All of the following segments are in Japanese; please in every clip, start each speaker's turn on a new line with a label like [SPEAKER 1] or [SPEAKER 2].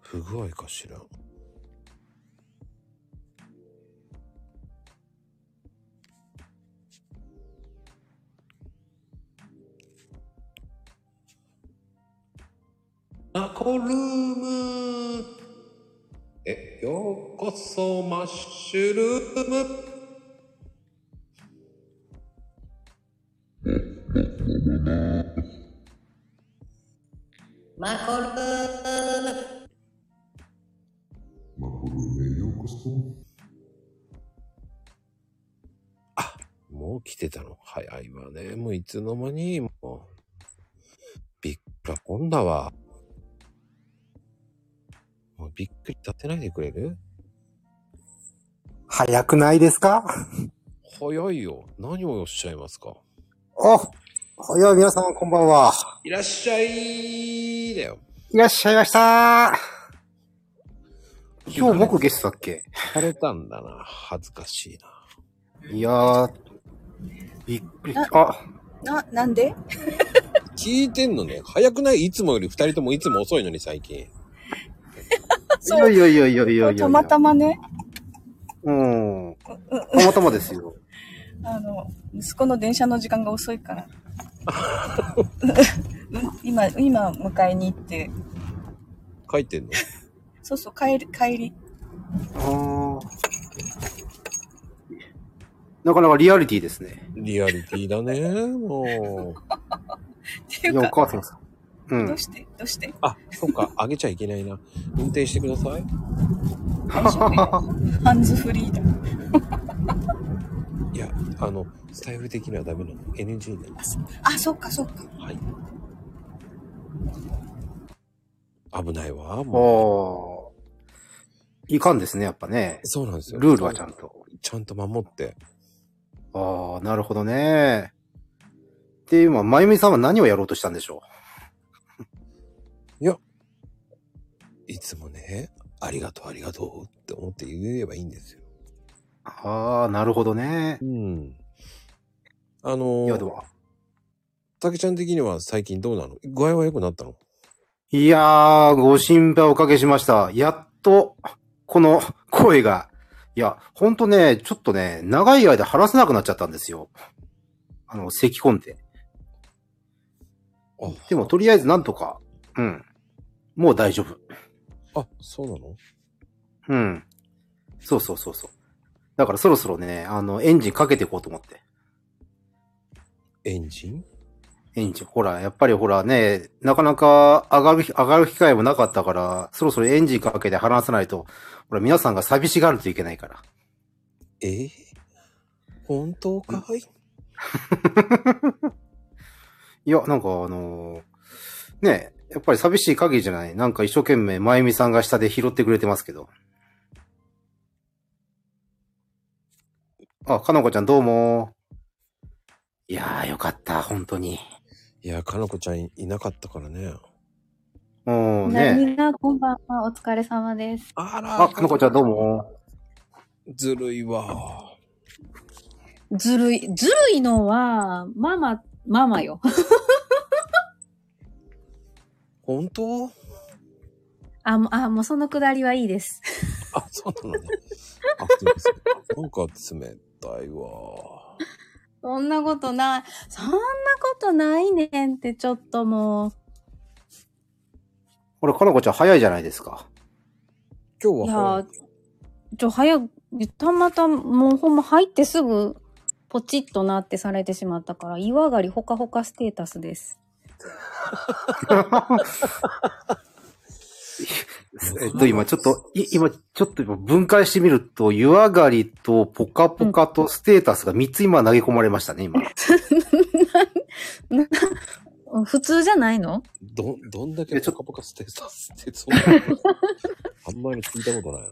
[SPEAKER 1] 不具合かしら。ナコルームえ、ようこそマッシュルーム
[SPEAKER 2] マコルーム
[SPEAKER 3] マコルームへようこそ。
[SPEAKER 1] もう来てたの早いわね。もういつの間に、もう。びっくらこんだわ。もうびっくり立てないでくれる
[SPEAKER 4] 早くないですか
[SPEAKER 1] 早いよ。何をおっしゃいますか
[SPEAKER 4] お早い皆さんこんばんは。
[SPEAKER 1] いらっしゃいだよ。
[SPEAKER 4] いらっしゃいました今日僕ゲストだっけ
[SPEAKER 1] されたんだな。恥ずかしいな。
[SPEAKER 4] いやー、びっくり。あ、
[SPEAKER 2] な、なんで
[SPEAKER 1] 聞いてんのね。早くないいつもより二人ともいつも遅いのに最近。
[SPEAKER 4] いやいやいやいやいやいや。
[SPEAKER 2] たまたまね、
[SPEAKER 4] うん。たまたまですよ。
[SPEAKER 2] あの、息子の電車の時間が遅い から。うん今、今、迎えに行って、
[SPEAKER 1] 書いてんの
[SPEAKER 2] そうそう、帰り、帰り。
[SPEAKER 4] あーなかなかリアリティですね。
[SPEAKER 1] リアリティだね。 もう。
[SPEAKER 2] ってい
[SPEAKER 4] いうや、お
[SPEAKER 2] か、
[SPEAKER 4] 母さんさ。う
[SPEAKER 2] ど
[SPEAKER 4] ん
[SPEAKER 2] う。してど うして
[SPEAKER 1] あ、そっか。あげちゃいけないな。運転してください。
[SPEAKER 2] 大丈夫よハンズフリーだ。
[SPEAKER 1] いや、あの、スタイル的にはダメなの。NG なんです。
[SPEAKER 2] あ、そっか、そっか。
[SPEAKER 1] はい。危ないわ。もう。
[SPEAKER 4] おー。いかんですね、やっぱね。
[SPEAKER 1] そうなんですよ。
[SPEAKER 4] ルールはちゃんと。
[SPEAKER 1] ちゃんと守って。
[SPEAKER 4] ああ、なるほどね。で、今、まゆみさんは何をやろうとしたんでしょ
[SPEAKER 1] いつもね、ありがとう、ありがとうって思って言えばいいんですよ。
[SPEAKER 4] うああ、なるほどね
[SPEAKER 1] う。ん。あ
[SPEAKER 4] い
[SPEAKER 1] の
[SPEAKER 4] や、で
[SPEAKER 1] ー、
[SPEAKER 4] も、
[SPEAKER 1] たけちゃん的には最近どうなの具合は良くなったの
[SPEAKER 4] いやー、ご心配おかけしました。やっと、この 声が、いや、ほんとね、ちょっとね、長い間話せなくなっちゃったんですよ。あの、咳き込んで。
[SPEAKER 1] あ、
[SPEAKER 4] でも、とりあえずなんとか、うん。もう大丈夫。
[SPEAKER 1] あ、そうなの
[SPEAKER 4] うん。そうそうそうそう。だからそろそろね、あの、エンジンかけていこうと思って。
[SPEAKER 1] エンジン
[SPEAKER 4] エンジン、ほら、やっぱりほらね、なかなか上がる、上がる機会もなかったから、そろそろエンジンかけて話さないと、ほら、皆さんが寂しがるといけないから。
[SPEAKER 1] えー本当かい
[SPEAKER 4] いや、なんかあのーね、やっぱり寂しい限りじゃない。なんか一生懸命、まゆみさんが下で拾ってくれてますけど。あ、かのこちゃんどうも。いやー、よかった、本当に。
[SPEAKER 1] いや、かのこちゃんいなかったからね。
[SPEAKER 4] もう
[SPEAKER 5] なみ
[SPEAKER 4] ね。
[SPEAKER 5] んな、こんばんは。お疲れ様です。
[SPEAKER 1] あら
[SPEAKER 4] あ、かのこちゃんどう。も。
[SPEAKER 1] ずるいわ。
[SPEAKER 5] ずるい、ずるいのは、ママ、ママよ。
[SPEAKER 1] 本当
[SPEAKER 5] あ、もう、あ、もうそのくだりはいいです。
[SPEAKER 1] あ、そうなのね。あ、すいません。なんか冷たいわ。
[SPEAKER 5] そんなことない。そんなことないねんって、ちょっともう。
[SPEAKER 4] ほら、かのこちゃん早いじゃないですか。
[SPEAKER 1] 今
[SPEAKER 5] い
[SPEAKER 1] 日
[SPEAKER 5] や
[SPEAKER 1] は
[SPEAKER 5] ー、ちょ、早く、たまたま、もうほんま入ってすぐ、ポチッとなってされてしまったから、湯上がりほかほかステータスです。
[SPEAKER 4] えっと、今ちょっと、い今、ちょっと今分解してみると、湯上がりとポカポカとステータスが3つ今投げ込まれましたね、今。
[SPEAKER 5] なな普通じゃないの
[SPEAKER 1] ど、どんだ
[SPEAKER 4] い
[SPEAKER 1] け
[SPEAKER 4] やちょっ
[SPEAKER 1] ポカポカステータスって、そんなあんまり聞いたことない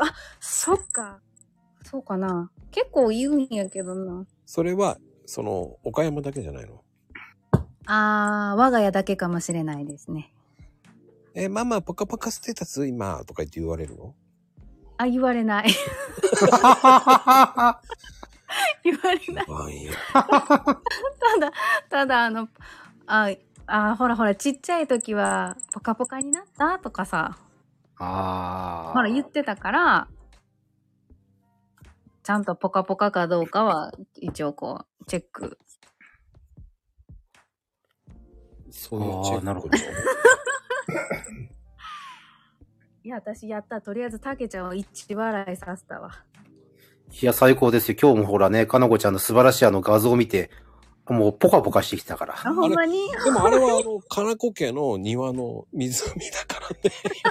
[SPEAKER 1] な。
[SPEAKER 5] そっか。そうかな。結構言うんやけどな。
[SPEAKER 1] それは、その、岡山だけじゃないの。
[SPEAKER 5] あー、我が家だけかもしれないですね。
[SPEAKER 1] え、ママ、ポカポカステータス今、とか言って言われるの
[SPEAKER 5] あ、言われない。言われない。
[SPEAKER 1] あいや。
[SPEAKER 5] ただ、ただ、あの、あ、あ、ほらほら、ちっちゃい時は、ポカポカになったとかさ、
[SPEAKER 4] ああ。
[SPEAKER 5] ほら、言ってたから、ちゃんとポカポカかどうかは、一応こう、チェック。
[SPEAKER 1] そういう
[SPEAKER 4] あーなるほ
[SPEAKER 1] ど。
[SPEAKER 5] いや、私やった。とりあえず、たけちゃんを一笑いさせたわ。
[SPEAKER 4] いや、最高ですよ。今日もほらね、かなこちゃんの素晴らしいあの画像を見て、もうポカポカしてきたから。
[SPEAKER 5] あ、ほんまに
[SPEAKER 1] でもあれはあの、金子家の庭の湖だか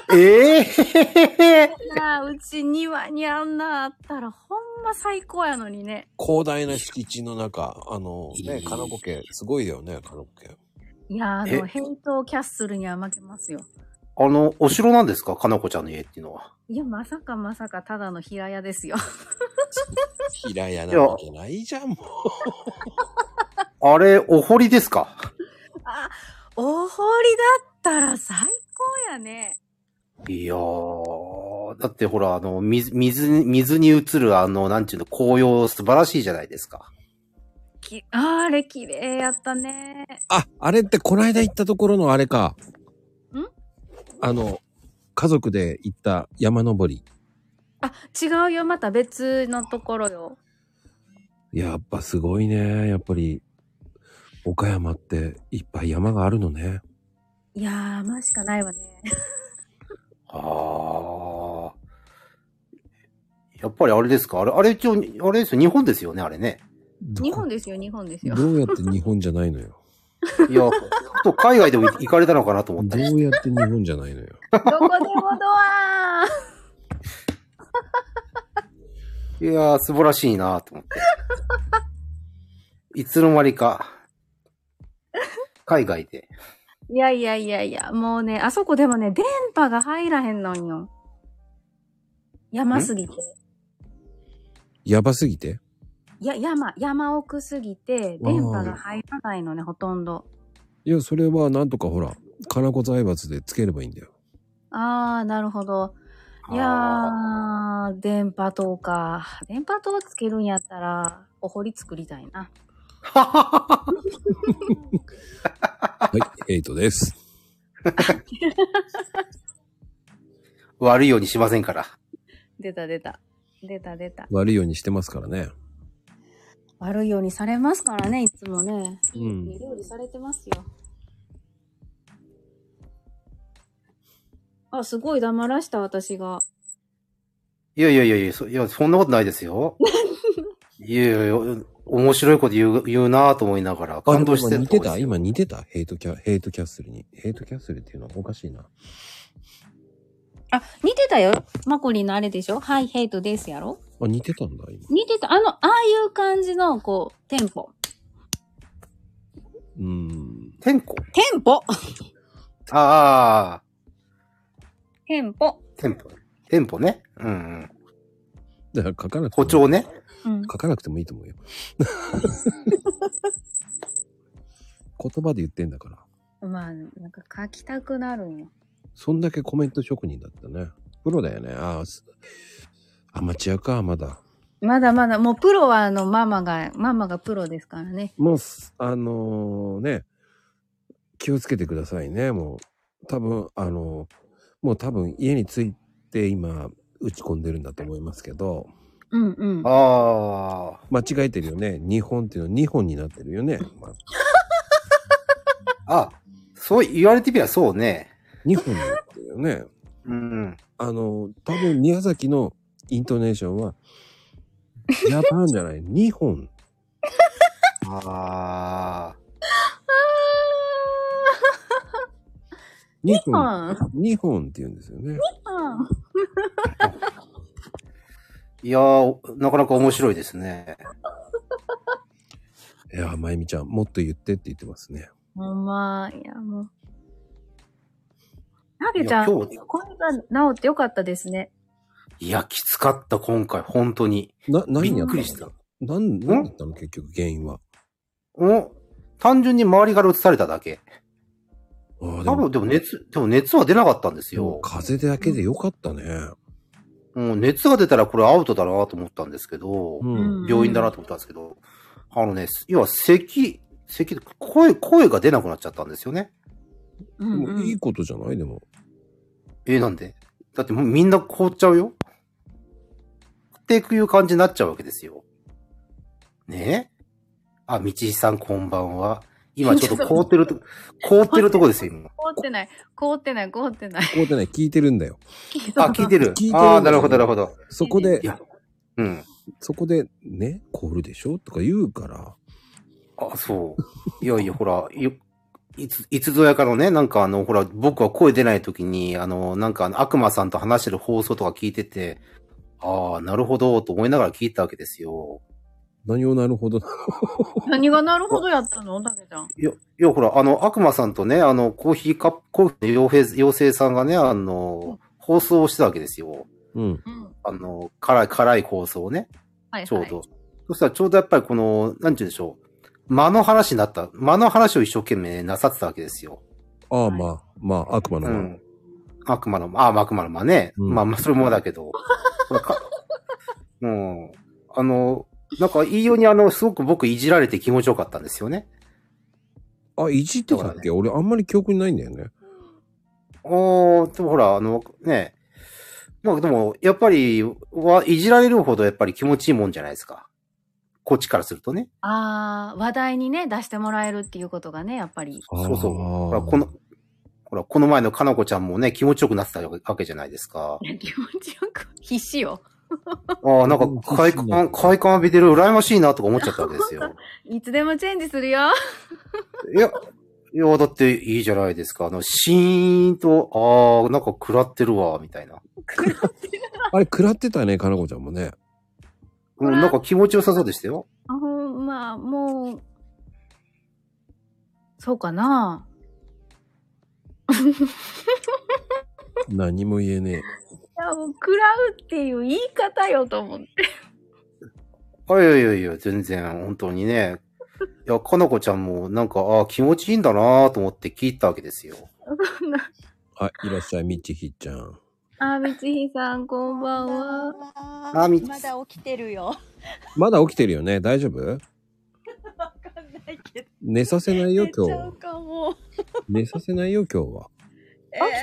[SPEAKER 1] らね。
[SPEAKER 4] ええー、
[SPEAKER 5] なあ、うち庭にあんなあったら、ほんま最高やのにね。
[SPEAKER 1] 広大な敷地の中、あの、ね、金子家、すごいよね、金子家。
[SPEAKER 5] いや、あ
[SPEAKER 4] え
[SPEAKER 5] の、返答キャッスルには負けますよ。
[SPEAKER 4] あの、お城なんですかかなこちゃんの家っていうのは。
[SPEAKER 5] いや、まさかまさか、ただの平屋ですよ。
[SPEAKER 1] 平屋なわけないじゃん、もう。
[SPEAKER 4] あれ、お堀ですか
[SPEAKER 5] あ、お堀だったら最高やね。
[SPEAKER 4] いやー、だってほら、あの、水、水に、水に映るあの、なんていうの、紅葉素晴らしいじゃないですか。
[SPEAKER 5] きあーあれ綺麗やったね。
[SPEAKER 1] あ、あれってこないだ行ったところのあれか。
[SPEAKER 5] ん
[SPEAKER 1] あの、家族で行った山登り。
[SPEAKER 5] あ、違うよ。また別のところよ。
[SPEAKER 1] やっぱすごいね。やっぱり、岡山っていっぱい山があるのね。
[SPEAKER 5] いやー、まあしかないわね。
[SPEAKER 4] あー。やっぱりあれですかあれ、あれ一応、あれですよ。日本ですよね、あれね。
[SPEAKER 1] ど
[SPEAKER 5] 日本ですよ、日本ですよ。
[SPEAKER 1] どうやって日本じゃないのよ。
[SPEAKER 4] いや、と海外でも行かれたのかなと思った
[SPEAKER 1] どうやって日本じゃないのよ。
[SPEAKER 5] どこでもドアー
[SPEAKER 4] いやー、素晴らしいなーと思って。いつの間にか、海外で。
[SPEAKER 5] いやいやいやいや、もうね、あそこでもね、電波が入らへんのんよ。山すぎて。
[SPEAKER 1] やばすぎて。
[SPEAKER 5] いや、山、山奥すぎて、電波が入らないのね、ほとんど。
[SPEAKER 1] いや、それはなんとかほら、金子財閥でつければいいんだよ。
[SPEAKER 5] あー、なるほど。いやー、電波塔か。電波塔つけるんやったら、お堀作りたいな。
[SPEAKER 4] あー
[SPEAKER 1] はい、エイトです。
[SPEAKER 4] 悪いようにしませんから。
[SPEAKER 5] 出た出た。出た出た。
[SPEAKER 1] 悪いようにしてますからね。
[SPEAKER 5] 悪いようにされますからね、いつもね。
[SPEAKER 1] うん
[SPEAKER 5] 料理されてますよ。あ、すごい黙らした、私が。
[SPEAKER 4] いやいやいやいや、そいやそんなことないですよ。いやいやいや、面白いこと言う言うなーと思いながら、感動して
[SPEAKER 1] あ
[SPEAKER 4] る
[SPEAKER 1] 似
[SPEAKER 4] と
[SPEAKER 1] て
[SPEAKER 4] こ
[SPEAKER 1] た
[SPEAKER 4] ですよ
[SPEAKER 1] 今似てたヘイトキャ、ヘイトキャッスルに。ヘイトキャッスルっていうのはおかしいな。
[SPEAKER 5] あ、似てたよ。マコリンのあれでしょはい、ヘイトですやろ
[SPEAKER 1] あ、似てたんだ、今。
[SPEAKER 5] 似てた。あの、ああいう感じの、こう、テンポ。
[SPEAKER 1] うーん。
[SPEAKER 4] 天候
[SPEAKER 5] テンポ
[SPEAKER 4] ああ、
[SPEAKER 5] テンポ。
[SPEAKER 4] 店舗。店舗ね。うんうん。
[SPEAKER 1] だから書かなくても。
[SPEAKER 4] 歩調ね。
[SPEAKER 5] うん
[SPEAKER 1] 書。かなくてもいいと思うよ。言葉で言ってんだから。
[SPEAKER 5] まあ、なんか書きたくなるんよ。
[SPEAKER 1] そんだけコメント職人だったね。プロだよね。ああ、すアマチュアか、まだ。
[SPEAKER 5] まだまだ、もうプロはあの、ママが、ママがプロですからね。
[SPEAKER 1] もうす、あのーね、気をつけてくださいね。もう、多分、あのーもう多分家に着いて今、打ち込んでるんだと思いますけど、
[SPEAKER 5] うんうん。
[SPEAKER 4] あ
[SPEAKER 1] 間違えてるよね。日本っていうの2本になってるよね。まあ、
[SPEAKER 4] あ。 あ、そう言われてみればそうね。
[SPEAKER 1] 2本になってるよね。
[SPEAKER 4] うん。
[SPEAKER 1] あの、多分宮崎のイントネーションは、ジャパンじゃない、日本。
[SPEAKER 4] ああ。
[SPEAKER 1] 日
[SPEAKER 5] う
[SPEAKER 1] 本。日本って言うんですよね。
[SPEAKER 5] ん。
[SPEAKER 4] いやー、なかなか面白いですね。
[SPEAKER 1] いや、まゆみちゃん、もっと言ってって言ってますね。
[SPEAKER 5] ほんま、いやもう。なげち
[SPEAKER 4] い
[SPEAKER 5] ゃ
[SPEAKER 4] や
[SPEAKER 5] ん、
[SPEAKER 4] 今
[SPEAKER 5] 声
[SPEAKER 4] 日
[SPEAKER 5] が治ってよかったですね。
[SPEAKER 4] いや、きつかった、今回、本当に。
[SPEAKER 1] な、何
[SPEAKER 4] び
[SPEAKER 1] や
[SPEAKER 4] っ
[SPEAKER 1] った
[SPEAKER 4] く
[SPEAKER 1] の
[SPEAKER 4] りした。
[SPEAKER 1] なん、何だったの結局原因は。
[SPEAKER 4] お単純に周りから移されただけ。
[SPEAKER 1] ああ、で
[SPEAKER 4] 多
[SPEAKER 1] も
[SPEAKER 4] 分、でも熱、でも熱は出なかったんです
[SPEAKER 1] でも
[SPEAKER 4] よ。
[SPEAKER 1] 風邪だけでよかったね。
[SPEAKER 4] うん、熱が出たらこれアウトだなと思ったんですけど、
[SPEAKER 1] うん。
[SPEAKER 4] 病院だなと思ったんですけど、あのね、要は咳、咳、声、声が出なくなっちゃったんですよね。
[SPEAKER 5] う
[SPEAKER 1] で
[SPEAKER 5] ん、う
[SPEAKER 1] もいい
[SPEAKER 5] ん。
[SPEAKER 1] ことじゃないでも。
[SPEAKER 4] えー、なんでだってもうみんな凍っちゃうよ。っていう感じになっちゃうわけですよ。ねえあ、道井さんこんばんは。今ちょっと凍ってると、凍ってるとこですよ、今。
[SPEAKER 5] 凍ってない。凍ってない。凍ってない。
[SPEAKER 1] こうじゃない、聞いてるんだよ。
[SPEAKER 4] あ、聞いてる
[SPEAKER 1] 聞いてるんです。よ
[SPEAKER 4] ああ、なるほど、なるほど。
[SPEAKER 1] そこで
[SPEAKER 4] い、やうん。
[SPEAKER 1] そこで、ね、凍るでしょとか言うから、
[SPEAKER 4] あ、そう。いやいや、ほら、よいつ、いつぞやかのね、なんかあの、ほら、僕は声出ない時に、あの、なんかあの悪魔さんと話してる放送とか聞いてて、ああ、なるほど、と思いながら聞いたわけですよ。
[SPEAKER 1] 何をなるほど、
[SPEAKER 5] 何がなるほどやったのだけじゃん。
[SPEAKER 4] いや、いや、ほら、あの、悪魔さんとね、あの、コーヒーカップ、コーヒーの妖精妖精さんがね、あの、放送をしてたわけですよ。
[SPEAKER 1] うん、
[SPEAKER 5] うん。
[SPEAKER 4] あの、辛い、辛い放送をね。
[SPEAKER 5] はい、はい。
[SPEAKER 4] ちょうど。。そしたらちょうどやっぱりこの、なんて言うんでしょう。間の話になった。間の話を一生懸命なさってたわけですよ。
[SPEAKER 1] ああ、まあ、まあ、悪魔の
[SPEAKER 4] う
[SPEAKER 1] 間、
[SPEAKER 4] ん。悪魔の、ああ、悪魔の間ね。
[SPEAKER 1] うん
[SPEAKER 4] まあまあ、それもだけど。これか うん。あの、なんか、いいようにあの、すごく僕いじられて気持ちよかったんですよね。
[SPEAKER 1] あ、いじってたっけ、俺あんまり記憶にないんだよね。
[SPEAKER 4] おー、でもほら、あの、ね。まあでも、やっぱり、は、いじられるほどやっぱり気持ちいいもんじゃないですか。こっちからするとね。
[SPEAKER 5] ああ、話題にね、出してもらえるっていうことがね、やっぱり。
[SPEAKER 4] そうそう。
[SPEAKER 1] あー
[SPEAKER 4] ほら、この、ほら、この前のかなこちゃんもね、気持ちよくなってたわけじゃないですか。
[SPEAKER 5] 気持ちよく。必死よ。
[SPEAKER 4] ああ、なんか快感、快感浴びてる、羨ましいなとか思っちゃったわけです よ。
[SPEAKER 5] いつでもチェンジするよ。
[SPEAKER 4] いや、いや、だっていいじゃないですか。あの、シーンと、ああ、なんか食らってるわ、みたいな。
[SPEAKER 1] あれ、食らってたね、かなこちゃんもね。
[SPEAKER 4] うん、なんか気持ちよさそうでしたよ。
[SPEAKER 5] あほんまあ、もう、そうかな。
[SPEAKER 1] 何も言えねえ。
[SPEAKER 5] いや、もう、食らうっていう言い方よと 思って。
[SPEAKER 4] あ、いやいやいや、全然、本当にね。いや、かなこちゃんも、なんか、ああ、気持ちいいんだなと思って聞いたわけですよ。
[SPEAKER 1] あ、いらっしゃい、みちひちゃん。
[SPEAKER 5] あ、みちひさん、こんばんは。
[SPEAKER 4] あみ
[SPEAKER 6] まだ起きてるよ。
[SPEAKER 1] まだ起きてるよね、大丈夫
[SPEAKER 6] わかんないけど。
[SPEAKER 1] 寝させないよ、
[SPEAKER 6] 寝
[SPEAKER 1] 今
[SPEAKER 6] ち
[SPEAKER 1] 日
[SPEAKER 6] ゃ
[SPEAKER 1] は
[SPEAKER 6] う。かも。
[SPEAKER 1] 寝させないよ、今日は。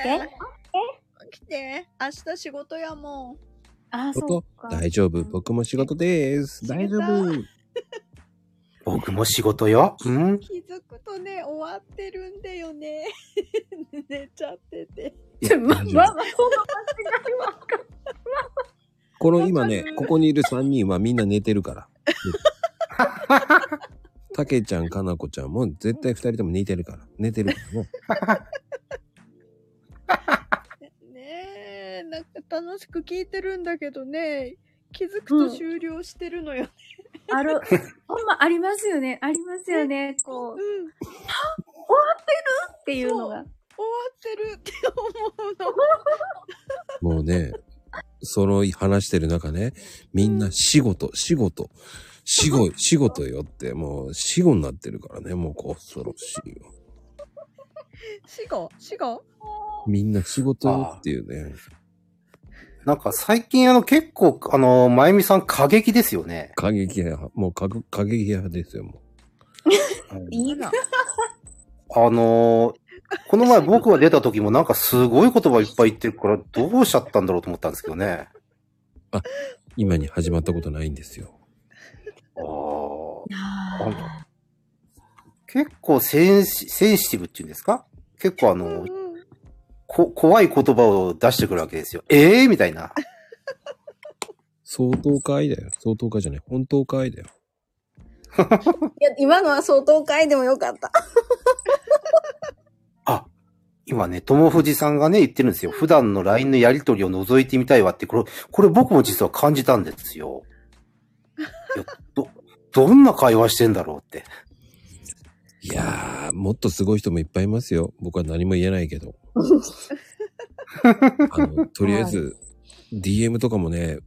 [SPEAKER 6] 起
[SPEAKER 5] 起きて。
[SPEAKER 6] 起きて。明日仕事やもん。
[SPEAKER 5] あ、そ
[SPEAKER 1] こ
[SPEAKER 5] うか
[SPEAKER 1] と。大丈夫、僕も仕事です。大丈夫。
[SPEAKER 4] 僕も仕事よ。うん
[SPEAKER 6] 気づくとね、終わってるんだよね。 寝ちゃってて。
[SPEAKER 1] いや
[SPEAKER 5] ま、ま、
[SPEAKER 1] 大
[SPEAKER 5] そ
[SPEAKER 1] 丈夫
[SPEAKER 5] の間違いは。
[SPEAKER 1] この今ね、ここにいる3人はみんな寝てるから。 たけちゃん、かなこちゃんも絶対2人とも寝てるから。寝てるからね。
[SPEAKER 6] ねえ、なんか楽しく聞いてるんだけど ね、気づくと終了してるのよ。
[SPEAKER 5] ある、ほんまありますよね。ありますよね。こ
[SPEAKER 6] う、、
[SPEAKER 5] うんっていうのが。
[SPEAKER 6] 終わってるって思 う
[SPEAKER 1] もうね、その話してる中ね、みんな仕事、仕事、仕事、仕事よって、もう死語になってるからね、もう恐ろしいよ。
[SPEAKER 6] の。死後死 後
[SPEAKER 1] みんな仕事よっていうね、
[SPEAKER 4] なんか最近あの結構あの、まゆみさん過激ですよね。
[SPEAKER 1] 過激派、もう過過激派ですよ、も
[SPEAKER 5] いいな。
[SPEAKER 4] あのーこの前僕が出た時もなんかすごい言葉いっぱい言ってるからどうしちゃったんだろうと思ったんですけどね。
[SPEAKER 1] う。今に始まったことないんですよ。
[SPEAKER 4] あーあ結構センシセンシティブっていうんですか結構あ
[SPEAKER 6] うん
[SPEAKER 4] の、
[SPEAKER 6] うん。
[SPEAKER 4] こ、怖い言葉を出してくるわけですよ。ええー、みたいな。
[SPEAKER 1] 相当会だよ。相当会じゃない。本当会だよ。
[SPEAKER 6] いや、今のは相当回でもよかった。
[SPEAKER 4] あ、今ね、友藤さんがね、言ってるんですよ。普段の LINE のやりとりを覗いてみたいわって、これ、これ僕も実は感じたんですよ。いやど、 どんな会話してんだろうって。
[SPEAKER 1] いやー、もっとすごい人もいっぱいいますよ。僕は何も言えないけど。あの、とりあえず、DM とかもね、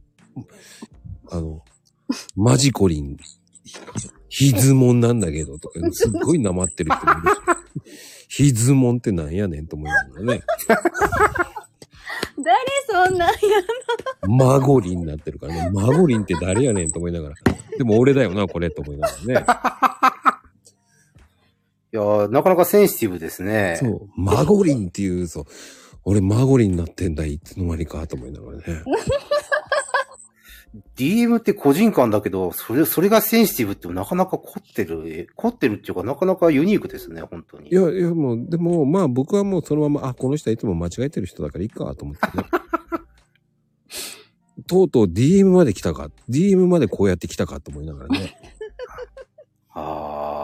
[SPEAKER 1] あの、マジコリン、ひずもんなんだけど、とか、すっごいなまってる人もいるし。ひずもんってなんやねんと思いながらね。
[SPEAKER 5] 誰そんなんや。
[SPEAKER 1] マゴリンになってるからね。マゴリンって誰やねんと思いながら。でも俺だよな、これと思いながらね。
[SPEAKER 4] いやーなかなかセンシティブですね。
[SPEAKER 1] そう、マゴリンっていう、そう、俺、マゴリになってんだ、いつの間にか、と思いながらね。
[SPEAKER 4] DM って個人間だけど、それ、それがセンシティブってなかなか凝ってる、凝ってるっていうかなかなかユニークですね、本当に。
[SPEAKER 1] いや、いや、もう、でも、まあ僕はもうそのまま、あ、この人はいつも間違えてる人だからいいか、と思 ってね。とうとう DM まで来たか、DM までこうやって来たかと思いながらね。
[SPEAKER 4] あ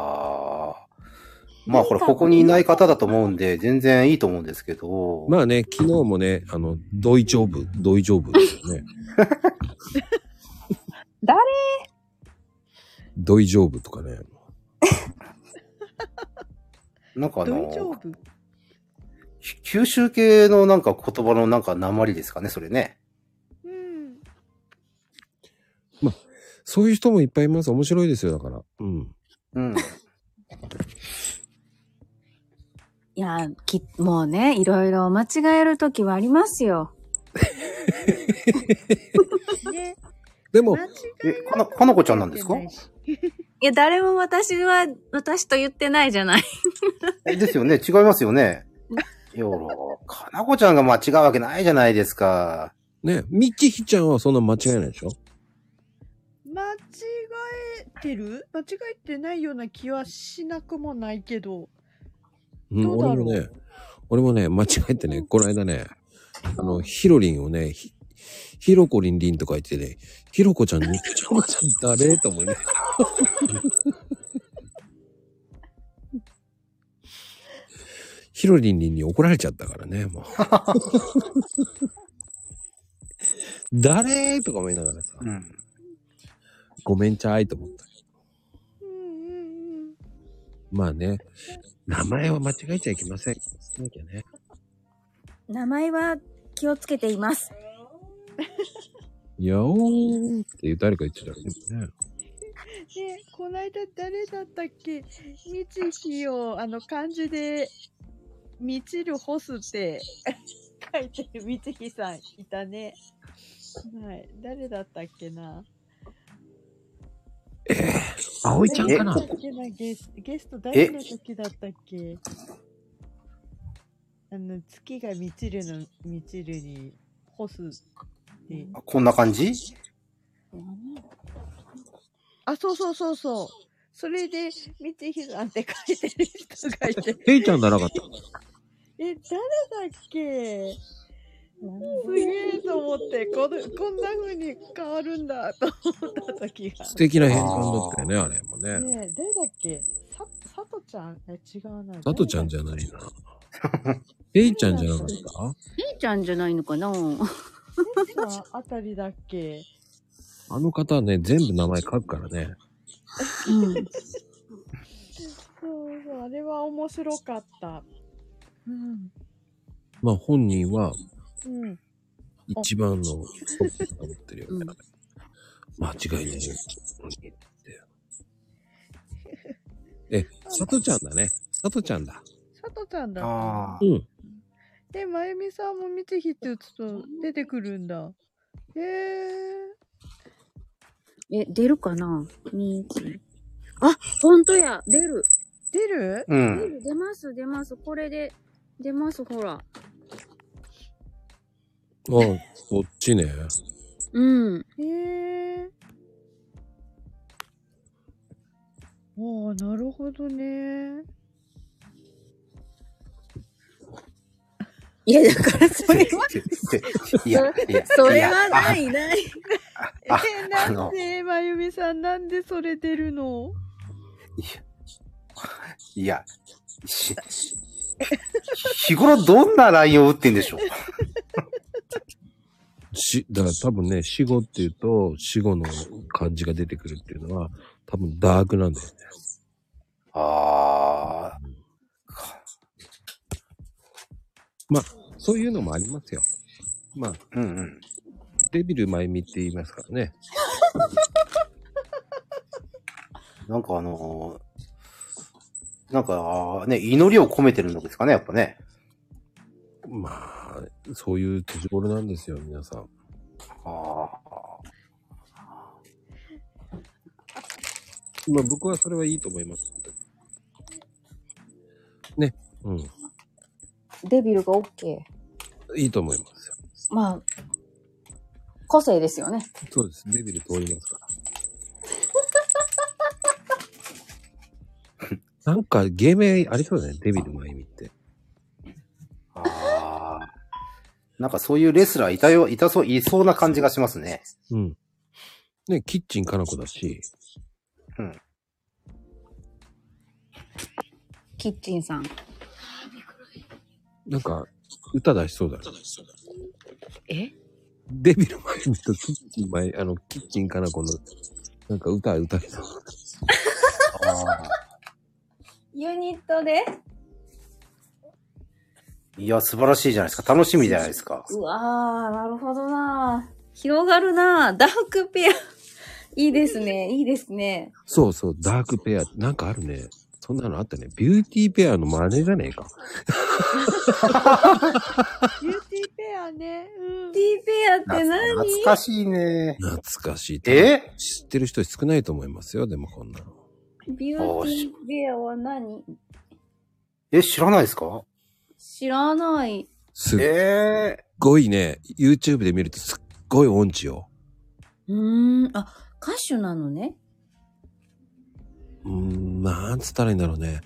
[SPEAKER 4] あ。まあほら、ここにいない方だと思うんで、全然いいと思うんですけど。
[SPEAKER 1] まあね、昨日もね、あの、同意上部、同意上部ですよね。
[SPEAKER 5] 誰
[SPEAKER 1] 同意上部とかね。
[SPEAKER 4] なんかあ
[SPEAKER 7] 大丈
[SPEAKER 4] の、
[SPEAKER 7] 夫
[SPEAKER 4] き九州系のなんか言葉のなんか鉛ですかね、それね。
[SPEAKER 7] うん。
[SPEAKER 1] そういう人もいっぱいいます。面白いですよ、だから。うん。
[SPEAKER 4] うん。
[SPEAKER 5] いや、き、もうね、いろいろ間違える時はありますよ。
[SPEAKER 7] ね。
[SPEAKER 1] でも、
[SPEAKER 7] 間違い
[SPEAKER 4] え、かな、かなこちゃんなんですか
[SPEAKER 7] ないし
[SPEAKER 5] いや、誰も私は、私と言ってないじゃない。
[SPEAKER 4] えですよね、違いますよね。よろ、かなこちゃんが間違うわけないじゃないですか。
[SPEAKER 1] ね、みちひちゃんはそんな間違いないでしょ
[SPEAKER 7] 間違えてる間違えてないような気はしなくもないけど。
[SPEAKER 1] うん、
[SPEAKER 7] どう
[SPEAKER 1] 俺
[SPEAKER 7] だろう
[SPEAKER 1] もね、俺もね、間違えてね、この間ね、あの、ヒロリンをね、ひひろこりんりんとか言ってね、ひろこちゃんに、ちょこちゃん誰と思いね。ひろりんりんに怒られちゃったからね、もう。誰とか思いながらさ、
[SPEAKER 4] うん。
[SPEAKER 1] ごめんちゃいと思った。
[SPEAKER 7] うんうんうん。
[SPEAKER 1] まあね、名前は間違えちゃいけません。なきゃね。
[SPEAKER 5] 名前は気をつけています。
[SPEAKER 1] やおーって誰か言ってたけどね。
[SPEAKER 7] ね、こないだ誰だったっけみちひを、あの、漢字で、みちるほすって 書いてるみちひさんいたね。はい。誰だったっけな
[SPEAKER 1] 葵ちゃんかな
[SPEAKER 7] 誰だったっけなゲスゲスト誰の時だったっけあの、月がみちるの、みちるに、ほすって。
[SPEAKER 4] こんな感じ
[SPEAKER 7] あ、そうそうそうそう。それで、みちひさんって書いてる人がいて。
[SPEAKER 1] ヘイちゃんならなかった。
[SPEAKER 7] え、誰だっけすげえと思って、このこんな風に変わるんだと思った時が。
[SPEAKER 1] 素敵な変換だったよね、あれもね。
[SPEAKER 7] ねえ、誰だっけさ、さとちゃんえ、違うな。
[SPEAKER 1] さとちゃんじ
[SPEAKER 7] ゃ
[SPEAKER 1] ゃないな。ヘイちゃんじゃなかった
[SPEAKER 5] いいちゃんじゃないのかな
[SPEAKER 7] さんあたりだっけ
[SPEAKER 1] あの方はね、全部名前書くからね。
[SPEAKER 7] そうそう、あれは面白かった。うん。
[SPEAKER 1] まあ本人は
[SPEAKER 7] うん。
[SPEAKER 1] 一番のトップだと思ってるよね。間違いないよ。 え、さとちゃんだね。さとちゃんだ。
[SPEAKER 7] さとちゃんだった。
[SPEAKER 4] ああ
[SPEAKER 1] う。ん。
[SPEAKER 7] え、まゆみさんもみちひって打つと出てくるんだ。へえ。
[SPEAKER 5] え、出るかなみあ、ほんとや、出る。
[SPEAKER 7] 出る
[SPEAKER 4] うん
[SPEAKER 5] 出。る、出ます、出ます。これで、出ます、ほら。
[SPEAKER 1] あ、そっちね。
[SPEAKER 5] うん。
[SPEAKER 7] へえ。ああ、なるほどね。
[SPEAKER 5] いや、だからそれは、
[SPEAKER 4] いや、いや、
[SPEAKER 5] それはい
[SPEAKER 4] や
[SPEAKER 5] ない、ない。
[SPEAKER 7] え
[SPEAKER 4] あ
[SPEAKER 7] ー、
[SPEAKER 4] あ
[SPEAKER 7] な
[SPEAKER 4] の
[SPEAKER 7] んで、まゆみさん、なんでそれ出るの
[SPEAKER 4] いや、し、日頃どんなラインを打ってんでしょう
[SPEAKER 1] し、だから多分ね、死後っていうと、死後の漢字が出てくるっていうのは、多分ダークなんだよね。
[SPEAKER 4] ああ。
[SPEAKER 1] そういうのもありますよ。まあ、
[SPEAKER 4] うんうん。
[SPEAKER 1] デビルマイミって言いますからね。
[SPEAKER 4] なんかあのーなんか、ね、祈りを込めてるのですかね、やっぱね。
[SPEAKER 1] まあ、そういう年頃なんですよ、皆さん。
[SPEAKER 4] あ
[SPEAKER 1] まあ僕はそれはいいと思います。ね。うん。
[SPEAKER 5] デビルがオッケー。
[SPEAKER 1] いいと思いますよ。
[SPEAKER 5] まあ、個性ですよね。
[SPEAKER 1] そうです。デビル通ります から。なんか芸名ありそうだね。デビルまゆみって。
[SPEAKER 4] ああ。なんかそういうレスラーいたよ、いたそう、いそうな感じがしますね。
[SPEAKER 1] うん。ね、キッチンかなこだし。
[SPEAKER 5] キッチンさん。
[SPEAKER 1] なんか、歌出しそうだね。
[SPEAKER 8] え
[SPEAKER 1] デビルマイミとキッチンマイ、あの、キッチンかなこの、なんか歌歌いそう。
[SPEAKER 5] ユニットで
[SPEAKER 4] いや、素晴らしいじゃないですか。楽しみじゃないですか。
[SPEAKER 5] うわー、なるほどな広がるなダークペア。いいですね、いいですね。
[SPEAKER 1] そうそう、ダークペア、なんかあるね。そんなのあったね。ビューティーペアの真似じゃねえか。
[SPEAKER 6] ビューティーペアね。うん。
[SPEAKER 5] D ペアって
[SPEAKER 4] な
[SPEAKER 5] 何
[SPEAKER 4] 懐かしいね。
[SPEAKER 1] 懐かしい。
[SPEAKER 4] え
[SPEAKER 1] 知ってる人少ないと思いますよ、でもこんなの。
[SPEAKER 5] ビューティーペアは何
[SPEAKER 4] え、知らないですか
[SPEAKER 5] 知らない。
[SPEAKER 1] すっ
[SPEAKER 4] ええ
[SPEAKER 1] ごいね、YouTube で見るとすっごい音痴よ。
[SPEAKER 5] うーん、あ、歌手なのね。
[SPEAKER 1] うーん、なんつったらいいんだろうね。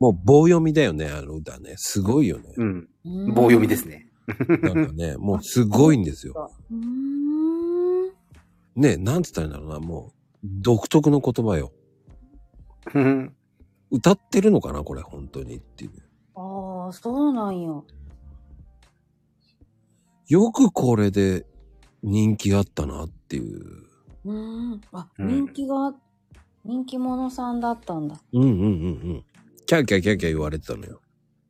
[SPEAKER 1] もう棒読みだよね、あの歌ね。すごいよね。
[SPEAKER 4] うん。
[SPEAKER 5] うーん
[SPEAKER 4] 棒読みですね。
[SPEAKER 1] なんかね、もうすごいんですよ。
[SPEAKER 5] うーん。
[SPEAKER 1] ね、なんつったらいいんだろうな、もう、独特の言葉よ。
[SPEAKER 4] うん
[SPEAKER 1] 歌ってるのかな、これ、本当にっていう。
[SPEAKER 5] ああ、そうなんよ。
[SPEAKER 1] よくこれで人気あったなっていう。
[SPEAKER 5] うーん。あ、
[SPEAKER 4] うん
[SPEAKER 5] 人気が、人気者さんだったんだ。
[SPEAKER 1] うんうんうんうん。キャーキャーキャーキャー言われてたのよ。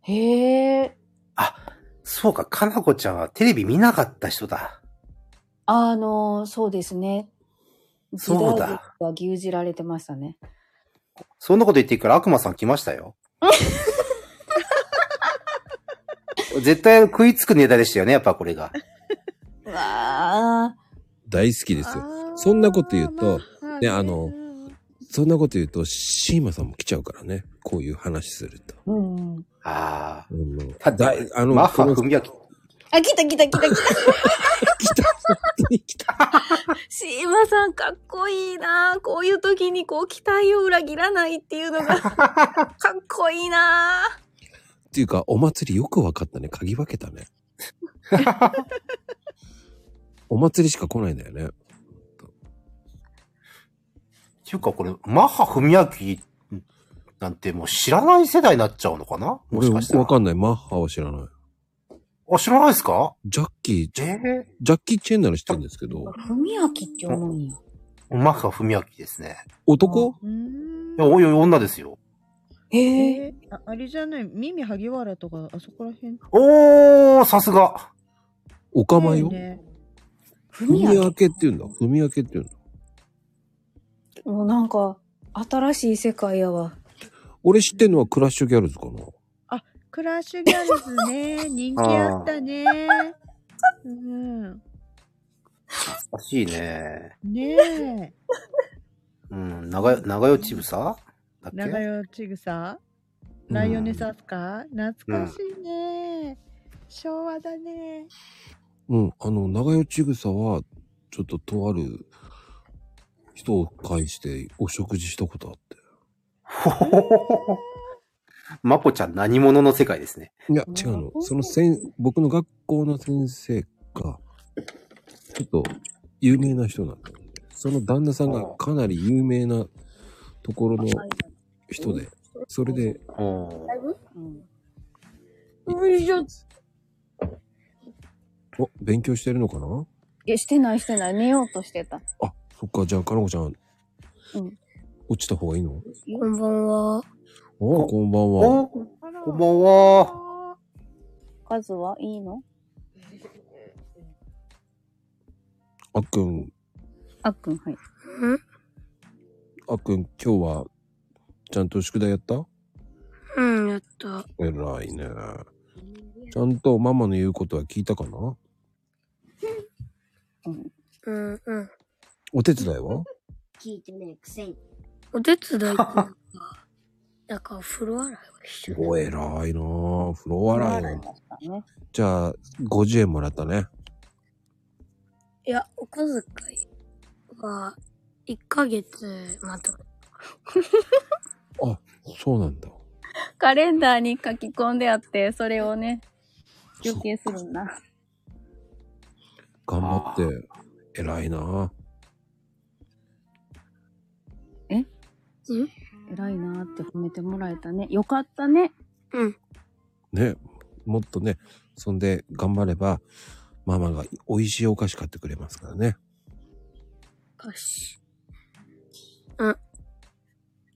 [SPEAKER 5] へえ。
[SPEAKER 4] そうか、かなこちゃんはテレビ見なかった人だ。
[SPEAKER 5] あの、そうですね。時
[SPEAKER 4] そうだ
[SPEAKER 5] 代劇が牛耳られてましたね。
[SPEAKER 4] そんなこと言っていいから悪魔さん来ましたよ。 絶対食いつくネタでしたよね、やっぱこれが。
[SPEAKER 5] うわあ。
[SPEAKER 1] 大好きですよ。
[SPEAKER 6] あー
[SPEAKER 1] そんなこと言うと、
[SPEAKER 6] ま
[SPEAKER 1] ねあの
[SPEAKER 6] うん
[SPEAKER 1] そんなこと言うと、シーマさんも来ちゃうからね。こういう話すると。
[SPEAKER 5] うん。
[SPEAKER 4] あ
[SPEAKER 1] あの
[SPEAKER 4] あ。だ
[SPEAKER 1] だいあの、
[SPEAKER 4] マッハ
[SPEAKER 1] この
[SPEAKER 4] 文明。
[SPEAKER 5] あ、来た来た来た来た。シーマさんかっこいいなこういう時にこう期待を裏切らないっていうのがかっこいいな
[SPEAKER 1] っていうか、お祭りよく分かったね。嗅ぎ分け たね。お祭りしか来ないんだよね。
[SPEAKER 4] っていうかこれ、マッハ文明なんてもう知らない世代になっちゃうのかなも
[SPEAKER 1] 俺、
[SPEAKER 4] しかしたら。
[SPEAKER 1] わかんない。マッハは知らない。
[SPEAKER 4] あ、知らないですか
[SPEAKER 1] ジャッキー、
[SPEAKER 4] ええ
[SPEAKER 1] ジャッキー・チェンなら知ってるんですけど、
[SPEAKER 5] ふみあきって思うんや。
[SPEAKER 4] マッハ文明ですね。
[SPEAKER 1] 男
[SPEAKER 6] う
[SPEAKER 4] いや、
[SPEAKER 6] ん。
[SPEAKER 4] おいおい、女ですよ。
[SPEAKER 5] へえ。
[SPEAKER 6] えー、ああれじゃない、耳萩原とか、あそこら辺。
[SPEAKER 4] おー、さすが。
[SPEAKER 1] おかまよ
[SPEAKER 6] だ。ね
[SPEAKER 5] ふ
[SPEAKER 1] 踏み
[SPEAKER 5] みあき
[SPEAKER 1] 分けって言うんだ。踏み分けって言うんだ。
[SPEAKER 5] もうなんか、新しい世界やわ。
[SPEAKER 1] 俺知ってるのはクラッシュギャルズかな。
[SPEAKER 6] クラッシュギャルズね、人気あったね。うん。
[SPEAKER 4] おかしいね。
[SPEAKER 6] ねえ。
[SPEAKER 4] うん、長よ、長よちぶさだっけ
[SPEAKER 6] 長与ちぐさライオネサスか、懐かしいね、昭和だね。
[SPEAKER 1] うん。あの、長与千草は、ちょっととある人を介してお食事したことあって。
[SPEAKER 4] まこちゃん何者の世界ですね。
[SPEAKER 1] いや、違うの。その先、僕の学校の先生が、ちょっと有名な人なんだよね。その旦那さんがかなり有名なところの人で、それで、
[SPEAKER 4] お
[SPEAKER 5] うん。
[SPEAKER 1] お、勉強してるのかない
[SPEAKER 5] や、してないしてない。寝ようとしてた。
[SPEAKER 1] あ、そっか、じゃあ、かなこちゃん。
[SPEAKER 5] うん
[SPEAKER 1] 落ちた方がいいの
[SPEAKER 5] こんばんは。
[SPEAKER 1] お
[SPEAKER 4] お
[SPEAKER 1] こんばんは。
[SPEAKER 4] おこ
[SPEAKER 6] あら
[SPEAKER 4] んばんは。
[SPEAKER 5] カズはいいの
[SPEAKER 1] あっくん、
[SPEAKER 5] あっくん、はい。
[SPEAKER 9] ん
[SPEAKER 1] あっくん、今日は、ちゃんと宿題やった
[SPEAKER 9] うん、やった。
[SPEAKER 1] えらいね。ちゃんとママの言うことは聞いたかな
[SPEAKER 9] うん、うん。
[SPEAKER 1] お手伝いは
[SPEAKER 10] 聞いてねえくせに。
[SPEAKER 9] お手伝いっていうか、なんかお風呂洗いを一緒に。
[SPEAKER 1] お、えらいなぁ。風呂洗いなんて。
[SPEAKER 11] からね。
[SPEAKER 1] じゃあ、50円もらったね。
[SPEAKER 9] いや、お小遣いは、1ヶ月まとめ。
[SPEAKER 1] あ、そうなんだ。
[SPEAKER 5] カレンダーに書き込んであって、それをね、予定するんだ。
[SPEAKER 1] 頑張って、偉いな
[SPEAKER 5] え偉いなーって褒めてもらえたね。よかったね。
[SPEAKER 9] うん。
[SPEAKER 1] ね。もっとね、そんで頑張れば、ママが美味しいお菓子買ってくれますからね。
[SPEAKER 9] よし。 うん。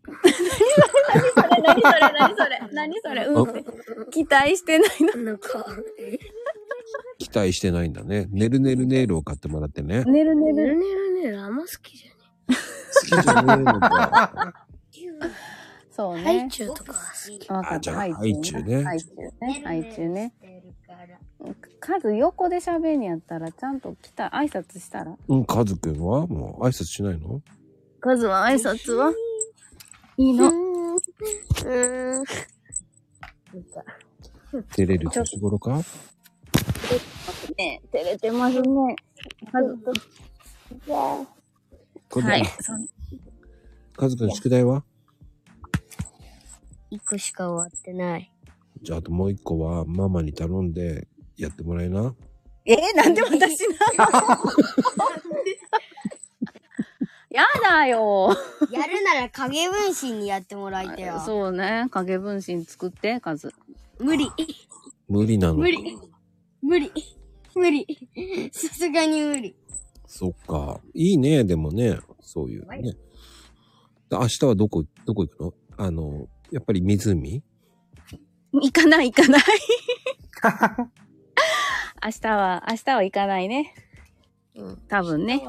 [SPEAKER 5] それ 何それ何それ何それうんって。期待してないの。
[SPEAKER 9] なんか、
[SPEAKER 1] 期待してないんだね。ねるねるネイルを買ってもらってね。
[SPEAKER 5] ねるね
[SPEAKER 9] ね
[SPEAKER 5] る。
[SPEAKER 9] るねるねるあんま好きじゃね
[SPEAKER 1] 好きじゃねえのか。
[SPEAKER 5] そう
[SPEAKER 9] え。
[SPEAKER 5] ね。
[SPEAKER 9] ハイチュウとかが好き。
[SPEAKER 5] わかった。
[SPEAKER 1] あじゃあ
[SPEAKER 5] ハイチュウね。
[SPEAKER 1] ハ
[SPEAKER 5] ハ
[SPEAKER 1] イ
[SPEAKER 5] イチュウね。ハイチュウね。カズ横で喋んやったら、ちゃんと来た、挨拶したら
[SPEAKER 1] うん、カズくんはもう挨拶しないの
[SPEAKER 5] カズは挨拶はいいの。
[SPEAKER 9] うーん。
[SPEAKER 1] 照れる年頃か
[SPEAKER 5] ね照れてますね。カズと。
[SPEAKER 1] これ
[SPEAKER 5] はい。
[SPEAKER 1] カズくん宿題は
[SPEAKER 9] 1個しか終わってない。
[SPEAKER 1] じゃあ、あともう一個はママに頼んでやってもらえな。
[SPEAKER 5] えー、なんで私なの やだよ。
[SPEAKER 10] やるなら影分身にやってもらいてよ。
[SPEAKER 5] そうね。影分身作って、カズ。
[SPEAKER 10] 無理。
[SPEAKER 1] 無理なのか
[SPEAKER 10] 無。理。無理。無理。さすがに無理。
[SPEAKER 1] そっか。いいね、でもね。そういうね。で明日はどこ、どこ行くのあの、やっぱり湖
[SPEAKER 5] 行かない行かない。明日は、明日は行かないね。多分ね。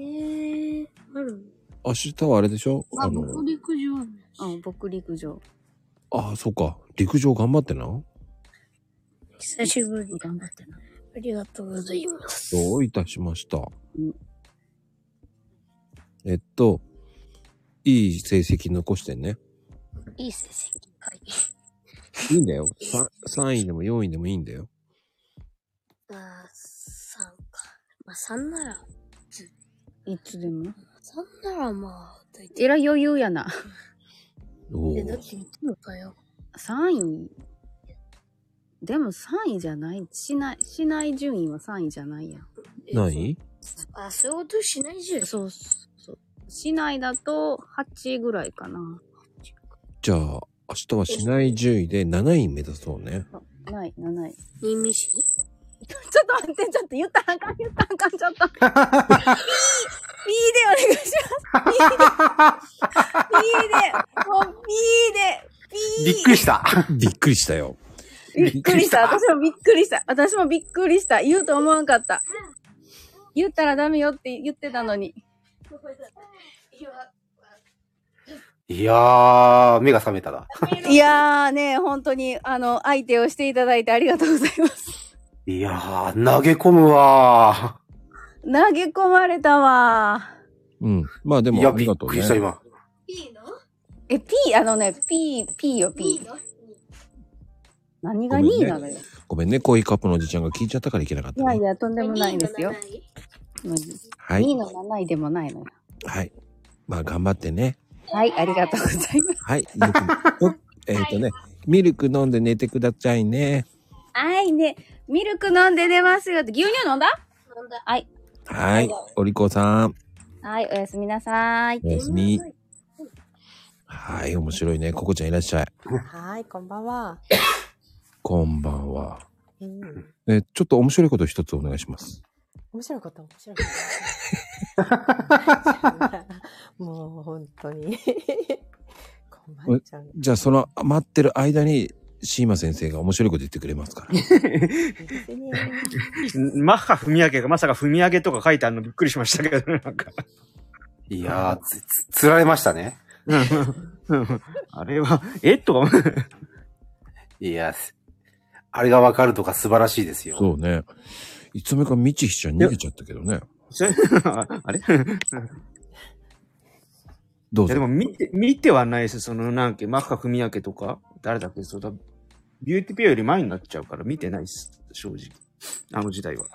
[SPEAKER 9] えー、ある
[SPEAKER 1] 明日はあれでしょあの、
[SPEAKER 9] 陸上
[SPEAKER 5] うん、僕陸上。
[SPEAKER 1] ああ、そっか。陸上頑張ってな。
[SPEAKER 9] 久しぶり。
[SPEAKER 5] 頑張ってな。
[SPEAKER 9] ありがとうございます。
[SPEAKER 1] どういたしました
[SPEAKER 5] うん。
[SPEAKER 1] えっと、いい成績残してね。
[SPEAKER 9] いい成績。はい。
[SPEAKER 1] いいんだよ。さ3位でも4位でもいいんだよ。
[SPEAKER 9] あー、3か。まあ3なら、
[SPEAKER 5] いつでも。
[SPEAKER 9] 3ならまあ、大体。
[SPEAKER 5] えらい余裕やな。
[SPEAKER 1] お
[SPEAKER 9] え、だっ
[SPEAKER 1] ー
[SPEAKER 9] ていつもだよ。
[SPEAKER 5] 3位。でも3位じゃない。しない、しない順位は3位じゃないやん。
[SPEAKER 9] え
[SPEAKER 1] 何
[SPEAKER 9] あ、そういうことしないじゃん。
[SPEAKER 5] そうそう。市内だと8位ぐらいかな。
[SPEAKER 1] じゃあ、明日は市内10位で7位目指そうね。
[SPEAKER 5] ない、7位。
[SPEAKER 9] 新見市
[SPEAKER 5] ちょっと待って、ちょっと言ったらあかん、言ったらあかん、ちょっと。ピー、ピーでお願いします。ピーで、もう ピーで、
[SPEAKER 4] び
[SPEAKER 5] ピ
[SPEAKER 4] っ
[SPEAKER 5] ー。
[SPEAKER 4] くりした。
[SPEAKER 1] びっくりしたよ。
[SPEAKER 5] びっくりした。私もびっくりした。私もびっくりした。言うと思わんかった。言ったらダメよって言ってたのに。
[SPEAKER 4] いやー、目が覚めたな。
[SPEAKER 5] いやーね、本当に、あの、相手をしていただいてありがとうございます。
[SPEAKER 4] いやー、投げ込むわ
[SPEAKER 5] 投げ込まれたわ
[SPEAKER 1] うん。まあで
[SPEAKER 4] ー。い
[SPEAKER 1] も、
[SPEAKER 4] や、
[SPEAKER 1] あり
[SPEAKER 4] び
[SPEAKER 1] が
[SPEAKER 4] っ
[SPEAKER 1] とう
[SPEAKER 4] く
[SPEAKER 1] ね
[SPEAKER 4] りし。た、今。
[SPEAKER 5] ー。え、ピー、あのね、ピー、ピーよ、ピー。何が2位なのよ。
[SPEAKER 1] ごめんね、コーヒーカップのおじちゃんが聞いちゃったからいけなかっ
[SPEAKER 5] い
[SPEAKER 1] た
[SPEAKER 5] やい
[SPEAKER 1] ね。
[SPEAKER 5] や、とんでもないですよ。
[SPEAKER 1] は
[SPEAKER 5] 2位
[SPEAKER 1] い。
[SPEAKER 5] の7位でもないのよ。
[SPEAKER 1] はい。まあ、頑張ってね。
[SPEAKER 5] はい、ありがとうございます。
[SPEAKER 1] はい。ミルク よえっ、とね、ミルク飲んで寝てくださいね。
[SPEAKER 5] はいね、ミルク飲んで寝ますよって、牛乳飲んだ飲んだ。はい。
[SPEAKER 1] はい。お利口さん。
[SPEAKER 5] はい、おやすみなさーい。
[SPEAKER 1] おやすみ。はい、面白いね。ココちゃんいらっ しゃい。
[SPEAKER 12] はーい、こんばん は。
[SPEAKER 1] こんばんは。
[SPEAKER 12] うん、
[SPEAKER 1] え、ちょっと面白いこと一つお願いします。
[SPEAKER 12] 面白いこと、面白いこ と。もう本当に。困っちゃう。
[SPEAKER 1] じゃあ、その待ってる間に、シーマ先生が面白いこと言ってくれますから。
[SPEAKER 12] いいですね。
[SPEAKER 13] マッハ踏み上げがまさか踏み上げとか書いてあるのびっくりしましたけど、なんか。
[SPEAKER 4] いやー、つ、つ、つられましたね。
[SPEAKER 13] あれは、えっとか、
[SPEAKER 4] いやー、あれがわかるとか素晴らしいですよ。
[SPEAKER 1] そうね。いつの間にか未知ひちゃん逃げちゃったけどね。
[SPEAKER 13] それ あれい
[SPEAKER 1] どう
[SPEAKER 13] やで。
[SPEAKER 1] ぞ
[SPEAKER 13] も見て、見てはないです。その、なんか、マッハ踏み上げとか、誰だっけ、そうだ、ビューティピアより前になっちゃうから見てないっす、正直。あの時代は。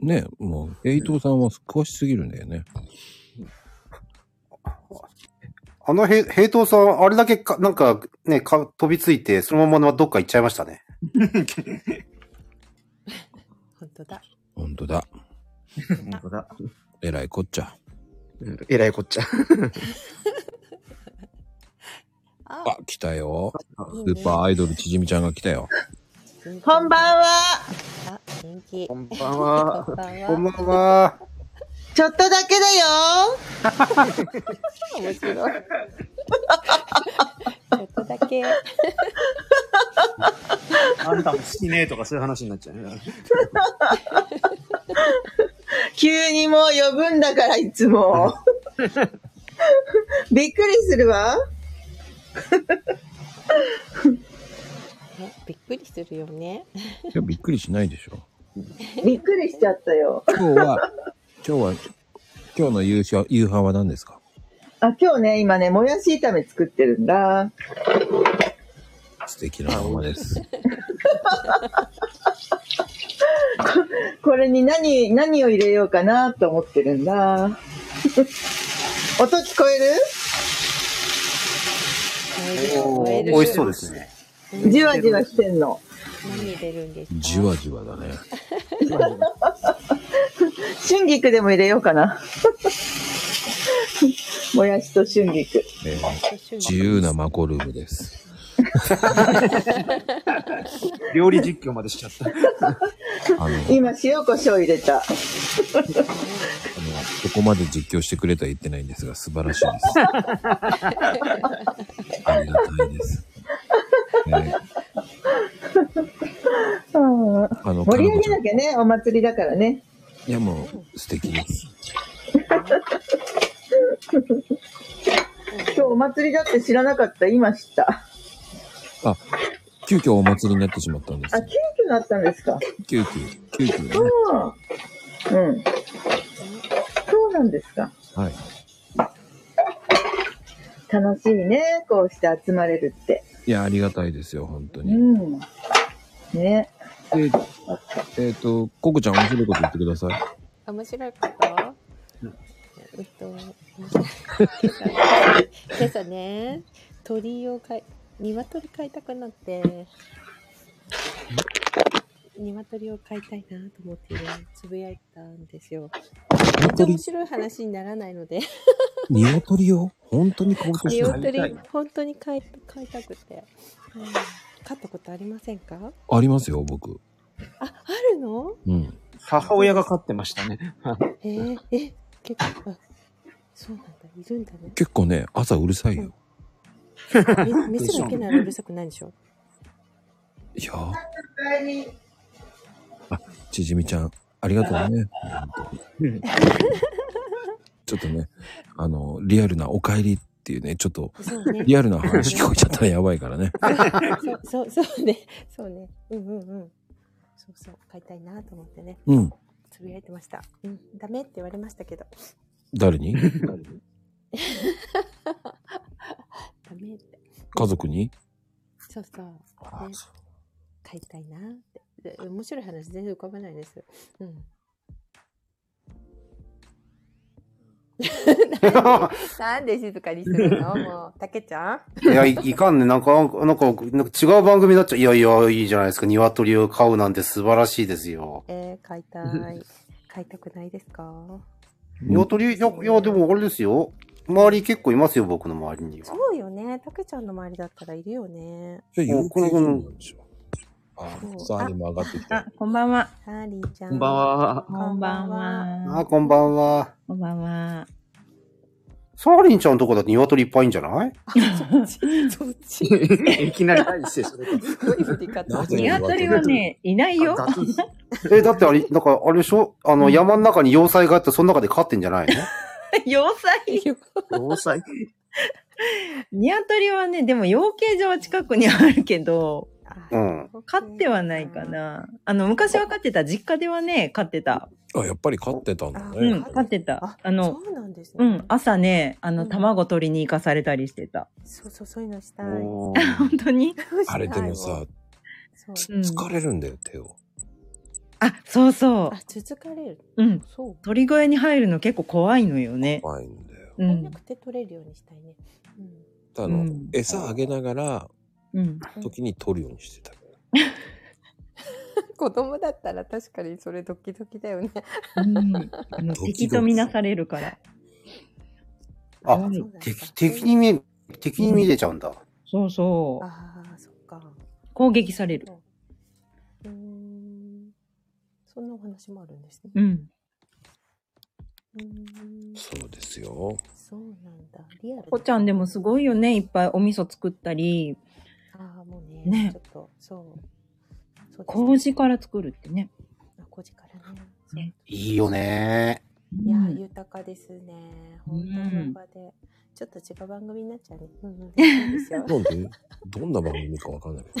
[SPEAKER 1] ねえ、もう、エイトーさんは詳しすぎるんだよね。
[SPEAKER 4] あのへ、平等さん、あれだけか、なんかね、か飛びついて、そのままどっか行っちゃいましたね。
[SPEAKER 7] 本当だ。
[SPEAKER 1] ほんとだ。
[SPEAKER 13] 本当だ。
[SPEAKER 1] えらいこっちゃ。
[SPEAKER 13] えらいこっちゃ。
[SPEAKER 1] あ、来たよ。スーパーアイドルちじみちゃんが来たよ。
[SPEAKER 14] こんばんは。
[SPEAKER 7] あ、元気。こん
[SPEAKER 13] ばん
[SPEAKER 7] は
[SPEAKER 4] こんばんは。
[SPEAKER 14] ちょっとだけだよ。
[SPEAKER 7] 面白い。ちょっとだけ。
[SPEAKER 13] あんたも好きねとかそういう話になっちゃうね。
[SPEAKER 14] 急にもう呼ぶんだから、いつ も。びっくりする わ。
[SPEAKER 7] ね、びっくりするよね。
[SPEAKER 1] いや、びっくりしないでしょ。
[SPEAKER 14] びっくりしちゃったよ。
[SPEAKER 1] 今日は、今日は、今日の夕食夕飯は何ですか
[SPEAKER 14] あ、今日ね、今ね、もやし炒め作ってるんだ。
[SPEAKER 1] 素敵なものです。
[SPEAKER 14] これに何、何を入れようかなと思ってるんだ。 音聞こえる
[SPEAKER 4] おー美味しそうですね。
[SPEAKER 14] じわじわしてんの。
[SPEAKER 7] 何入れるんですか
[SPEAKER 1] じわじわだね。
[SPEAKER 14] 春菊でも入れようかな。もやしと春菊。
[SPEAKER 1] えー自由な マコルームです。
[SPEAKER 13] 料理実況までしちゃった。
[SPEAKER 14] 今、塩コショウ入れた。
[SPEAKER 1] そこまで実況してくれとは言ってないんですが、素晴らしいです。ありがたいです。ね
[SPEAKER 14] うん
[SPEAKER 1] あの
[SPEAKER 14] 盛り上げなきゃね、お祭りだからね。
[SPEAKER 1] いや、もう、素敵です。
[SPEAKER 14] 今日お祭りだって知らなかった、今知った。
[SPEAKER 1] あ、急遽お祭りになってしまったんです。
[SPEAKER 14] あ、急遽なったんですか。
[SPEAKER 1] 急遽、急遽ね。
[SPEAKER 14] うん。うん。そうなんですか。
[SPEAKER 1] はい。
[SPEAKER 14] 楽しいね、こうして集まれるって。
[SPEAKER 1] いや、ありがたいですよ、本当
[SPEAKER 14] う
[SPEAKER 1] に。
[SPEAKER 14] ん。ね。
[SPEAKER 1] で、えっ、と、ココちゃん面白いこと言ってください。
[SPEAKER 7] あ面白いことえっと、 面白い今朝ね、鳥を飼い、鶏飼いたくなって、鶏を飼いたいなと思ってね、つぶやいたんですよ。めっちゃ面白い話にならないので、
[SPEAKER 1] 鶏を本当に買おうとして
[SPEAKER 7] 鶏、本当に飼い飼いたくて、うん飼ったことありませんか
[SPEAKER 1] ありますよ、僕。
[SPEAKER 7] あ、あるの
[SPEAKER 1] うん。
[SPEAKER 13] 母親が飼ってましたね。
[SPEAKER 7] えー、え、結構、あそうなんだ、いるんだね。
[SPEAKER 1] 結構ね、朝うるさいよ。
[SPEAKER 7] メスだけならうるさくないでしょ
[SPEAKER 1] いやーあ、ちじみちゃん、ありがとうね。本当にちょっとね、あの、リアルなお帰りっていうね、ちょっと
[SPEAKER 7] そう、ね
[SPEAKER 1] リアルな話聞こえちゃったらやばいからね。
[SPEAKER 7] そうそうそうねそうねうんうんうんそうそう買いたいなと思ってね
[SPEAKER 1] うん
[SPEAKER 7] つぶやいてました、うん、ダメって言われましたけど
[SPEAKER 1] 誰 に
[SPEAKER 7] ダメって
[SPEAKER 1] 家族に
[SPEAKER 7] そうそう、ね、買いたいなってで面白い話全然浮かばないですうんなんでなんで静かにするのもうたけちゃん
[SPEAKER 4] いや、いいかんね。なんか、なんか、なんか違う番組になっちゃう。いやいや、いいじゃないですか。鶏を飼うなんて素晴らしいですよ。
[SPEAKER 7] えー、買いたい買いたくないですか
[SPEAKER 4] 鶏、いや、いや、でもあれですよ。周り結構いますよ、僕の周りには。
[SPEAKER 7] そうよね。たけちゃんの周りだったらいるよね。
[SPEAKER 1] もうこの子のあ
[SPEAKER 7] そう、
[SPEAKER 1] さあ、今上がってきた。
[SPEAKER 14] あ、こんばんは。
[SPEAKER 7] サーリーちゃん。
[SPEAKER 14] こんばん
[SPEAKER 13] は
[SPEAKER 14] こんばんは。
[SPEAKER 4] あ、こんばんは。
[SPEAKER 14] こんばんは。
[SPEAKER 4] サーリンちゃんのとこだって鶏いっぱいいんじゃない
[SPEAKER 7] そっち。
[SPEAKER 13] いきなり大してそれ。
[SPEAKER 14] 鶏はね、いないよ。
[SPEAKER 4] え、だってあれ、なんか、あれでしょあの、山の中に要塞があって、その中で飼ってんじゃない
[SPEAKER 14] 要 塞
[SPEAKER 13] の要塞
[SPEAKER 14] 鶏はね、でも養鶏場は近くにあるけど、
[SPEAKER 4] うん。
[SPEAKER 14] 飼ってはないかな。あの、昔は飼ってた。実家ではね、飼ってた。
[SPEAKER 1] あ、やっぱり飼ってたんだね。
[SPEAKER 14] うん、飼ってた。あの、
[SPEAKER 7] そうなんです
[SPEAKER 14] う
[SPEAKER 7] ね。
[SPEAKER 14] ん、朝ね、あの、卵取りに行かされたりしてた。
[SPEAKER 7] そうそう、そういうのしたい。
[SPEAKER 1] お
[SPEAKER 14] 本当に
[SPEAKER 1] あれでもさ、
[SPEAKER 7] そう
[SPEAKER 1] つ疲れるんだよ、手を。
[SPEAKER 2] あ、そうそう。
[SPEAKER 7] あ、続かれる。
[SPEAKER 2] うん。
[SPEAKER 7] そう。
[SPEAKER 2] 鳥小屋に入るの結構怖いのよね。
[SPEAKER 1] 怖いんだよ。
[SPEAKER 2] う
[SPEAKER 7] 入
[SPEAKER 2] ん
[SPEAKER 7] んなくて取れるようにしたいね。
[SPEAKER 1] あの、餌あげながら、
[SPEAKER 2] うん。
[SPEAKER 1] 時に取るようにしてた。
[SPEAKER 7] 子供だったら確かにそれドキドキだよね。
[SPEAKER 2] うん。あの、敵とみなされるから。
[SPEAKER 4] あ、敵、敵に見え、敵に見れちゃうんだ。
[SPEAKER 2] そうそう。
[SPEAKER 7] ああ、そっか。
[SPEAKER 2] 攻撃される。
[SPEAKER 7] うーん。そんなお話もあるんですね。
[SPEAKER 2] うん。
[SPEAKER 7] うーん
[SPEAKER 1] そうですよ。
[SPEAKER 7] そうなんだ。リアル。
[SPEAKER 2] こちゃんでもすごいよね。いっぱいお味噌作ったり、
[SPEAKER 7] ああ、もうね。
[SPEAKER 2] ね
[SPEAKER 7] ちょっと、そう。そうですね
[SPEAKER 2] 麹から作るってね。
[SPEAKER 7] あ麹からね。
[SPEAKER 4] いいよね。
[SPEAKER 7] いや、豊かですね。本当の場で。ちょっと違う番組になっちゃう ね。うんうん。いいですよ。
[SPEAKER 1] なんで、どんな番組かわかんないけど。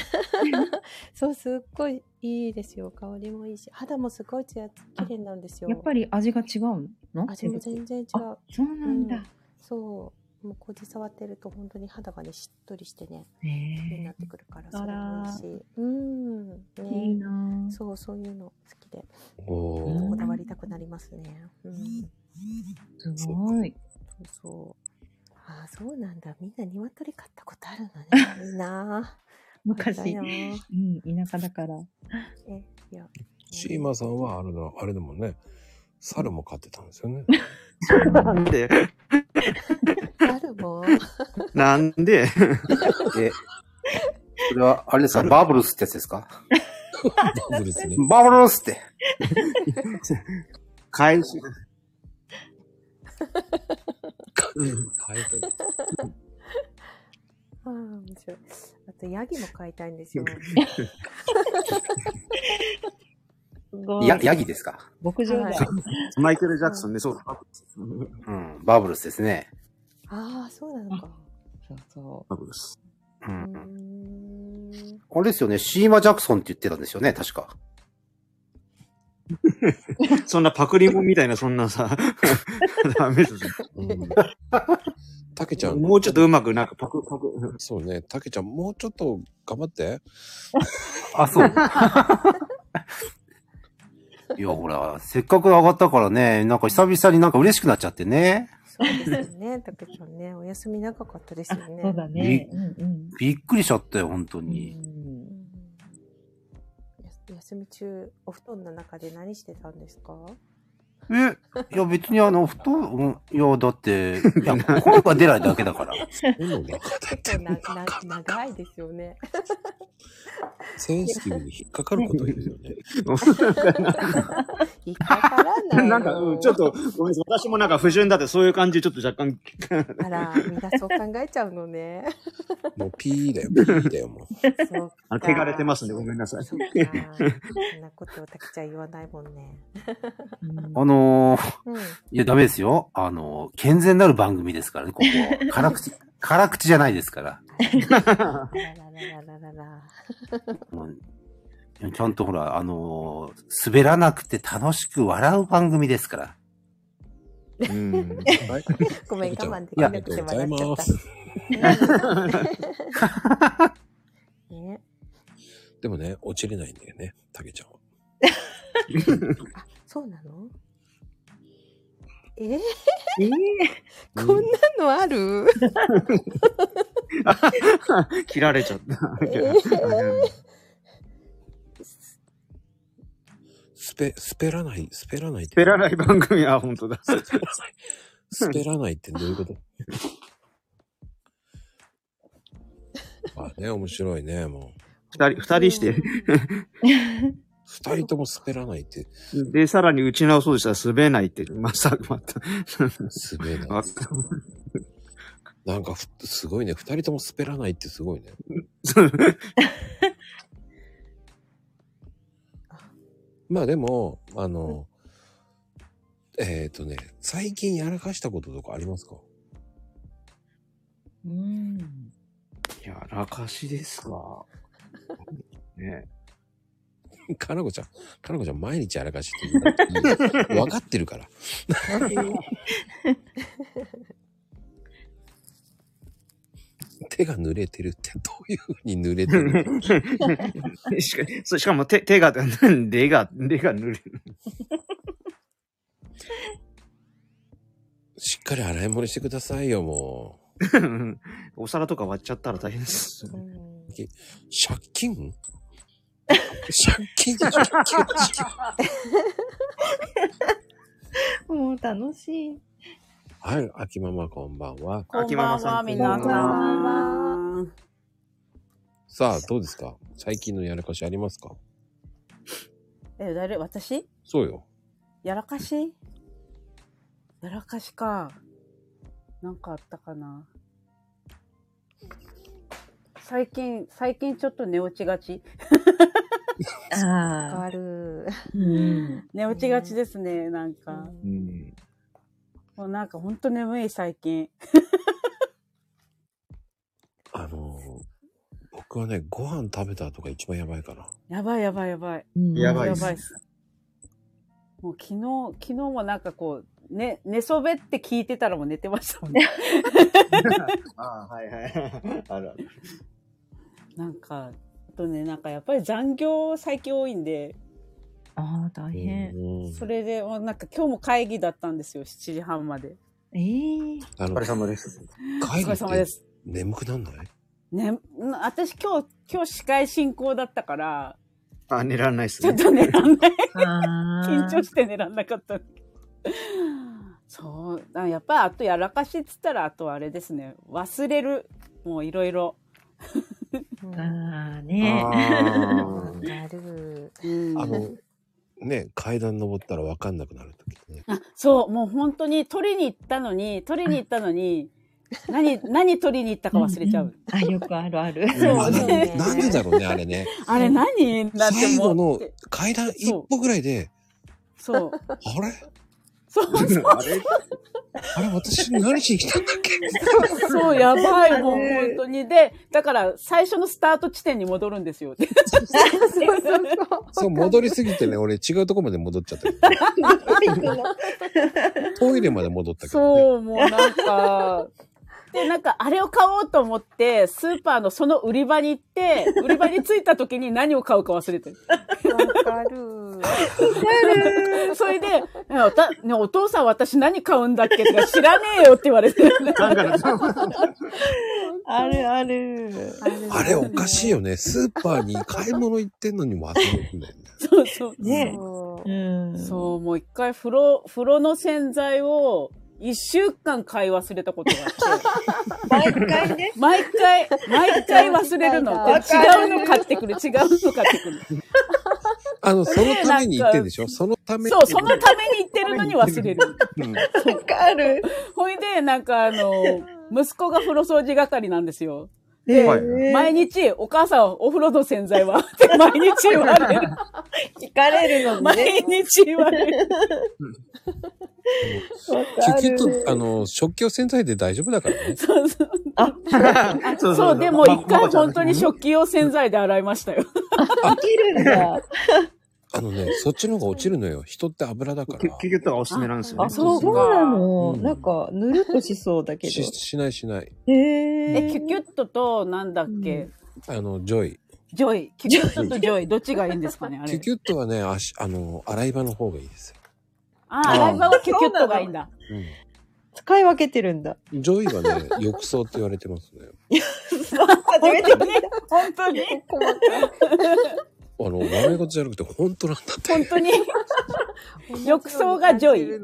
[SPEAKER 7] そう、すっごいいいですよ。香りもいいし、肌もすごいツヤ、綺麗なんですよ。
[SPEAKER 2] やっぱり味が違うの
[SPEAKER 7] 味も全然違う。
[SPEAKER 2] そうなんだ。
[SPEAKER 7] そう。もう麹触ってると本当に肌がね、しっとりしてね、
[SPEAKER 2] へえ
[SPEAKER 7] 綺麗になってくるから、そ
[SPEAKER 2] あ
[SPEAKER 7] れも
[SPEAKER 2] ら
[SPEAKER 7] いいし。うん。ね、
[SPEAKER 2] いいな
[SPEAKER 7] そう、そういうの好きで、
[SPEAKER 1] お
[SPEAKER 7] こだわりたくなりますね。うん。
[SPEAKER 2] すごい。
[SPEAKER 7] そうそう。ああ、そうなんだ。みんな鶏飼ったこと あるのね。いいなぁ。
[SPEAKER 2] 昔、
[SPEAKER 7] あれだ
[SPEAKER 2] う
[SPEAKER 7] よー
[SPEAKER 2] ん、田舎だから。
[SPEAKER 7] え、いや、
[SPEAKER 1] シーマさんはあれだ、あれでもんね、猿も飼ってたんですよね。
[SPEAKER 13] なんで
[SPEAKER 7] あるもん。
[SPEAKER 13] なん で
[SPEAKER 4] え、これは、あれですか、バーブルスってやつです か
[SPEAKER 1] バーブルスね。
[SPEAKER 4] バーブルスって。
[SPEAKER 13] 返し、
[SPEAKER 1] 変えて
[SPEAKER 7] ああ、面白い。あと、ヤギも飼いたいんですよ。
[SPEAKER 4] や、ヤギですか
[SPEAKER 2] 牧
[SPEAKER 7] 場だはい
[SPEAKER 13] マイケル・ジャクソンね、そう。
[SPEAKER 4] うん、バーブルスですね。
[SPEAKER 7] ああ、そうなのか。
[SPEAKER 2] そうそ
[SPEAKER 13] バーブルス。
[SPEAKER 4] うん。あれですよね、シーマ・ジャクソンって言ってたんですよね、確か。
[SPEAKER 13] そんなパクリもんみたいな、そんなさ、 ダメですね。
[SPEAKER 1] たけちゃん。
[SPEAKER 13] もうちょっとうまく、なんかパクパク。
[SPEAKER 1] そうね、たけちゃん、もうちょっと頑張って。
[SPEAKER 4] あ、そう。いや、ほら、せっかく上がったからね、なんか久々になんか嬉しくなっちゃってね。
[SPEAKER 7] そうですよね。たけちゃん ね、お休み長かったですよね。そうだ
[SPEAKER 4] ねびっくりしちゃったよ、本当に。
[SPEAKER 7] 休み中、お布団の中で何してたんですか
[SPEAKER 4] え、いや別にあの、布団、うんいや、だ って、いや、声が出ないだけだから。
[SPEAKER 7] 結構なな長いですよね。
[SPEAKER 1] センシティブに引っかかること言う よね。
[SPEAKER 7] 引っかからない。
[SPEAKER 13] なんか、うんちょっと、ごめんなさい。私もなんか不純だって、そういう感じ、ちょっと若干。
[SPEAKER 7] あら、みんなそう考えちゃうのね。
[SPEAKER 1] もうピーだよ、ピーだよ、もう。
[SPEAKER 7] そう
[SPEAKER 13] あ
[SPEAKER 7] か
[SPEAKER 13] 汚れてますんで、ごめんなさい。
[SPEAKER 7] そんなことをたけちゃん言わないもんね。
[SPEAKER 4] あのー
[SPEAKER 7] うん
[SPEAKER 4] いや、ダメですよ。あのー健全なる番組ですからね、ここ。辛口、 辛口じゃないですから。
[SPEAKER 7] あらららららら。
[SPEAKER 4] ちゃんとほら、あのー滑らなくて楽しく笑う番組です から。
[SPEAKER 1] うん。
[SPEAKER 7] ごめん、我慢でき
[SPEAKER 4] いや
[SPEAKER 7] なくて
[SPEAKER 4] あ
[SPEAKER 7] 笑っちゃっ
[SPEAKER 4] りがとう
[SPEAKER 7] た
[SPEAKER 4] ござい
[SPEAKER 1] ます
[SPEAKER 7] ねね
[SPEAKER 1] でもね、落ちれないんだよね、たけちゃんは。
[SPEAKER 7] そうなのえー、
[SPEAKER 2] え
[SPEAKER 7] こんなのある
[SPEAKER 13] 切られちゃった。
[SPEAKER 7] えー
[SPEAKER 1] スペ、スペらない、スペらないって。
[SPEAKER 13] ペらない番組は本当だ。
[SPEAKER 1] スペらないってどういうこと まあね、面白いね、もう。
[SPEAKER 13] 二人、二人して。
[SPEAKER 1] 二人ともスペらないって。
[SPEAKER 13] で、さらに打ち直そうとしたら滑らないって、まさまた。
[SPEAKER 1] 滑 らない。なんかふ、すごいね。二人とも滑らないって すごいね。 まあでも、あの、えっ、とね、最近やらかしたこととかありますか
[SPEAKER 2] うん。
[SPEAKER 13] やらかしです か。ね
[SPEAKER 1] かなこちゃん、かなこちゃん毎日やらかしって言わなく ていいよわかってるから。 手が濡れてるってどういうふうに濡れてる
[SPEAKER 13] しかそうしかも手、手が、 手が、手が濡れる。
[SPEAKER 1] しっかり洗い物してくださいよ、も
[SPEAKER 13] お皿とか割っちゃったら大変です。
[SPEAKER 1] う。借金 借金借金
[SPEAKER 12] もう楽しい。
[SPEAKER 1] はい、秋ママこんばんは。
[SPEAKER 12] 秋ママさんこんばんは皆さ
[SPEAKER 1] ん。さあ、どうですか最近のやらかしありますか
[SPEAKER 15] え、誰私
[SPEAKER 1] そうよ。
[SPEAKER 15] やらかしやらかしか。なんかあったかな。最近、最近ちょっと寝落ちがち。
[SPEAKER 7] あ
[SPEAKER 15] あ。ある
[SPEAKER 7] うん。
[SPEAKER 15] 寝落ちがちですね、なんか。
[SPEAKER 1] うん。
[SPEAKER 15] もうなんかほんと眠い最近。
[SPEAKER 1] あのー僕はね、ご飯食べた後が一番やばいかな。
[SPEAKER 15] やばいやばいやばい。
[SPEAKER 1] やばいっ
[SPEAKER 15] や
[SPEAKER 1] す
[SPEAKER 15] ばいっす。もう昨日、昨日もなんかこう、ね、寝そべって聞いてたらもう寝てましたもんね。
[SPEAKER 13] あはいはい。 あるある。
[SPEAKER 15] なんか、あとね、なんかやっぱり残業最近多いんで、
[SPEAKER 7] ああ、大変。
[SPEAKER 15] それで、もうなんか今日も会議だったんですよ、7時半まで。
[SPEAKER 7] ええ
[SPEAKER 1] お疲れ様です。会
[SPEAKER 15] お疲れ様で
[SPEAKER 1] 議
[SPEAKER 15] す
[SPEAKER 1] 眠くなんない
[SPEAKER 15] ね、ん私今日、今日司会進行だったから、
[SPEAKER 13] あ、寝らんないっすね。
[SPEAKER 15] ちょっと寝らんない。緊
[SPEAKER 13] 緊
[SPEAKER 15] 張して寝らんなかった。そう、あやっぱあとやらかしっつったら、あとあれですね、忘れる。もういろいろ。
[SPEAKER 7] ああ
[SPEAKER 1] あ
[SPEAKER 7] ね。
[SPEAKER 12] なる。
[SPEAKER 1] あの、ね、階段登ったらわかんなくなるとき。
[SPEAKER 15] あそう、もう本当に取りに行ったのに、取りに行ったのに、何、何取りに行ったか忘れちゃう。
[SPEAKER 7] あ、よくあるある。
[SPEAKER 15] そう ね
[SPEAKER 1] なんでだろうね、あれね。
[SPEAKER 15] あれ何だって
[SPEAKER 1] 最
[SPEAKER 15] も
[SPEAKER 1] 後
[SPEAKER 15] う。
[SPEAKER 1] の階段一歩ぐらいで、
[SPEAKER 15] そう。
[SPEAKER 1] あれ
[SPEAKER 15] そうそう
[SPEAKER 1] あれ あれ私何しに来たんだっけ
[SPEAKER 15] そうそう、やばい、もう本当に。で、だから最初のスタート地点に戻るんで すよ。
[SPEAKER 1] そう、戻りすぎてね、俺違うとこまで戻っちゃったけど。トイレまで戻ったけど。
[SPEAKER 15] そう、もうなんか。で、なんか、あれを買おうと思って、スーパーのその売り場に行って、売り場に着いた時に何を買うか忘れてる。 それで、おたねお父さん私何買うんだっけとか知らねえよって言われてる。
[SPEAKER 7] あるある。
[SPEAKER 1] あれおかしいよね。スーパーに買い物行ってんのに忘れるんだよね。
[SPEAKER 15] そうそう。
[SPEAKER 7] ね
[SPEAKER 15] そう、もう一回風呂、風呂の洗剤を一週間買い忘れたことがあって。 毎回ね。毎回、毎回忘れるの。で
[SPEAKER 1] わかる
[SPEAKER 15] 違うの買ってくる、違うの買ってくる。
[SPEAKER 1] あの、そのために行ってんでしょそのために
[SPEAKER 15] そう、そのために言ってるのに忘れる。わかる。ほいで、なんかあの、息子が風呂掃除係なんですよ。で、
[SPEAKER 7] はい
[SPEAKER 15] 毎日、お母さん、お風呂の洗剤はって毎日言われる。 聞かれるのね。毎日言われる。
[SPEAKER 1] 結局、あの、食器用洗剤で大丈夫だからね。
[SPEAKER 15] そうそう。
[SPEAKER 1] あ
[SPEAKER 15] そうでも一回本当に食器用洗剤で洗いました
[SPEAKER 7] で
[SPEAKER 15] よ。
[SPEAKER 7] きるんだ。
[SPEAKER 1] あのね、そっちの方が落ちるのよ。人って油だから。結
[SPEAKER 13] 局がおすすめなんです
[SPEAKER 7] あ、そうなの。なんか、ぬるっとしそうだけど
[SPEAKER 1] し。しないしない。
[SPEAKER 7] へ
[SPEAKER 15] え、キュキュットと、なんだっけ、
[SPEAKER 1] あの、ジョイ。
[SPEAKER 15] ジョイ。キュキュットとジョイ、どっちがいいんですかねあ
[SPEAKER 1] キュ
[SPEAKER 15] れ。
[SPEAKER 1] キュットはね、足、あの、洗い場の方がいいですよ。
[SPEAKER 15] ああ、洗い場はキュキュットがいいんだ。
[SPEAKER 7] 使い分けてるんだ。
[SPEAKER 1] ジョイは ね、浴槽って言われてますね。
[SPEAKER 7] 初めて聞い
[SPEAKER 15] 本当に
[SPEAKER 1] あの、悪いことじゃなくて、本当なんだって。
[SPEAKER 15] 本当に。浴槽がジョイ。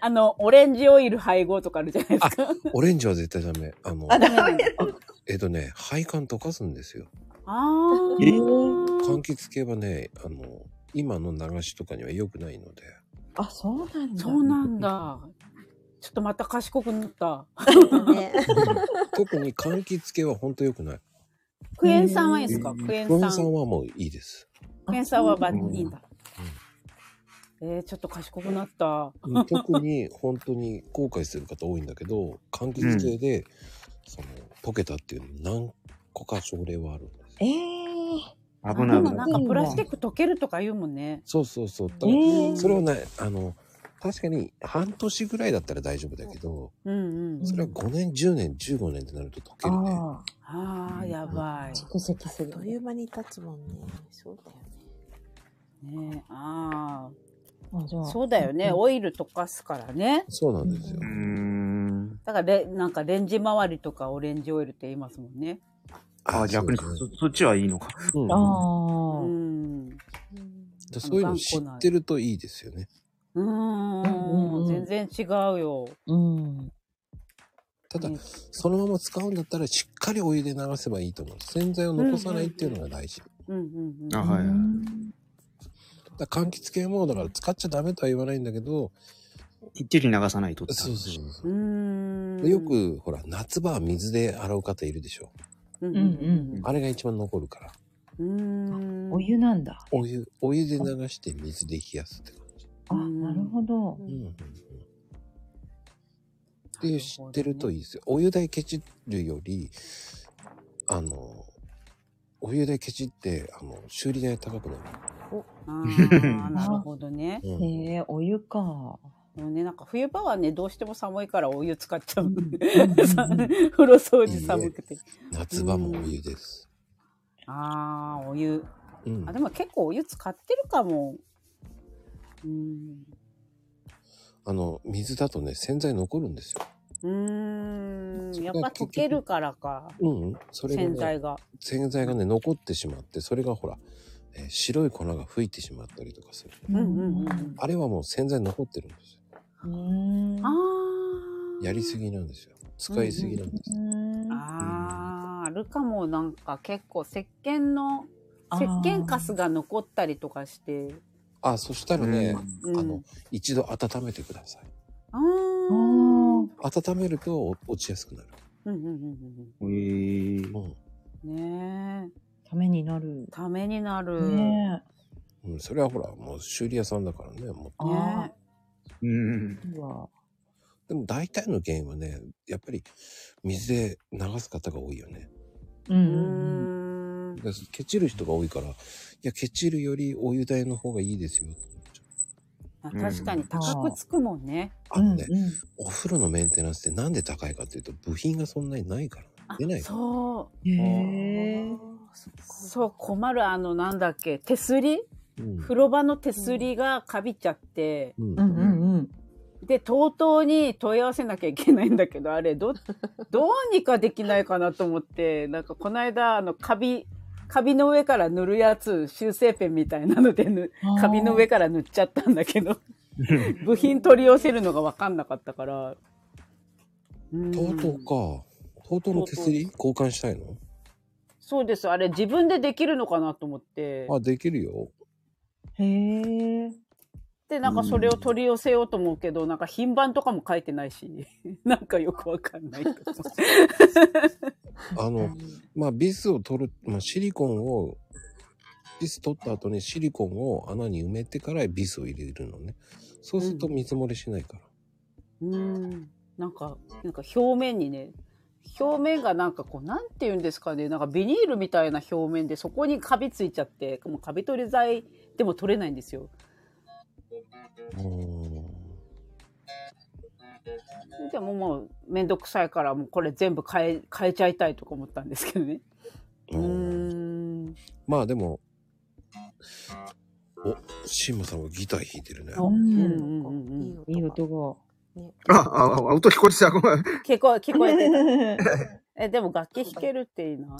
[SPEAKER 15] あの、オレンジオイル配合とかあるじゃないですか。
[SPEAKER 1] オレンジは絶対ダメ。あの、
[SPEAKER 15] あダメなんだ
[SPEAKER 1] えっとね、配管溶かすんですよ。
[SPEAKER 15] あー
[SPEAKER 1] 柑橘系はね、あの、今の流しとかには良くないので。
[SPEAKER 7] あ、そうなんだ。
[SPEAKER 15] そうなんだ。ちょっとまた賢くなった。
[SPEAKER 1] 特に柑橘系は本当良くない。
[SPEAKER 15] クエン酸はいいですか
[SPEAKER 1] うん
[SPEAKER 15] クエン
[SPEAKER 1] クエン
[SPEAKER 15] 酸
[SPEAKER 1] 酸。はもういいです。
[SPEAKER 15] クエン酸はバッいいんだ。えー、ちょっと賢くなった。
[SPEAKER 1] 特に本当に後悔する方多いんだけど、柑橘系で、その、溶けたっていうの何個か症例はある。
[SPEAKER 7] ええ
[SPEAKER 1] 危
[SPEAKER 15] でもなんかプラスチック溶けるとか言うもんね。
[SPEAKER 1] そうそうそう。だから
[SPEAKER 15] えー
[SPEAKER 1] それをね、あの、確かに半年ぐらいだったら大丈夫だけど、
[SPEAKER 15] うんうん。
[SPEAKER 1] それは5年、10年、15年ってなると溶ける。
[SPEAKER 15] ああー、やばい。
[SPEAKER 12] 蓄積する。あっという間に経つもんね。そうだよ
[SPEAKER 15] ね。ねあ
[SPEAKER 12] あ。
[SPEAKER 15] あ。そうだよね。オイル溶かすからね。
[SPEAKER 1] そうなんですよ。
[SPEAKER 15] だからレ、なんかレンジ周りとかオレンジオイルって言いますもんね。
[SPEAKER 13] ああ、逆にそ、そっちはいいのか。
[SPEAKER 1] うん
[SPEAKER 15] ああ。うん。
[SPEAKER 1] でそういうの知ってるといいですよね。
[SPEAKER 15] うーん。全然違うよ。うん。
[SPEAKER 1] ただ、そのまま使うんだったらしっかりお湯で流せばいいと思う。洗剤を残さないっていうのが大事。
[SPEAKER 15] うんうんうん。。
[SPEAKER 1] あはいだから柑橘系も、だから使っちゃダメとは言わないんだけど、
[SPEAKER 13] きっちり流さないとって
[SPEAKER 1] そうそうそうでよく、ほら、夏場は水で洗う方いるでしょ。
[SPEAKER 15] うん
[SPEAKER 1] あれが一番残るから。
[SPEAKER 15] うん。
[SPEAKER 7] お湯なんだ。
[SPEAKER 1] お湯、お湯で流して水で冷やすって。
[SPEAKER 7] あ、なるほど。
[SPEAKER 1] で、知ってるといいですよ。お湯代ケチるより、あの、お湯代ケチって、あの、修理代高くなる。
[SPEAKER 15] あーなるほどね。
[SPEAKER 1] うん
[SPEAKER 7] へえ、お湯か。も
[SPEAKER 15] うね、なんか冬場はね、どうしても寒いからお湯使っちゃう。 風呂掃除寒くて。
[SPEAKER 1] 夏場もお湯です。
[SPEAKER 15] ああ、お湯、
[SPEAKER 1] うん
[SPEAKER 15] あ。でも結構お湯使ってるかも。うん。
[SPEAKER 1] あの、水だとね、洗剤残るんですよ。
[SPEAKER 15] うーん。やっぱ溶けるからか。
[SPEAKER 1] うん。それが、ね、
[SPEAKER 15] 洗剤が。
[SPEAKER 1] 洗剤がね、残ってしまって、それがほら、えー白い粉が吹いてしまったりとかする。
[SPEAKER 15] うんうんうん。
[SPEAKER 1] あれはもう洗剤残ってるんですよ。
[SPEAKER 15] あ
[SPEAKER 1] やりすぎなんですよ。使いすぎなんです。
[SPEAKER 15] ああ、あるかも。なんか結構石鹸の、石鹸カスが残ったりとかして。
[SPEAKER 1] あ、そしたらね、
[SPEAKER 15] うん
[SPEAKER 1] あの、一度温めてください。
[SPEAKER 15] ああ。うん
[SPEAKER 1] 温めるとお落ちやすくなる。
[SPEAKER 15] うんうんうん
[SPEAKER 1] へえ
[SPEAKER 15] うん。ねえ。
[SPEAKER 7] ためになる。
[SPEAKER 15] ためになる。
[SPEAKER 7] ね
[SPEAKER 1] うん、それはほら、もう修理屋さんだからね、もう。
[SPEAKER 15] ね
[SPEAKER 1] うん。
[SPEAKER 7] うわ
[SPEAKER 1] でも大体の原因はね、やっぱり水で流す方が多いよね。
[SPEAKER 15] うん。
[SPEAKER 1] だからケチる人が多いから、いや、ケチるよりお湯代の方がいいですよ。
[SPEAKER 15] あ確かに高くつくもんね。
[SPEAKER 1] あのね、お風呂のメンテナンスってなんで高いかっていうと、部品がそんなにないから。出ない から。
[SPEAKER 15] そう。
[SPEAKER 7] へ
[SPEAKER 15] え。そう、困る。あの、なんだっけ、手すり
[SPEAKER 1] うん
[SPEAKER 15] 風呂場の手すりがかびちゃって、
[SPEAKER 1] うん
[SPEAKER 7] うんうん。
[SPEAKER 15] で、とうとうに問い合わせなきゃいけないんだけど、あれ、ど、どうにかできないかなと思って、なんかこの間、あの、カビ、カビの上から塗るやつ、修正ペンみたいなので塗、カビの上から塗っちゃったんだけど、部品取り寄せるのがわかんなかったから、
[SPEAKER 1] とうとうか。とうとうの手すり交換したいの
[SPEAKER 15] そうです、あれ自分でできるのかなと思って、
[SPEAKER 1] あ、できるよ。
[SPEAKER 7] へえ。
[SPEAKER 15] で、なんかそれを取り寄せようと思うけど、なんか品番とかも書いてないし、 なんかよくわかんないけど。
[SPEAKER 1] あ の、まあ、ビスを取る、まあ、シリコンを、ビス取った後にシリコンを穴に埋めてからビスを入れるのね。そうすると水漏れしないから。
[SPEAKER 15] うん。なんか、なんか表面にね、表面がなんかこう、なんて言うんですかね、なんかビニールみたいな表面で、そこにカビついちゃって、もうカビ取り剤でも取れないんですよ。でももう、めんどくさいから、もうこれ全部変え、変えちゃいたいとか思ったんですけどね。うん。
[SPEAKER 1] まあでも、お、シンマさんはギター弾いてるね。
[SPEAKER 7] うんいい音
[SPEAKER 13] あ、あ、あ音聞こえてた。ごめん。
[SPEAKER 15] 聞こえ、聞こえてた。え、でも楽器弾けるっていいな。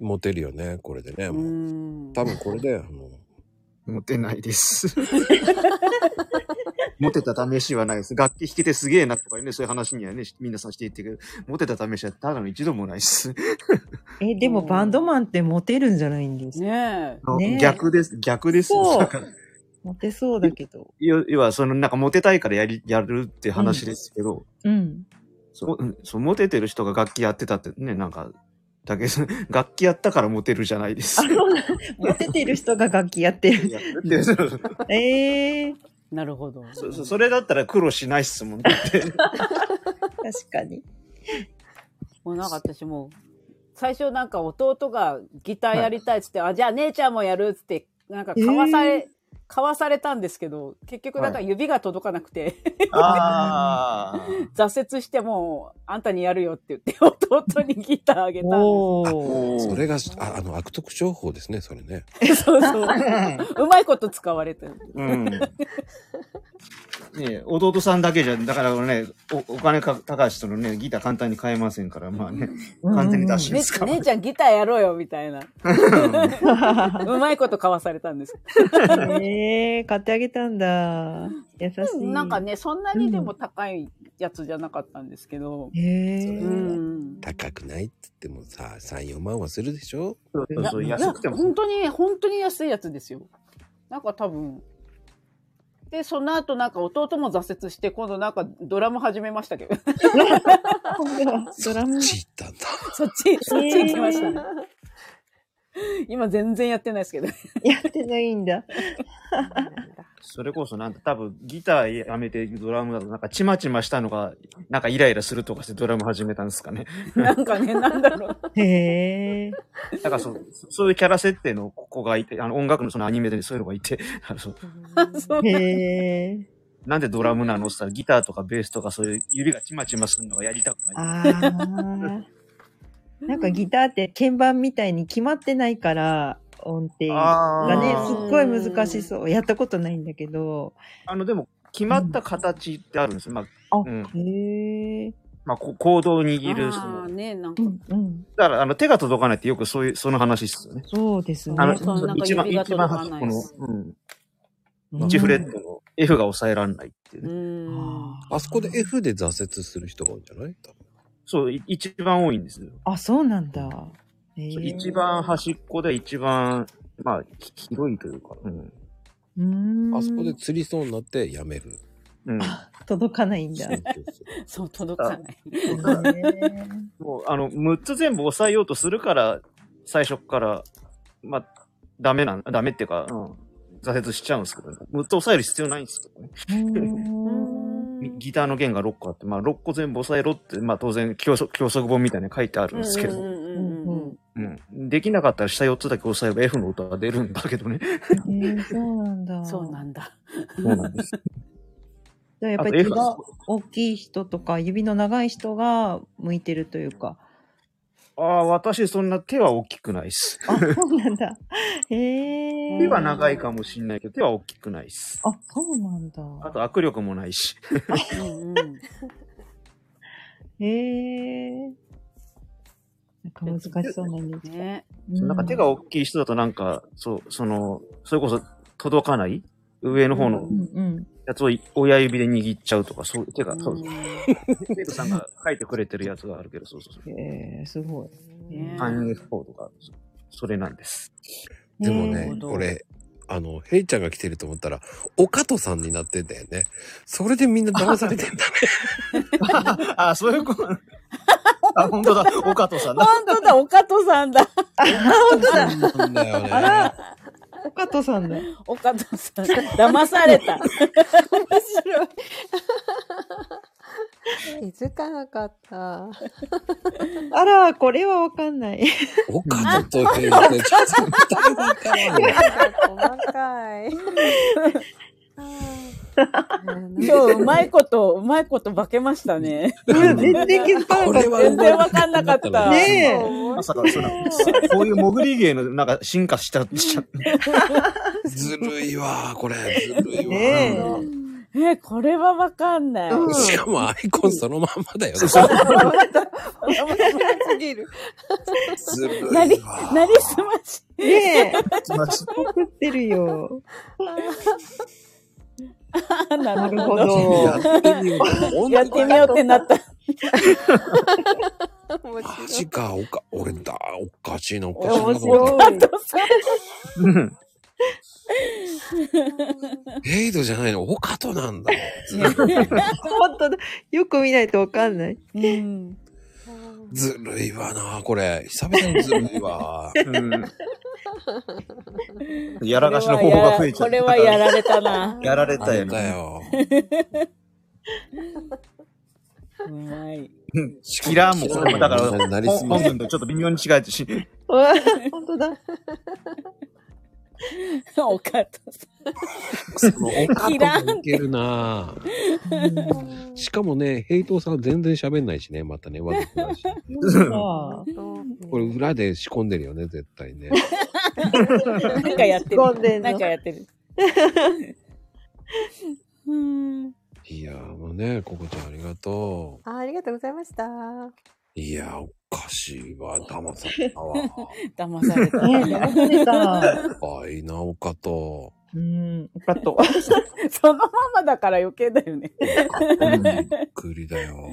[SPEAKER 1] モテるよね、これでね。
[SPEAKER 15] も
[SPEAKER 1] う多分これで、あの、
[SPEAKER 13] モテない です。モテた試しはないです。楽器弾けてすげえなとかね、そういう話にはね、しみんなさせていってるけど、モテた試しはただの一度もないです。
[SPEAKER 7] が。え、でもバンドマンってモテるんじゃないんです
[SPEAKER 15] ね
[SPEAKER 7] ねえ
[SPEAKER 13] 逆です、逆ですよ。
[SPEAKER 7] そう
[SPEAKER 13] だから
[SPEAKER 7] モテそうだけど。
[SPEAKER 13] 要要は、その、なんかモテたいからやり、やるって話ですけど、
[SPEAKER 7] うん。
[SPEAKER 13] そううんそう、モテてる人が楽器やってたってね、なんか、だけど、 楽器やったからモテるじゃないです。
[SPEAKER 7] モテてる人が楽器やってる。
[SPEAKER 13] でそう
[SPEAKER 7] ええー。
[SPEAKER 15] なるほど。
[SPEAKER 13] そうそうそれだったら苦労しないっすもん。だって
[SPEAKER 7] 確かに。
[SPEAKER 15] もうなんか私もう、最初なんか弟がギターやりたいっつって、あ、じゃあ姉ちゃんもやるっつって、なんか買わされ、買わされたんですけど、結局なんか指が届かなくて、
[SPEAKER 16] ああ。
[SPEAKER 15] 挫折してもう、あんたにやるよって言って、弟にギターあげたんです。
[SPEAKER 1] それが、ああの、悪徳商法ですね、それね。
[SPEAKER 15] そう そう。うまいこと使われてる。
[SPEAKER 13] うん。ねえ弟さんだけじゃ、だからね、おお金か、高橋とのね、ギター簡単に買えませんから、まあね、完全に出し
[SPEAKER 15] ね
[SPEAKER 13] ますから。
[SPEAKER 15] 姉ちゃんギターやろうよ、みたいな。 うまいこと買わされたんです。
[SPEAKER 7] ええ買ってあげたんだ。優しい。
[SPEAKER 15] なんかね、そんなにでも高いやつじゃなかったんですけど。
[SPEAKER 7] へえ
[SPEAKER 15] うん。
[SPEAKER 1] 高くないって言ってもさ、3、4万はするでしょそう
[SPEAKER 15] いやいや本当に、本当に安いやつですよ。なんか多分。で、その後なんか弟も挫折して、今度なんかドラム始めましたけど。
[SPEAKER 7] ドラム。
[SPEAKER 1] そっち行ったんだ。
[SPEAKER 15] そっち、そっち行きましたね。今全然やってないですけど。
[SPEAKER 7] やってないんだ。
[SPEAKER 13] それこそなんか多分ギターやめてドラムだとなんかちまちましたのがなんかイライラするとかしてドラム始めたんですかね。
[SPEAKER 15] なんかね、なんだろう。
[SPEAKER 7] へえ。
[SPEAKER 13] だからそう、そういうキャラ設定の子がいて、あの音楽のそのアニメでそういうのがいて、 あのそう
[SPEAKER 15] そう
[SPEAKER 7] へえ。
[SPEAKER 13] なんでドラムなのって言ったらギターとかベースとかそういう指がちまちまするのがやりたくない。
[SPEAKER 7] ああ。なんかギターって鍵盤みたいに決まってないから、音程がね
[SPEAKER 13] あ、
[SPEAKER 7] すっ
[SPEAKER 13] ー
[SPEAKER 7] ごい難しそう。やったことないんだけど。
[SPEAKER 13] あのでも決まった形ってあるんですよ。まあ、うん。
[SPEAKER 7] へえ。
[SPEAKER 13] まあ、こ行動を握る。その
[SPEAKER 15] ああ、ね、なんか。
[SPEAKER 7] うん。
[SPEAKER 13] だから、あの、手が届かないってよくそういう、その話ですよね。
[SPEAKER 7] そうですね。
[SPEAKER 13] あの、
[SPEAKER 15] そうなんか
[SPEAKER 13] 一番、
[SPEAKER 15] 指が
[SPEAKER 13] 一番
[SPEAKER 15] 届か
[SPEAKER 13] 端
[SPEAKER 15] な
[SPEAKER 13] っ
[SPEAKER 15] い
[SPEAKER 13] この、うん。
[SPEAKER 1] うん
[SPEAKER 13] 1フレットの F が抑えられないっていうね。
[SPEAKER 1] あそこで F で挫折する人が多いんじゃない
[SPEAKER 13] そう、い一番多いんですよ。
[SPEAKER 7] あ、そうなんだ。へ
[SPEAKER 13] そう
[SPEAKER 7] え。
[SPEAKER 13] 一番端っこで一番、まあ、ひ広いというか、うん。
[SPEAKER 1] あそこで釣りそうになってやめる。
[SPEAKER 13] うん。
[SPEAKER 7] 届かないんだ。
[SPEAKER 15] そう、届かない。
[SPEAKER 13] もう、あの、6つ全部抑えようとするから、最初っから、まあ、ダメなん、ダメっていうか、うん、挫折しちゃうんですけど、ね、6つ抑える必要ないんですけどね。 ギターの弦が6個あって、まあ、6個全部抑えろって、まあ、当然教則、教則本みたいに書いてあるんですけど、
[SPEAKER 15] うんうんうんうん
[SPEAKER 13] うん。できなかったら下4つだけ押さえば F の音が出るんだけどね。
[SPEAKER 7] へえそうなんだ。
[SPEAKER 15] そうなんだ。
[SPEAKER 13] そうなん です。
[SPEAKER 7] じゃあやっぱ
[SPEAKER 13] あと
[SPEAKER 7] り手
[SPEAKER 13] F
[SPEAKER 7] が大きい人とか指の長い人が向いてるというか。
[SPEAKER 13] ああ、私そんな手は大きくないっす。
[SPEAKER 7] そうなんだ。へえ。
[SPEAKER 13] 手は長いかもしんないけど、手は大きくないっす。
[SPEAKER 7] あ、そうなんだ。
[SPEAKER 13] あと握力もないし。
[SPEAKER 7] へえ。なんか難しそうなイメージ。
[SPEAKER 15] ね。
[SPEAKER 13] なんか手が大きい人だとなんか、そう、その、それこそ届かない上の方の
[SPEAKER 7] うん。
[SPEAKER 13] やつをい親指で握っちゃうとか、そう、手が、そう。ペグさんが書いてくれてるやつがあるけど、そうそうそう。
[SPEAKER 7] えー、すごい。
[SPEAKER 13] ハンギングポーとか、それなんです。
[SPEAKER 1] でもね、 俺、あの、ヘイちゃんが来てると思ったら、おかとさんになってんだよね。それでみんな騙されてんだね。
[SPEAKER 13] あ、そういう こと。あ、本当だ。 岡戸さんだ。
[SPEAKER 15] 本当だ、岡戸さんだ。本当だ。
[SPEAKER 1] だよね。
[SPEAKER 7] あら、岡戸さんだ。
[SPEAKER 15] 岡戸さん、 騙された。
[SPEAKER 12] 気づかなか った。
[SPEAKER 7] あら、これはわかんない。
[SPEAKER 1] 岡戸とヘイちゃん、ちょっとわからんわ
[SPEAKER 12] 細かい。
[SPEAKER 15] 今日うまいこと、うまいこと化けましたね。
[SPEAKER 7] 全然気づかなかった
[SPEAKER 15] 全然わかんなかった。
[SPEAKER 7] ね
[SPEAKER 13] まさか、そ の、こういう潜り芸の、なんか、進化した、しちゃっ
[SPEAKER 1] ずるいわ、これ。ずるいわ。
[SPEAKER 15] ねえ。え、これはわかんない。
[SPEAKER 1] しかもアイコンそのまんまだよね。
[SPEAKER 15] すぎる。
[SPEAKER 1] ずるい
[SPEAKER 15] なり、なりすまし。
[SPEAKER 7] ねえ。
[SPEAKER 13] まし。
[SPEAKER 7] 送ってるよ。
[SPEAKER 15] なる
[SPEAKER 7] ほど
[SPEAKER 15] やってみよ う。 やってみようって なった。
[SPEAKER 1] マジか、おか、俺だ、おかしいな、おかしいな
[SPEAKER 15] 面
[SPEAKER 1] と思っ
[SPEAKER 15] 白い。
[SPEAKER 1] た。ヘイドじゃないの、おかとなんだ。
[SPEAKER 7] 本当だ。よく見ないとわかんない。
[SPEAKER 15] うん。
[SPEAKER 1] ずるいわな、これ。久々にずるいわ。
[SPEAKER 13] やらかしの方法が増えちゃった
[SPEAKER 15] これはやられたな。
[SPEAKER 13] やられたよね
[SPEAKER 1] だよ。
[SPEAKER 15] うまい。
[SPEAKER 13] うんキラーも、これもだから、
[SPEAKER 1] なりすぎ
[SPEAKER 13] 本文とちょっと微妙に違うし、
[SPEAKER 7] わあ本当だ。
[SPEAKER 15] おかと
[SPEAKER 1] そのおか
[SPEAKER 15] いらんって
[SPEAKER 1] ともいけるなぁしかもね、ヘイトさん全然喋んないしね、またね、わざとだし。これ裏で仕込んでるよね、絶対ね。
[SPEAKER 15] さん。なんかやって
[SPEAKER 7] ゴンデ
[SPEAKER 15] る。
[SPEAKER 7] ンの
[SPEAKER 15] なんかやってる。
[SPEAKER 12] うん
[SPEAKER 1] いやー、もうね、ココちゃんありがと
[SPEAKER 12] あありがとうございました。
[SPEAKER 1] う。いやー、おかしいわ、騙されたわ。
[SPEAKER 15] 騙された。
[SPEAKER 1] あいいな、おかと。
[SPEAKER 15] うん、パッと。 そのままだから余計だよね。
[SPEAKER 1] くりだよ。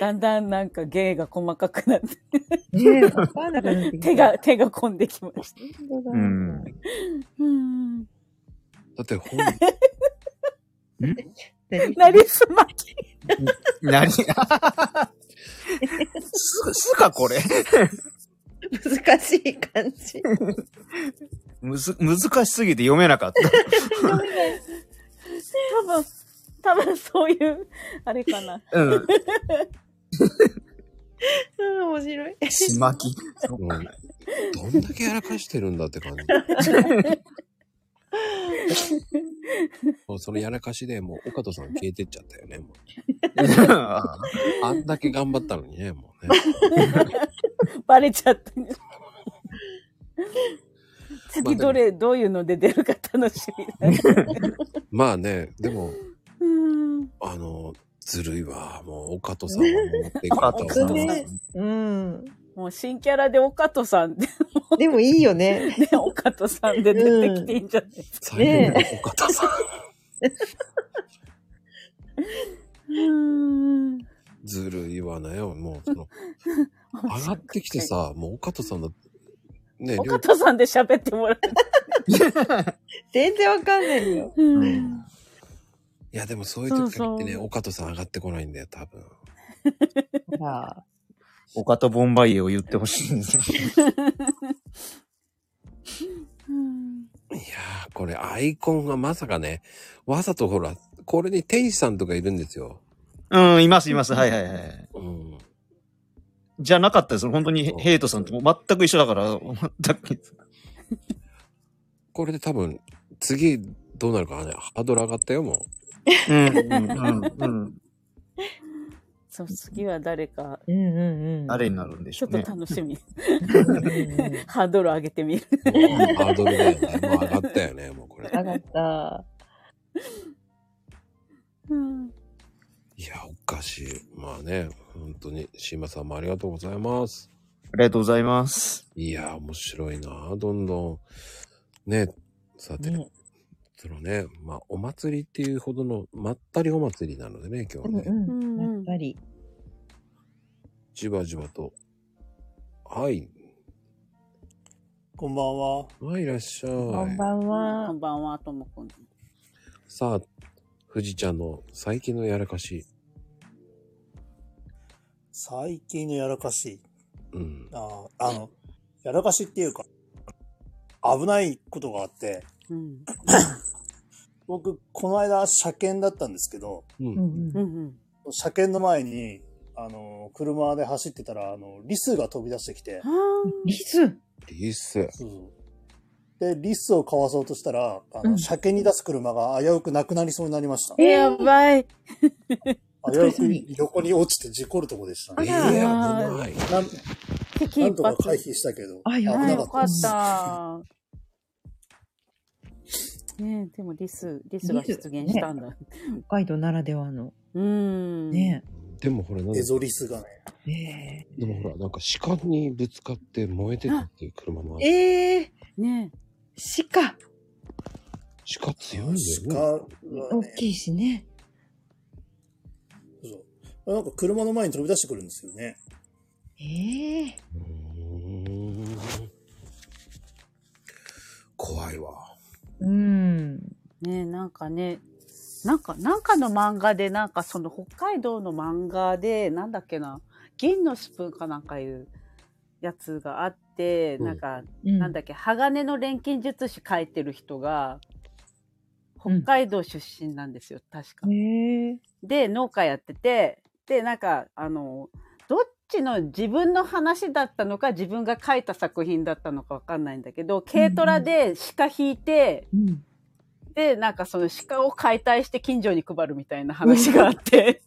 [SPEAKER 15] だんだんなんか芸が細かくなって。
[SPEAKER 7] ねえわかんなくなってきた
[SPEAKER 15] 手が、手が込んできました。
[SPEAKER 1] うん
[SPEAKER 15] うん。
[SPEAKER 1] だって本、
[SPEAKER 15] なりすまき。
[SPEAKER 16] 何す、すかこれ。
[SPEAKER 7] 難しい感 じ。
[SPEAKER 16] むず、難しすぎて読めなかった。
[SPEAKER 15] 多分、多分そういう、あれかな。
[SPEAKER 16] うん
[SPEAKER 15] 面白い。
[SPEAKER 16] しまき。
[SPEAKER 1] うんどんだけやらかしてるんだって感じ。 もうそのやらかしでもう、岡戸さん消えてっちゃったよね、もう。あんだけ頑張ったのにね、もうね。
[SPEAKER 15] バレちゃった。次どれ、どういうので出るか楽しみだね。
[SPEAKER 1] まあね、でも、
[SPEAKER 15] うん。
[SPEAKER 1] あの、ずるいわ。もう、岡戸さんはもう、
[SPEAKER 15] あ
[SPEAKER 1] 出
[SPEAKER 15] 本当ね
[SPEAKER 7] うん。
[SPEAKER 15] もう新キャラで岡戸さんで。
[SPEAKER 7] でもいいよね。
[SPEAKER 15] ね、岡戸さんで出てきていいんじゃないですか。
[SPEAKER 7] うんねえ
[SPEAKER 1] 岡戸さん。
[SPEAKER 15] うん。
[SPEAKER 1] ずるいわね、もう、その、上がってきてさ、もう、岡戸さんの、ね、
[SPEAKER 15] 岡戸さんで喋ってもらう。
[SPEAKER 7] 全然わかんないよ。
[SPEAKER 1] いや、でもそういう時限って
[SPEAKER 7] そう
[SPEAKER 1] ね、
[SPEAKER 7] そう
[SPEAKER 1] 岡戸さん上がってこないんだよ、多分。
[SPEAKER 16] 岡とボンバイエを言ってほしいんですよ。
[SPEAKER 1] あこれ、アイコンがまさかね、わざとほら、これに天使さんとかいるんですよ。
[SPEAKER 16] うん、います、います。はいはいはい。じゃなかったです。本当にヘイトさんと全く一緒だから、全く。
[SPEAKER 1] これで多分、次、どうなるかね、ハードル上がったよ、も
[SPEAKER 16] う。うん、、
[SPEAKER 1] うん
[SPEAKER 16] うん。
[SPEAKER 15] そう、次は誰か。
[SPEAKER 7] うんうんうん。
[SPEAKER 16] 誰になるんでし
[SPEAKER 15] ちょ
[SPEAKER 16] ょ
[SPEAKER 15] っ
[SPEAKER 16] う
[SPEAKER 15] と
[SPEAKER 16] ね。
[SPEAKER 15] 楽しみ。ハードル上げてみる。
[SPEAKER 1] ハードルだよね。もう上がったよね、もうこれ。
[SPEAKER 7] 上がった。
[SPEAKER 15] うん。
[SPEAKER 1] いや、おかしい。まあね、本当に、シーマさんもありがとうございます。
[SPEAKER 16] ありがとうございます。
[SPEAKER 1] いや、面白いなどんどん。ね、さて、そのね、まあ、お祭りっていうほどの、まったりお祭りなのでね、今日はね。
[SPEAKER 7] うん。やっぱり。
[SPEAKER 1] じわじわと。はい。
[SPEAKER 17] こんばんは。
[SPEAKER 1] はい、いらっしゃい。
[SPEAKER 15] こんばんは。こんばんは、ともこん。
[SPEAKER 1] さあ、富士ちゃんの最近のやらかし。
[SPEAKER 17] 最近のやらかし。
[SPEAKER 1] うん。
[SPEAKER 17] あーあの、やらかしっていうか、危ないことがあって、
[SPEAKER 15] うん。
[SPEAKER 17] 僕、この間、車検だったんですけど、
[SPEAKER 1] うん
[SPEAKER 15] うん。
[SPEAKER 17] 車検の前に、あの、車で走ってたら、あの、リスが飛び出してきて、
[SPEAKER 7] リス
[SPEAKER 1] リス。
[SPEAKER 17] で、リスをかわそうとしたら、あ
[SPEAKER 15] う
[SPEAKER 17] の、
[SPEAKER 15] ん
[SPEAKER 17] 車検に出す車が危うくなくなりそうになりました。
[SPEAKER 15] やばい。
[SPEAKER 17] 危うく横に落ちて事故るとこでしたね。
[SPEAKER 15] あらえー
[SPEAKER 1] 危
[SPEAKER 17] ない。
[SPEAKER 15] 敵
[SPEAKER 17] なん
[SPEAKER 15] 一
[SPEAKER 17] とか
[SPEAKER 15] 発。
[SPEAKER 17] 回避したけど。
[SPEAKER 7] あ
[SPEAKER 17] やばい
[SPEAKER 15] よかった。ねえ、でもリス、リスが出現したんだ。
[SPEAKER 7] 北海道ならではの。
[SPEAKER 15] うん。
[SPEAKER 7] ね
[SPEAKER 1] でもほら、なん
[SPEAKER 17] エゾリスがね。
[SPEAKER 7] え
[SPEAKER 1] でもほら、なんか鹿にぶつかって燃えてたっていう車もある。
[SPEAKER 7] ええ
[SPEAKER 15] ね
[SPEAKER 7] え。鹿。
[SPEAKER 1] 鹿強いんだよね。
[SPEAKER 17] か、
[SPEAKER 7] 大きいしね。
[SPEAKER 17] なんか車の前に飛び出してくるんですよね。
[SPEAKER 7] ええ。
[SPEAKER 1] 怖いわ。
[SPEAKER 7] うん。
[SPEAKER 15] ねえ、なんかね、なんか、なんかの漫画で、なんかその北海道の漫画で、なんだっけな、銀のスプーンかなんかいうやつがあって、なんか、
[SPEAKER 7] うん
[SPEAKER 15] なんだっけ、鋼の錬金術師書いてる人が、北海道出身なんですよ、確か。
[SPEAKER 7] ええ。
[SPEAKER 15] で、農家やってて、で、なんか、あの、どっちの自分の話だったのか、自分が書いた作品だったのかわかんないんだけど、軽トラで鹿引いて、で、なんかその鹿を解体して近所に配るみたいな話があ って。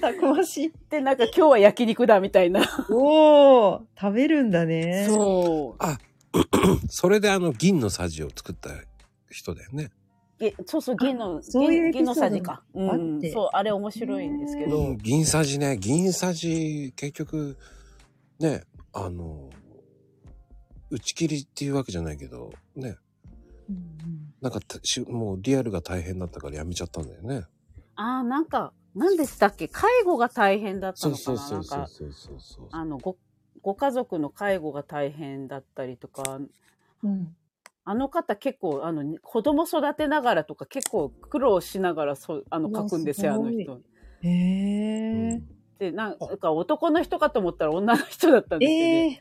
[SPEAKER 15] たくましい。で、なんか今日は焼肉だみたいな。
[SPEAKER 7] おー、食べるんだね。
[SPEAKER 15] そう。
[SPEAKER 1] あ、それであの銀のサジを作った人だよね。
[SPEAKER 15] げそうそう、銀の、
[SPEAKER 7] そういうエピ
[SPEAKER 15] 銀の
[SPEAKER 7] ソード
[SPEAKER 15] さじか。う
[SPEAKER 7] があって
[SPEAKER 15] ん。そう、あれ面白いんですけど。
[SPEAKER 1] うん銀サジね、銀サジ、結局、ね、あの、打ち切りっていうわけじゃないけど、ね。なんかたし、もうリアルが大変だったからやめちゃったんだよね。
[SPEAKER 15] ああ、なんか、何でしたっけ介護が大変だった
[SPEAKER 1] そ
[SPEAKER 15] の
[SPEAKER 1] う
[SPEAKER 15] か
[SPEAKER 1] そう
[SPEAKER 15] な
[SPEAKER 1] そうそ
[SPEAKER 15] な
[SPEAKER 1] うん
[SPEAKER 15] か
[SPEAKER 1] そうそうそう。
[SPEAKER 15] あの、ご、ご家族の介護が大変だったりとか、あの方結構、あの、に子供育てながらとか結構苦労しながら、そう、あの、
[SPEAKER 7] うわ
[SPEAKER 15] 書くんですよ、あ
[SPEAKER 7] すご
[SPEAKER 15] の
[SPEAKER 7] い
[SPEAKER 15] 人。
[SPEAKER 7] へえ。
[SPEAKER 15] で、なんか男の人かと思ったら女の人だったんですよね。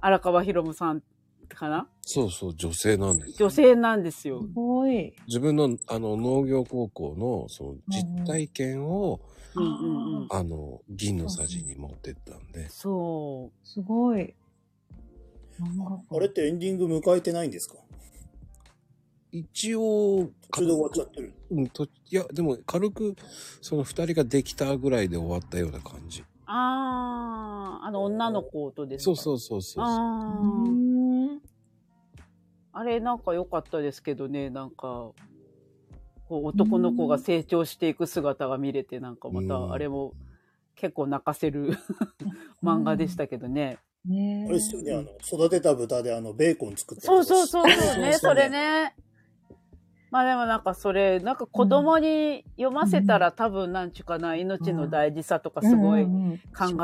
[SPEAKER 15] 荒川博夢さんかな
[SPEAKER 1] そうそう、女性なんです。
[SPEAKER 15] 女性なんですよ。
[SPEAKER 7] ごい。。
[SPEAKER 1] 自分の、あの、農業高校の、その、実体験を、
[SPEAKER 15] うんうんうん。
[SPEAKER 1] あの、銀のサジに持ってったんで。
[SPEAKER 15] そう
[SPEAKER 7] すごい。
[SPEAKER 17] あれってエンディング迎えてないんですか
[SPEAKER 1] 一応、
[SPEAKER 17] 途中で終わっちゃってる。
[SPEAKER 1] うん、と、いや、でも、軽く、その二人ができたぐらいで終わったような感じ。
[SPEAKER 15] ああ、あの女の子とです
[SPEAKER 1] そ
[SPEAKER 15] か
[SPEAKER 1] うそうそうそう。
[SPEAKER 15] ああ。あれなんか良かったですけどね、なんか、こう男の子が成長していく姿が見れて、なんかま
[SPEAKER 17] うん
[SPEAKER 15] た、あれも結構泣かせる 漫画でしたけどね。
[SPEAKER 17] あれですよね、あの、育てた豚であの、ベーコン作ったり
[SPEAKER 15] そ
[SPEAKER 17] と
[SPEAKER 15] う
[SPEAKER 17] か
[SPEAKER 15] そうそうそうね、それ。
[SPEAKER 17] し
[SPEAKER 15] ね。まあでもなんかそれ、なんか子供に読ませたら多分なんちゅうかな、命の大事さとかすごい考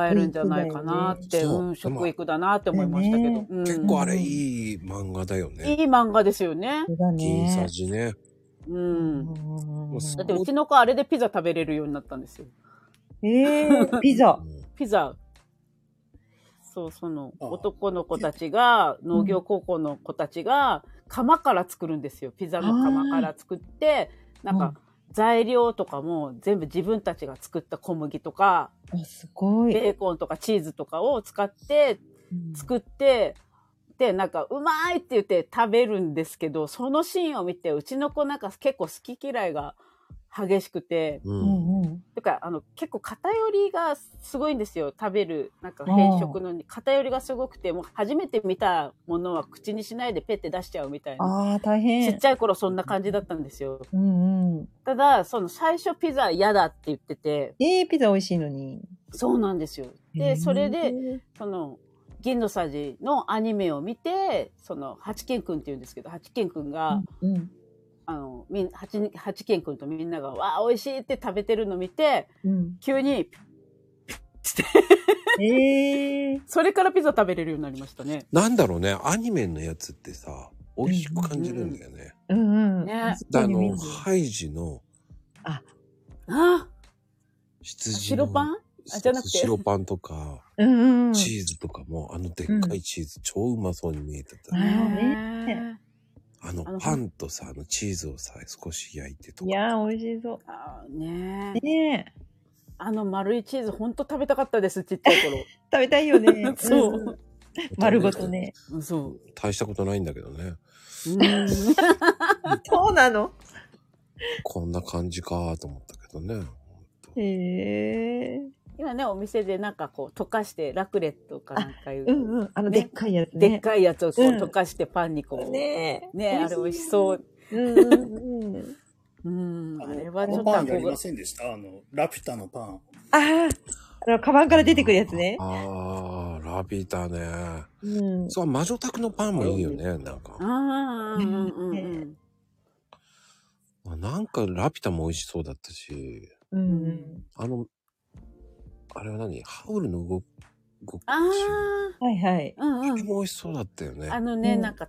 [SPEAKER 15] えるんじゃないかなって、
[SPEAKER 1] そう
[SPEAKER 15] うん、食育だなって思いましたけど。うん
[SPEAKER 1] 結構あれ、いい漫画だよね。
[SPEAKER 15] いい漫画ですよね。
[SPEAKER 1] 銀サジね。
[SPEAKER 15] うん。
[SPEAKER 1] もうす
[SPEAKER 15] だってうちの子あれでピザ食べれるようになったんですよ。
[SPEAKER 7] え ー、ピザ。
[SPEAKER 15] ピザ。そう、その男の子たちが、農業高校の子たちが、釜から作るんですよ。ピザの釜から作って、なんか材料とかも全部自分たちが作った小麦とか、
[SPEAKER 7] すごい。
[SPEAKER 15] ベーコンとかチーズとかを使って作って、で、なんか、うまいって言って食べるんですけど、そのシーンを見て、うちの子なんか結構好き嫌いが激しくて、とか、あの、結構偏りがすごいんですよ。食べる、なんか変色のに偏りがすごくて、もう初めて見たものは口にしないでペッて出しちゃうみたいな。
[SPEAKER 7] ああ、大変。
[SPEAKER 15] ちっちゃい頃そんな感じだったんですよ。
[SPEAKER 7] うんうん。
[SPEAKER 15] ただ、その最初ピザ嫌だって言ってて、
[SPEAKER 7] えー、ピザ美味しいのに。
[SPEAKER 15] そうなんですよ。
[SPEAKER 7] へ
[SPEAKER 15] で、
[SPEAKER 7] ー
[SPEAKER 15] それで、その、銀のさじのアニメを見て、その、八犬くんって言うんですけど、八犬くんが、
[SPEAKER 7] うん。
[SPEAKER 15] あの、みん、八、八犬くんとみんなが、わあ、美味しいって食べてるの見て、
[SPEAKER 7] うん。
[SPEAKER 15] 急 に、
[SPEAKER 7] ええ
[SPEAKER 15] それからピザ食べれるようになりましたね。
[SPEAKER 1] なんだろうね、アニメのやつってさ、美味しく感じるんだよね。
[SPEAKER 7] うんうん。
[SPEAKER 15] ね。
[SPEAKER 1] であの、ハイジの
[SPEAKER 15] あ
[SPEAKER 1] 羊の
[SPEAKER 15] 白パンあ、じゃなくて。
[SPEAKER 1] 白パンとか、
[SPEAKER 7] うんうん。
[SPEAKER 1] チーズとかも、あのでっかいチーズ、超うまそうに見えてた。
[SPEAKER 15] ね。
[SPEAKER 1] あの、パンとさ、あのチーズをさ、少し焼いてと
[SPEAKER 7] い
[SPEAKER 1] か。
[SPEAKER 7] やー、美味しそう。
[SPEAKER 15] あーね
[SPEAKER 7] ねえ。
[SPEAKER 15] あの丸いチーズ、ほんと食べたかったです、ちっちゃい頃。。
[SPEAKER 7] 食べたいよね
[SPEAKER 15] そう。
[SPEAKER 7] 丸ごとね。
[SPEAKER 15] そう。
[SPEAKER 1] 大したことないんだけどね。
[SPEAKER 7] そうな の
[SPEAKER 1] こんな感じかと思ったけどね。
[SPEAKER 7] へえ。
[SPEAKER 15] 今ね、お店でなんかこう、溶かして、ラクレットかなんかいう。
[SPEAKER 7] うんうん。あの、でっかいやつね。
[SPEAKER 15] でっかいやつをこう
[SPEAKER 7] うん
[SPEAKER 15] 溶かしてパンにこう。
[SPEAKER 7] ねえ
[SPEAKER 15] ねえあれ美味しそう。
[SPEAKER 7] うんうんうん。
[SPEAKER 15] うん。あれ
[SPEAKER 17] あ
[SPEAKER 15] はち
[SPEAKER 17] の
[SPEAKER 15] ょっと
[SPEAKER 17] パン
[SPEAKER 15] 憧
[SPEAKER 17] やり
[SPEAKER 15] れ
[SPEAKER 17] ま。せんでしたあの、ラピュタのパン。
[SPEAKER 7] ああ、あの、カバンから出てくるやつね。
[SPEAKER 1] ああ、ラビータね。
[SPEAKER 7] うん。
[SPEAKER 1] そう、魔女宅のパンもいいよね、なんか。
[SPEAKER 15] ああ、うんうんうん。
[SPEAKER 1] なんかラピュタも美味しそうだったし、
[SPEAKER 7] うん。
[SPEAKER 1] あの、あれは何ハウルの動く、
[SPEAKER 15] あ
[SPEAKER 7] あ。はいはい。
[SPEAKER 15] うんうん。
[SPEAKER 1] も美味しそうだったよね。
[SPEAKER 15] あのね、
[SPEAKER 1] うん
[SPEAKER 15] なんか、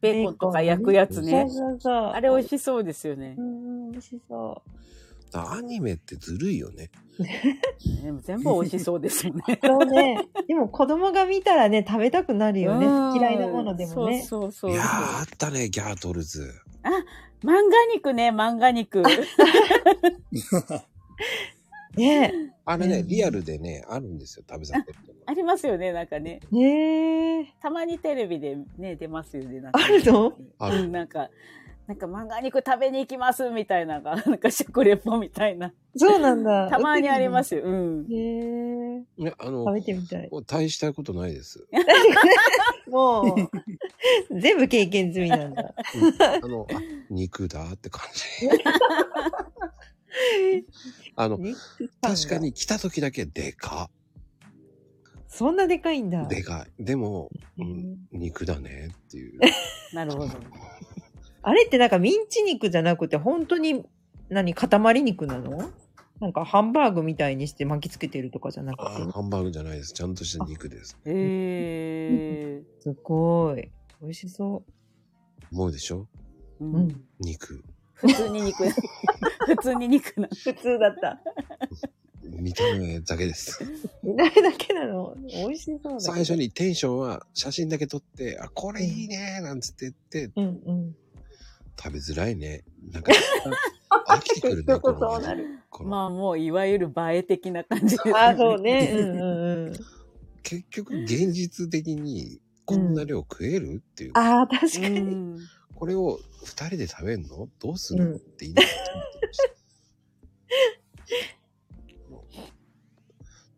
[SPEAKER 15] ベーコンとか焼くやつ
[SPEAKER 7] そ
[SPEAKER 15] ね。
[SPEAKER 7] うそうそう。
[SPEAKER 15] あれ美味しそうですよね
[SPEAKER 7] う。んうん、美味しそ
[SPEAKER 1] アニメってずるいよ ね。
[SPEAKER 15] でも全部美味しそうですよね。
[SPEAKER 7] う。 そう ね。でも子供が見たらね、食べたくなるよね。
[SPEAKER 15] うん
[SPEAKER 7] 嫌いなものでもね。
[SPEAKER 15] そうそうそう。
[SPEAKER 1] いやー、あったね、ギャートルズ。
[SPEAKER 15] 漫画肉ね、漫画肉。
[SPEAKER 7] ね
[SPEAKER 1] あれね、リアルでね、あるんですよ、食べさせる。
[SPEAKER 15] ありますよね、なんかね。
[SPEAKER 7] ね
[SPEAKER 15] たまにテレビでね、出ますよね。なんか
[SPEAKER 7] あるの
[SPEAKER 1] あ
[SPEAKER 15] うん、なんか、なんか漫画肉食べに行きますみたいなのが、 なんか食レポみたいな。
[SPEAKER 7] そうなんだ。
[SPEAKER 15] たまにありますよ。う
[SPEAKER 7] 売っ
[SPEAKER 15] ん。
[SPEAKER 7] てるの。ね
[SPEAKER 1] ね、あの、
[SPEAKER 7] 食べてみた い。
[SPEAKER 1] もう大したことない です。
[SPEAKER 7] もう、 全部経験済みなん だ。
[SPEAKER 1] あの、あ、肉だって感じ。あの、確かに来た時だけでか。
[SPEAKER 7] そんなでかいんだ。
[SPEAKER 1] でかい。でも、うん、肉だねっていう。
[SPEAKER 15] なるほど。
[SPEAKER 7] あれってなんかミンチ肉じゃなくて、本当に、何、塊肉なのなんかハンバーグみたいにして巻きつけてるとかじゃなく
[SPEAKER 1] あハンバーグじゃないです。ちゃんとした肉です。
[SPEAKER 15] て。へえ。
[SPEAKER 7] すごい。美味しそ
[SPEAKER 1] 思うでしょ
[SPEAKER 7] う。うん。
[SPEAKER 1] 肉。
[SPEAKER 15] 普通 に肉。普通に肉な。
[SPEAKER 7] 普通だった。
[SPEAKER 1] 見た目だけです。
[SPEAKER 7] 見慣れだけなの。美味しそうだけど
[SPEAKER 1] 最初。にテンションは写真だけ撮って、あ、これいいねなんつって言って、
[SPEAKER 7] うんうん。
[SPEAKER 1] 食べづらいね。なんか、飽きてくるね、この味。
[SPEAKER 15] まあもういわゆる映え的な感じです ね。
[SPEAKER 7] あそう ね うんうんうん。
[SPEAKER 1] 結局、現実的に、こんな量食えるっていう。
[SPEAKER 7] ああ、確か
[SPEAKER 15] に。
[SPEAKER 1] これを二人で食べんのどうすんのって言いながら食べてました。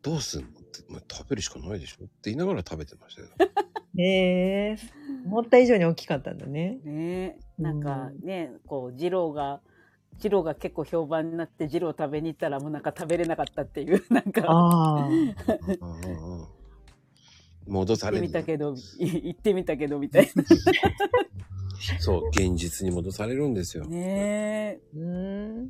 [SPEAKER 1] どうすんのって、まあ食べるしかないでしょって言いながら食べてましたよ。
[SPEAKER 7] へ え。思った以上に大きかったんだね。
[SPEAKER 15] ねなんかね、こう、二郎が、二郎が結構評判になって、二郎食べに行ったらもうなんか食べれなかったっていう、なんか、
[SPEAKER 7] ああ。
[SPEAKER 1] 戻さ
[SPEAKER 15] 行っ
[SPEAKER 1] れ
[SPEAKER 15] てみ
[SPEAKER 1] る。
[SPEAKER 15] たけど、い行ってみたけどみたいな。
[SPEAKER 1] そう、現実に戻されるんですよ。
[SPEAKER 15] ねえ。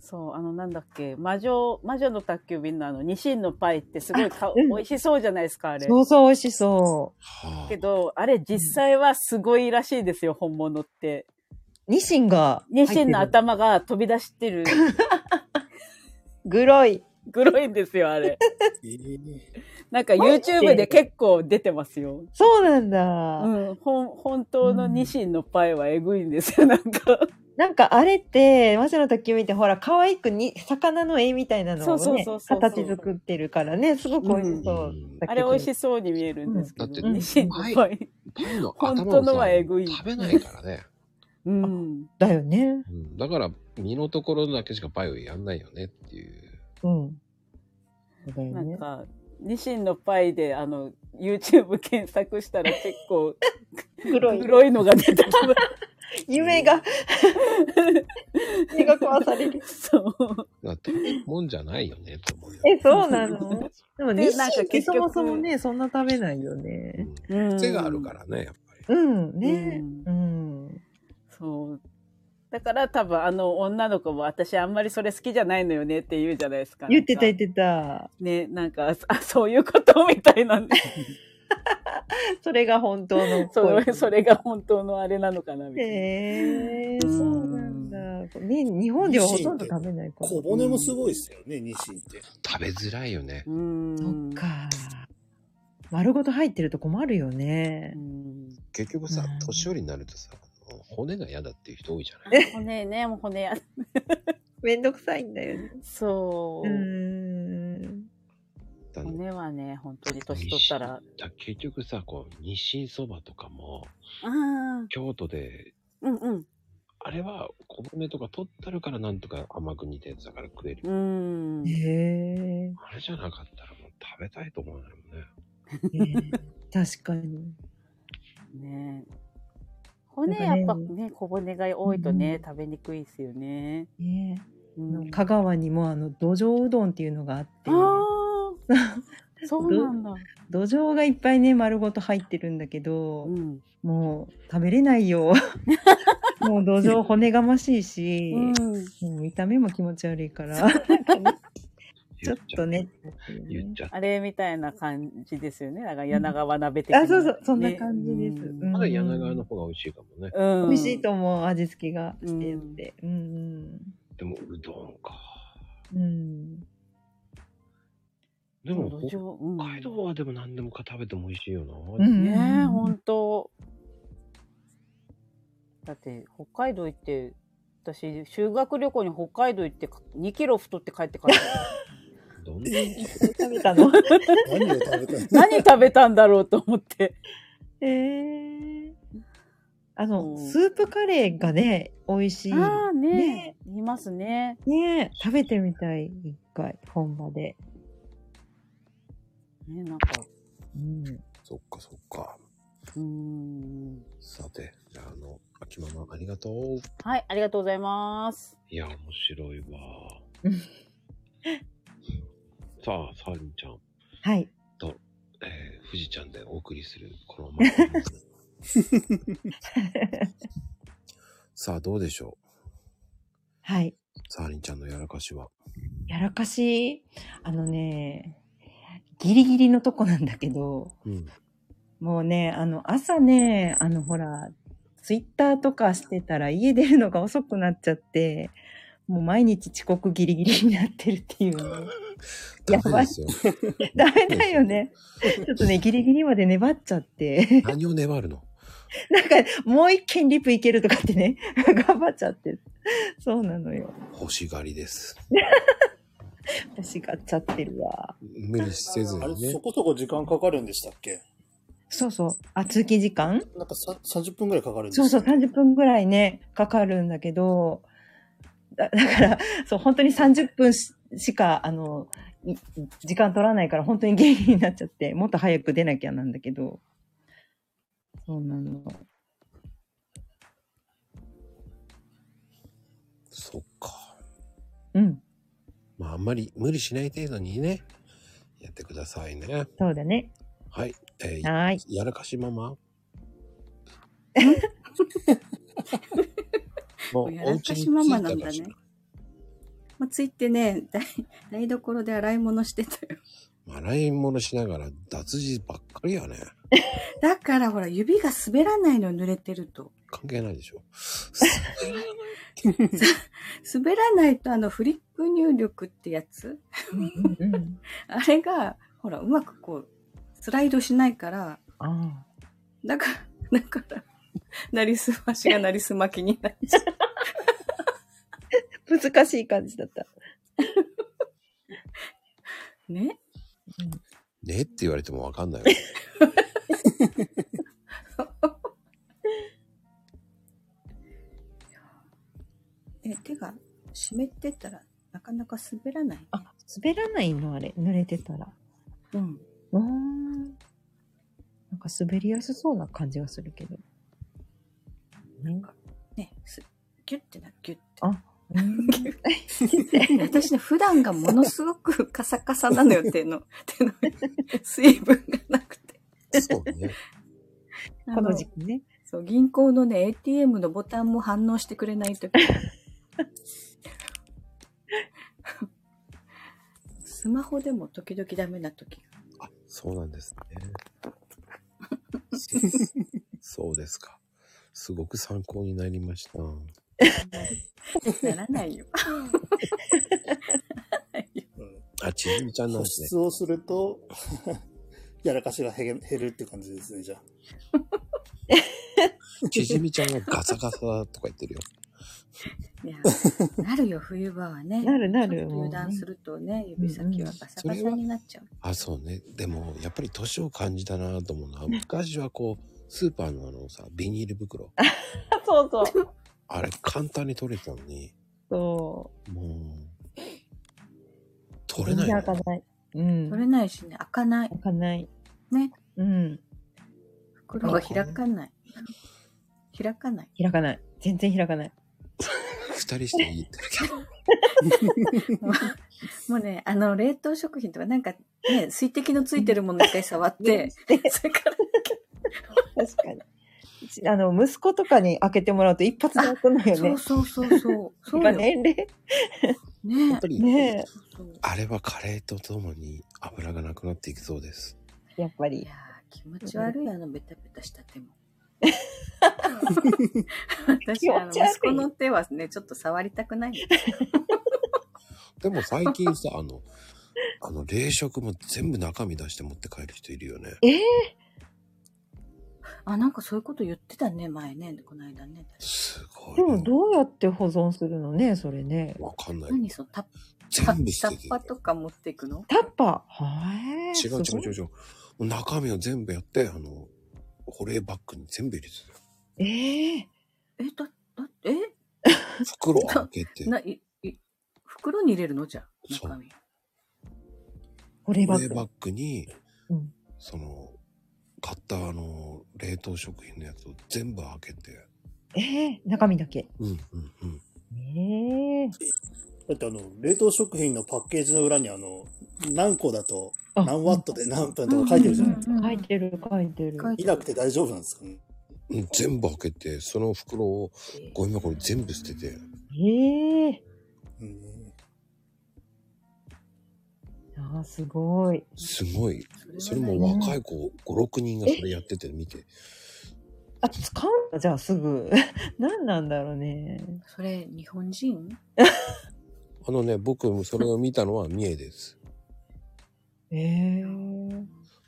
[SPEAKER 15] そう、あの、なんだっけ、魔女、魔女の宅急便のあの、ニシンのパイってすごいか、美味しそうじゃないですか、あれ。
[SPEAKER 7] そうそう、美味しそう。
[SPEAKER 15] けど、あれ実際はすごいらしいですよ、本物って。
[SPEAKER 7] ニシンが入
[SPEAKER 15] ニ
[SPEAKER 7] ってる。
[SPEAKER 15] シンの頭が飛び出してる。
[SPEAKER 7] グロい。
[SPEAKER 15] グロいんですよ、あれ。なんか YouTube で結構出てますよ。
[SPEAKER 7] そうなんだ。
[SPEAKER 15] うん、ほん本当のニシンのパイはえぐいんですよ、なんか。
[SPEAKER 7] なんかあれって、マジの時見て、ほら、可愛くに、魚の絵みたいなのを、ね、
[SPEAKER 15] そうそうそうそう
[SPEAKER 7] 形作ってるからね、すごく美味しそう。
[SPEAKER 15] あれ美味しそうに見えるんですけ
[SPEAKER 1] だって
[SPEAKER 15] ど、ニシンのパイ。
[SPEAKER 1] パイの
[SPEAKER 15] 本
[SPEAKER 1] 頭
[SPEAKER 15] 当
[SPEAKER 1] を
[SPEAKER 15] のは
[SPEAKER 1] さ
[SPEAKER 15] えぐい。
[SPEAKER 1] 食べないからね。
[SPEAKER 15] うん。
[SPEAKER 7] だよね。
[SPEAKER 1] うんだから、身のところだけしかパイをやんないよねっていう。
[SPEAKER 7] うん。そうだよ
[SPEAKER 15] なん
[SPEAKER 7] ね。
[SPEAKER 15] か、ニシンのパイで、あの、YouTube 検索したら結構、
[SPEAKER 7] 黒い
[SPEAKER 15] 黒いのが出てきます。
[SPEAKER 7] 夢が、夢が壊される。
[SPEAKER 15] そう。
[SPEAKER 1] だ って、もんじゃないよねと思うよ。
[SPEAKER 7] え、そうな のでも、
[SPEAKER 15] で
[SPEAKER 7] ニシン
[SPEAKER 15] なんか
[SPEAKER 7] って
[SPEAKER 15] 結
[SPEAKER 7] そ
[SPEAKER 15] 局
[SPEAKER 7] もそもね、そんな食べないよね。
[SPEAKER 1] 癖があるからね、やっぱり。
[SPEAKER 7] うん、ね。うん。
[SPEAKER 15] そう。だから多分あの女の子も私あんまりそれ好きじゃないのよねって言うじゃないですか。
[SPEAKER 7] 言ってた
[SPEAKER 15] な
[SPEAKER 7] 言
[SPEAKER 15] ん
[SPEAKER 7] っ
[SPEAKER 15] か
[SPEAKER 7] てた。
[SPEAKER 15] ね、なんか、あ、そういうことみたいなんで。
[SPEAKER 7] それが本当の
[SPEAKER 15] そ
[SPEAKER 7] 恋。
[SPEAKER 15] うそれが本当のあれなのかなみたいな。
[SPEAKER 7] へえー、そうなんだ。ね、日本ではほとんど食べないから。
[SPEAKER 17] 小骨もすごいですよね、ニシンって。
[SPEAKER 1] 食べづらいよね。
[SPEAKER 15] そ
[SPEAKER 7] っか。丸ごと入ってると困るよね。
[SPEAKER 1] 結局さ、年寄りになるとさ、骨が嫌だっていう人多いじ ゃない
[SPEAKER 15] 骨ね、もう骨や。
[SPEAKER 7] めんどくさいんだよね。
[SPEAKER 15] そう。
[SPEAKER 1] だね
[SPEAKER 15] 骨はね、本当に年取ったら。
[SPEAKER 1] だ結局さ、こう、日清そばとかも、
[SPEAKER 15] ああ、
[SPEAKER 1] 京都で、
[SPEAKER 15] うんうん。
[SPEAKER 1] あれは小骨とか取ったるからなんとか甘く煮たやつだから食える。
[SPEAKER 15] うん。
[SPEAKER 7] へえ
[SPEAKER 1] あれじゃなかったらもう食べたいと思わないもんね。
[SPEAKER 7] 確かに。
[SPEAKER 15] ね骨
[SPEAKER 7] な
[SPEAKER 15] や
[SPEAKER 7] ん
[SPEAKER 15] っ
[SPEAKER 7] か
[SPEAKER 15] ぱ
[SPEAKER 7] ね
[SPEAKER 15] ね、小骨が多いとね、食べにくいですよね。
[SPEAKER 7] ね
[SPEAKER 15] うん
[SPEAKER 7] 香川にもあの土壌うどんっていうのがあって、
[SPEAKER 15] ああ、そうなんだ。
[SPEAKER 7] 土壌がいっぱいね丸ごと入ってるんだけど、もう食べれないよ。もう土壌骨がましいし、もう見た目も気持ち悪いから、 ちょっとね。
[SPEAKER 1] 言っちゃっ
[SPEAKER 15] あれみたいな感じですよね。だから柳川鍋的な、
[SPEAKER 7] あ、そうそう、そんな感じです。
[SPEAKER 15] ね
[SPEAKER 1] た。
[SPEAKER 7] うん
[SPEAKER 1] まだ柳川の方が美味しいかもね。
[SPEAKER 15] うん
[SPEAKER 7] 美味しいと思う、味付けがしてって。うん。
[SPEAKER 1] でも、うどんか。
[SPEAKER 7] うん。うん
[SPEAKER 1] でも、
[SPEAKER 15] そう
[SPEAKER 1] 北
[SPEAKER 15] 土壌うん
[SPEAKER 1] 海道はでも何でもか食べても美味しいよな。
[SPEAKER 7] うん
[SPEAKER 15] ねえ、本当だって、北海道行って、私、修学旅行に北海道行って、2キロ太って帰ってから。
[SPEAKER 1] どん
[SPEAKER 15] な食べたの
[SPEAKER 17] 何を食べたの
[SPEAKER 15] 何食べたんだろうと思って。
[SPEAKER 7] えーあの、スープカレーがね、美味しい。
[SPEAKER 15] ああね、いますね。
[SPEAKER 7] ね食べてみたい、一回、本場 で。
[SPEAKER 15] ね、なんか。
[SPEAKER 7] うん。
[SPEAKER 1] そっかそっか。
[SPEAKER 15] うん。
[SPEAKER 1] さて、じゃあ、あの、秋ママありがとう。
[SPEAKER 15] はい、ありがとうございます。
[SPEAKER 1] いや、面白 いわ。さあ、サーリンちゃん
[SPEAKER 7] はい。
[SPEAKER 1] と、えー、富士ちゃんでお送りする、このま ま。さあ、どうでしょう
[SPEAKER 7] はい。
[SPEAKER 1] サーリンちゃんのやらかしは。
[SPEAKER 7] やらかし、あのね、ギリギリのとこなんだけど、
[SPEAKER 1] うん。
[SPEAKER 7] もうね、あの、朝ね、あの、ほら、ツイッターとかしてたら家出るのが遅くなっちゃって、もう毎日遅刻ギリギリになってるっ ていうね。やばい。 ダメだよね。ちょっとね、ギリギリまで粘っちゃって。
[SPEAKER 1] 何を粘るの
[SPEAKER 7] なんか、もう一軒リプ行けるとかってね、 頑張っちゃって。そうなのよ。
[SPEAKER 1] 欲しがりです。
[SPEAKER 7] 私がっちゃってるわ。
[SPEAKER 1] 無理せず
[SPEAKER 17] あれ、そこそこ時間かかるんでしたっけ
[SPEAKER 7] そうそう。あ、通勤時間
[SPEAKER 17] なんかさ30分ぐらいかかるんです
[SPEAKER 7] そうそう、30分ぐらいね、かかるんだけど、だ だから、そう、本当に30分ししか、あの、い時間取らないから、本当にギリギリになっちゃって、もっと早く出なきゃなんだけど、そうなの。
[SPEAKER 1] そっか。
[SPEAKER 7] うん。
[SPEAKER 1] まあ、あんまり無理しない程度にね、やってくださいね。
[SPEAKER 7] そうだね。
[SPEAKER 1] はい。えー
[SPEAKER 7] はーい。
[SPEAKER 1] やらかしマ マ。もう、
[SPEAKER 2] や
[SPEAKER 1] お家
[SPEAKER 2] らか
[SPEAKER 1] に着
[SPEAKER 2] しママ
[SPEAKER 1] い
[SPEAKER 2] な
[SPEAKER 1] た
[SPEAKER 2] ん
[SPEAKER 1] か
[SPEAKER 2] だ
[SPEAKER 1] し
[SPEAKER 2] ね
[SPEAKER 1] ら。。
[SPEAKER 2] まあ、ついてね、 台台所で洗い物してたよ。
[SPEAKER 1] 洗い物しながら脱字ばっかりやね。
[SPEAKER 2] だからほら、指が滑らないのよ、濡れてる と。
[SPEAKER 1] 関係ないでしょ。
[SPEAKER 2] 滑らないと、あの、フリック入力ってやつあれが、ほら、うまくこう、スライドしないから、
[SPEAKER 7] あ
[SPEAKER 2] だから、だから、なりすましがなりすまきになっちゃう。
[SPEAKER 7] 難しい感じだった。
[SPEAKER 2] ね
[SPEAKER 1] ねって言われてもわか んない。
[SPEAKER 2] え、手が湿ってたら、なかなか滑らない。
[SPEAKER 7] あ、滑らないのあれ、濡れてたら。
[SPEAKER 2] うん。
[SPEAKER 7] うーん。なんか滑りやすそうな感じがするけど。なんか、
[SPEAKER 2] ね、すギュッてな、ギュッて。
[SPEAKER 7] あ、
[SPEAKER 2] 私ね、普段がものすごくカサカサなのよ、手 の。手の水分がなくて。
[SPEAKER 1] そうね。
[SPEAKER 7] この時期ね。
[SPEAKER 2] そう、銀行のね、ATM のボタンも反応してくれない とき。スマホでも時々ダメなと き。
[SPEAKER 1] そうなんですね。そうですか。すごく参考になりました。
[SPEAKER 2] ならないよ。
[SPEAKER 1] あ、ちずみちゃんなん
[SPEAKER 17] 保
[SPEAKER 1] ですね
[SPEAKER 17] 湿。をすると、 やらかしが減減るって感じですね、じゃあ。
[SPEAKER 1] ちじみちゃんがガサガサだとか言って るよ。
[SPEAKER 2] いや、なるよ、冬場はね。
[SPEAKER 7] なるなる
[SPEAKER 2] ちょっと油断するとね、指先はバサバサになっちゃう。
[SPEAKER 1] あ、そうね。でも、やっぱり年を感じたなと思うのは、昔はこう、スーパーのあのさ、ビニール袋。
[SPEAKER 7] そう そう。
[SPEAKER 1] あれ、簡単に取れてたのに、
[SPEAKER 7] そう。
[SPEAKER 1] もう、取れないよ。
[SPEAKER 7] 開かない。うん。
[SPEAKER 2] 取れないしね、開かない。
[SPEAKER 7] 開かない。
[SPEAKER 2] ね。
[SPEAKER 7] うん。
[SPEAKER 2] 袋が開かない。開かない。
[SPEAKER 7] 開かない。全然開か ない。
[SPEAKER 1] 二人していいって。
[SPEAKER 2] もうもうね、あの、冷凍食品とかなんかね、水滴のついてるもの一回触って、それから
[SPEAKER 7] 確かに。うちあの、息子とかに開けてもらうと一発で開くのよね。
[SPEAKER 2] そうそうそうそう。そう
[SPEAKER 7] 今
[SPEAKER 2] よ
[SPEAKER 7] 年齢。
[SPEAKER 2] ね
[SPEAKER 1] 本当に
[SPEAKER 7] ね
[SPEAKER 1] あれはカレーとともに油がなくなっていきそうです。
[SPEAKER 7] やっぱり。
[SPEAKER 2] 気持ち悪い、あの、ベタベタした手も。
[SPEAKER 7] 気持ち
[SPEAKER 2] 私、あの、
[SPEAKER 7] 悪い
[SPEAKER 2] 息子の手はね、ちょっと触りたくない。
[SPEAKER 1] でも最近さ、あの、あの、冷食も全部中身出して持って帰る人いるよね。
[SPEAKER 7] ええ
[SPEAKER 2] あ、なんかそういうこと言ってたね、前ね、この間ね。
[SPEAKER 7] でもどうやって保存するのね、それね。
[SPEAKER 1] わかんない。
[SPEAKER 2] 何そう、タッ
[SPEAKER 1] パ、
[SPEAKER 2] タッパとか持っていくの
[SPEAKER 7] タッパは
[SPEAKER 1] 違う違う違う違う。中身を全部やって、あの、保冷バッグに全部入れてた よ。
[SPEAKER 7] ええ
[SPEAKER 2] え、だ、だって、え
[SPEAKER 1] 袋開けて。
[SPEAKER 2] な、い、い、袋に入れるのじゃあ中身。
[SPEAKER 7] 保
[SPEAKER 1] 保冷
[SPEAKER 7] 冷
[SPEAKER 1] バ
[SPEAKER 7] バ
[SPEAKER 1] ッ
[SPEAKER 7] ッ
[SPEAKER 1] グ
[SPEAKER 7] グ
[SPEAKER 1] に、
[SPEAKER 7] うん
[SPEAKER 1] その、買ったあの、冷凍食品のやつを全部開けて。
[SPEAKER 7] ええ中身だけ。
[SPEAKER 1] うん
[SPEAKER 7] ええ
[SPEAKER 17] だってあの、冷凍食品のパッケージの裏にあの、何個だと、何ワットで何分とか書いてるじゃないですか。
[SPEAKER 7] 書いてる、書いてる。
[SPEAKER 17] 見なくて大丈夫なんですかね。
[SPEAKER 1] うん全部開けて、その袋をゴミ箱に全部捨てて。
[SPEAKER 7] ええああ、すごい。
[SPEAKER 1] すごい。それも若い子、5、6人がそれやってて見て。
[SPEAKER 7] あ、使うんだ、じゃあすぐ。 何なんだろうね。
[SPEAKER 2] それ、日本人
[SPEAKER 1] あのね、僕もそれを見たのは三重です。
[SPEAKER 7] ええ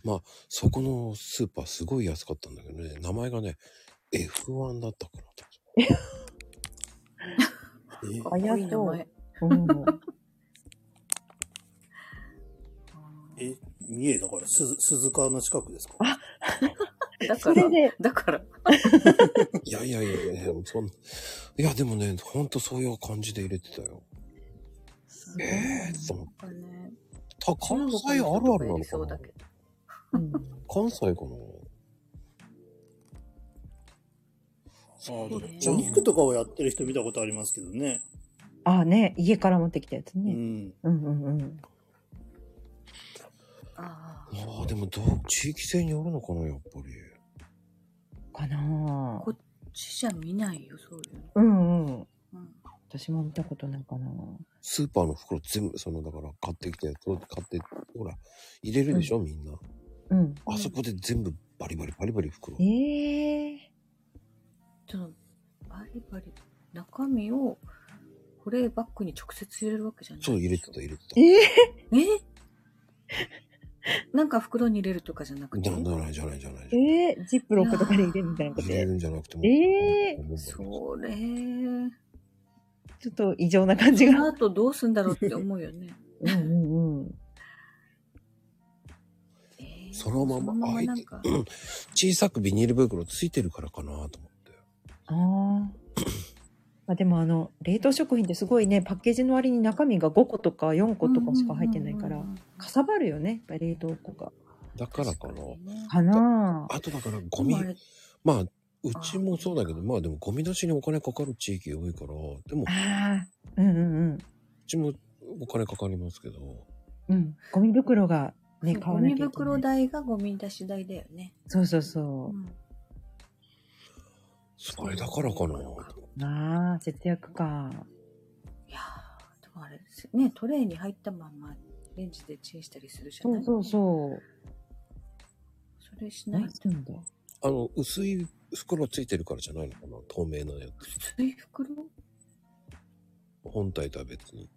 [SPEAKER 1] まあ、そこのスーパーすごい安かったんだけどね、名前がね、F1 だったかなと。
[SPEAKER 7] あや
[SPEAKER 2] 名
[SPEAKER 7] と
[SPEAKER 2] 前。
[SPEAKER 17] え、三重だから、鈴、鈴鹿の近くですか
[SPEAKER 2] だから
[SPEAKER 17] それ
[SPEAKER 7] で、
[SPEAKER 2] だから。
[SPEAKER 1] いやいやいやいや、そんな。いや、でもね、ほんとそういう感じで入れてたよ。ええー、と思って。た関西あるあるなのかな関西かな
[SPEAKER 17] ああ、でもお肉とかをやってる人見たことありますけどね。
[SPEAKER 7] ああね、家から持ってきたやつね。
[SPEAKER 17] うん。
[SPEAKER 7] うんうんうん。
[SPEAKER 1] ああ、でもどう、地域性によるのかな、やっぱり。
[SPEAKER 7] かな
[SPEAKER 2] こっちじゃ見ないよ、そういうの。
[SPEAKER 7] うんうん。私も見たことないかな
[SPEAKER 1] スーパーの袋全部、その、だから買ってきたやつを買って、ほら、入れるでしょ、みんな。
[SPEAKER 7] うん。
[SPEAKER 1] あそこで全部バリバリバリバリ袋。
[SPEAKER 7] ええ
[SPEAKER 2] ちょっと、バリバリ、中身を、保冷バッグに直接入れるわけじゃない
[SPEAKER 1] そう、入れてた、入れてた。
[SPEAKER 2] え えなんか袋に入れるとかじゃなくて。
[SPEAKER 1] じゃない、じゃない、じゃない。
[SPEAKER 7] ええジップロックとかに入れるみたいなこと。
[SPEAKER 1] 入れるんじゃなくても。
[SPEAKER 7] ええ
[SPEAKER 2] それ、
[SPEAKER 7] ちょっと異常な感じが。
[SPEAKER 2] その後どうすんだろうって思うよね。
[SPEAKER 7] うんうんうん。
[SPEAKER 1] そのま
[SPEAKER 2] そのま
[SPEAKER 1] ま
[SPEAKER 2] ま
[SPEAKER 1] 開い
[SPEAKER 2] なん
[SPEAKER 1] て
[SPEAKER 2] か、
[SPEAKER 1] うん小さくビニール袋ついてるからかなと思って。
[SPEAKER 7] ああ。まあでもあの、冷凍食品ってすごいね、パッケージの割に中身が5個とか4個とかしか入ってないから、かさばるよね、やっぱり冷凍庫が。
[SPEAKER 1] だからかな。
[SPEAKER 7] かな
[SPEAKER 1] あとだからゴミ、まあ、うちもそうだけど、まあでもゴミ出しにお金かかる地域多いから、でも、
[SPEAKER 7] ああ、うんうんうん。
[SPEAKER 1] うちもお金かかりますけど、
[SPEAKER 7] うん。ゴミ袋がね、 買わ
[SPEAKER 2] ゴ
[SPEAKER 7] なきゃい
[SPEAKER 2] ミ
[SPEAKER 7] けない。
[SPEAKER 2] 袋代がゴミ出し代だよね。
[SPEAKER 7] そうそうそう。
[SPEAKER 1] それだからかな。
[SPEAKER 7] ああ、節約か。
[SPEAKER 2] でもあれですよね、トレイに入ったまんまレンジでチンしたりするじゃ
[SPEAKER 7] そ
[SPEAKER 2] な
[SPEAKER 7] う
[SPEAKER 2] い
[SPEAKER 7] そうそう。
[SPEAKER 2] それしない
[SPEAKER 7] と。
[SPEAKER 1] あの、薄い袋ついてるからじゃないのかな透明なやつ。
[SPEAKER 2] 薄い袋
[SPEAKER 1] 本体とは別に。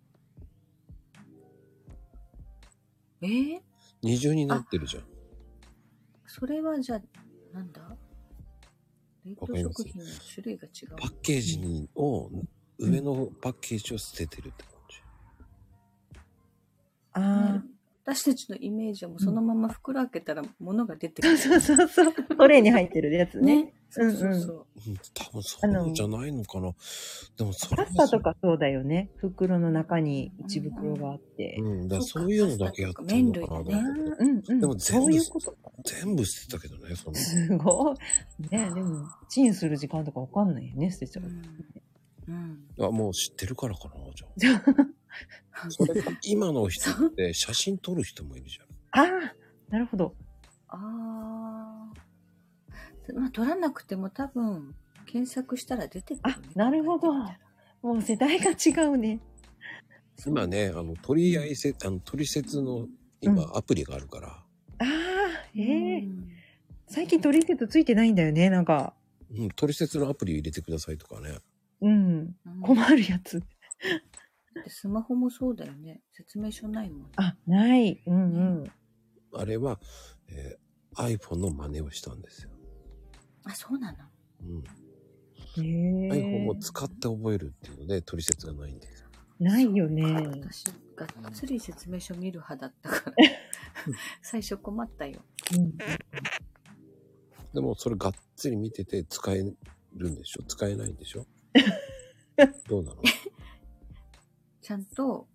[SPEAKER 2] えー、
[SPEAKER 1] 二重になってるじゃん。
[SPEAKER 2] それはじゃあ、なんだ冷
[SPEAKER 1] わか
[SPEAKER 2] 凍
[SPEAKER 1] ります
[SPEAKER 2] 食品の種類が違う。
[SPEAKER 1] パッケージにを、上のパッケージを捨ててるって感じ。
[SPEAKER 7] あ
[SPEAKER 2] あ。私たちのイメージはもうそのまま袋開けたら物が出てくる。
[SPEAKER 7] そうそうそう。 トレイに入ってるやつね。
[SPEAKER 2] ねそうそうそう。
[SPEAKER 1] うん多分そうじゃないのかな。でもそれ
[SPEAKER 7] パスタとかそうだよね。袋の中に一袋があって。
[SPEAKER 1] うん、だからそういうのだけやってるのかなと思って。
[SPEAKER 7] うんうん。
[SPEAKER 1] でも全
[SPEAKER 7] そ
[SPEAKER 1] 部
[SPEAKER 7] ういうこと。
[SPEAKER 1] 全部捨てたけどね、その。
[SPEAKER 7] すごい。ねでも、チンする時間とかわかんないよね、捨てちゃう。
[SPEAKER 1] あ、もう知ってるからかな、じゃあ。それ今の人って写真撮る人もいるじゃん。
[SPEAKER 7] ああなるほど。
[SPEAKER 2] ああ。まあ、取らなくても多分、検索したら出てくるね。
[SPEAKER 7] なるほど。もう世代が違うね。
[SPEAKER 1] 今ね、あの、取り合いせ、あの、取説の今アプリがあるから、
[SPEAKER 7] ああ、ええ最近トリセツついてないんだよね、なんか。
[SPEAKER 1] うん、取説のアプリ入れてくださいとかね。
[SPEAKER 7] うん。困るやつ。
[SPEAKER 2] だってスマホもそうだよね。説明書ないもん。
[SPEAKER 7] あ、ない。うんうん。
[SPEAKER 1] あれは、えー iPhone の真似をしたんですよ。
[SPEAKER 14] あ、そうなの
[SPEAKER 1] うん。iPhone も使って覚えるっていうので、取説がないんで。
[SPEAKER 7] ないよね。
[SPEAKER 2] 私、がっつり説明書見る派だった から、最初困ったよ。
[SPEAKER 1] でも、それがっつり見てて使えるんでしょ使えないんでしょどうなの
[SPEAKER 2] ちゃんと、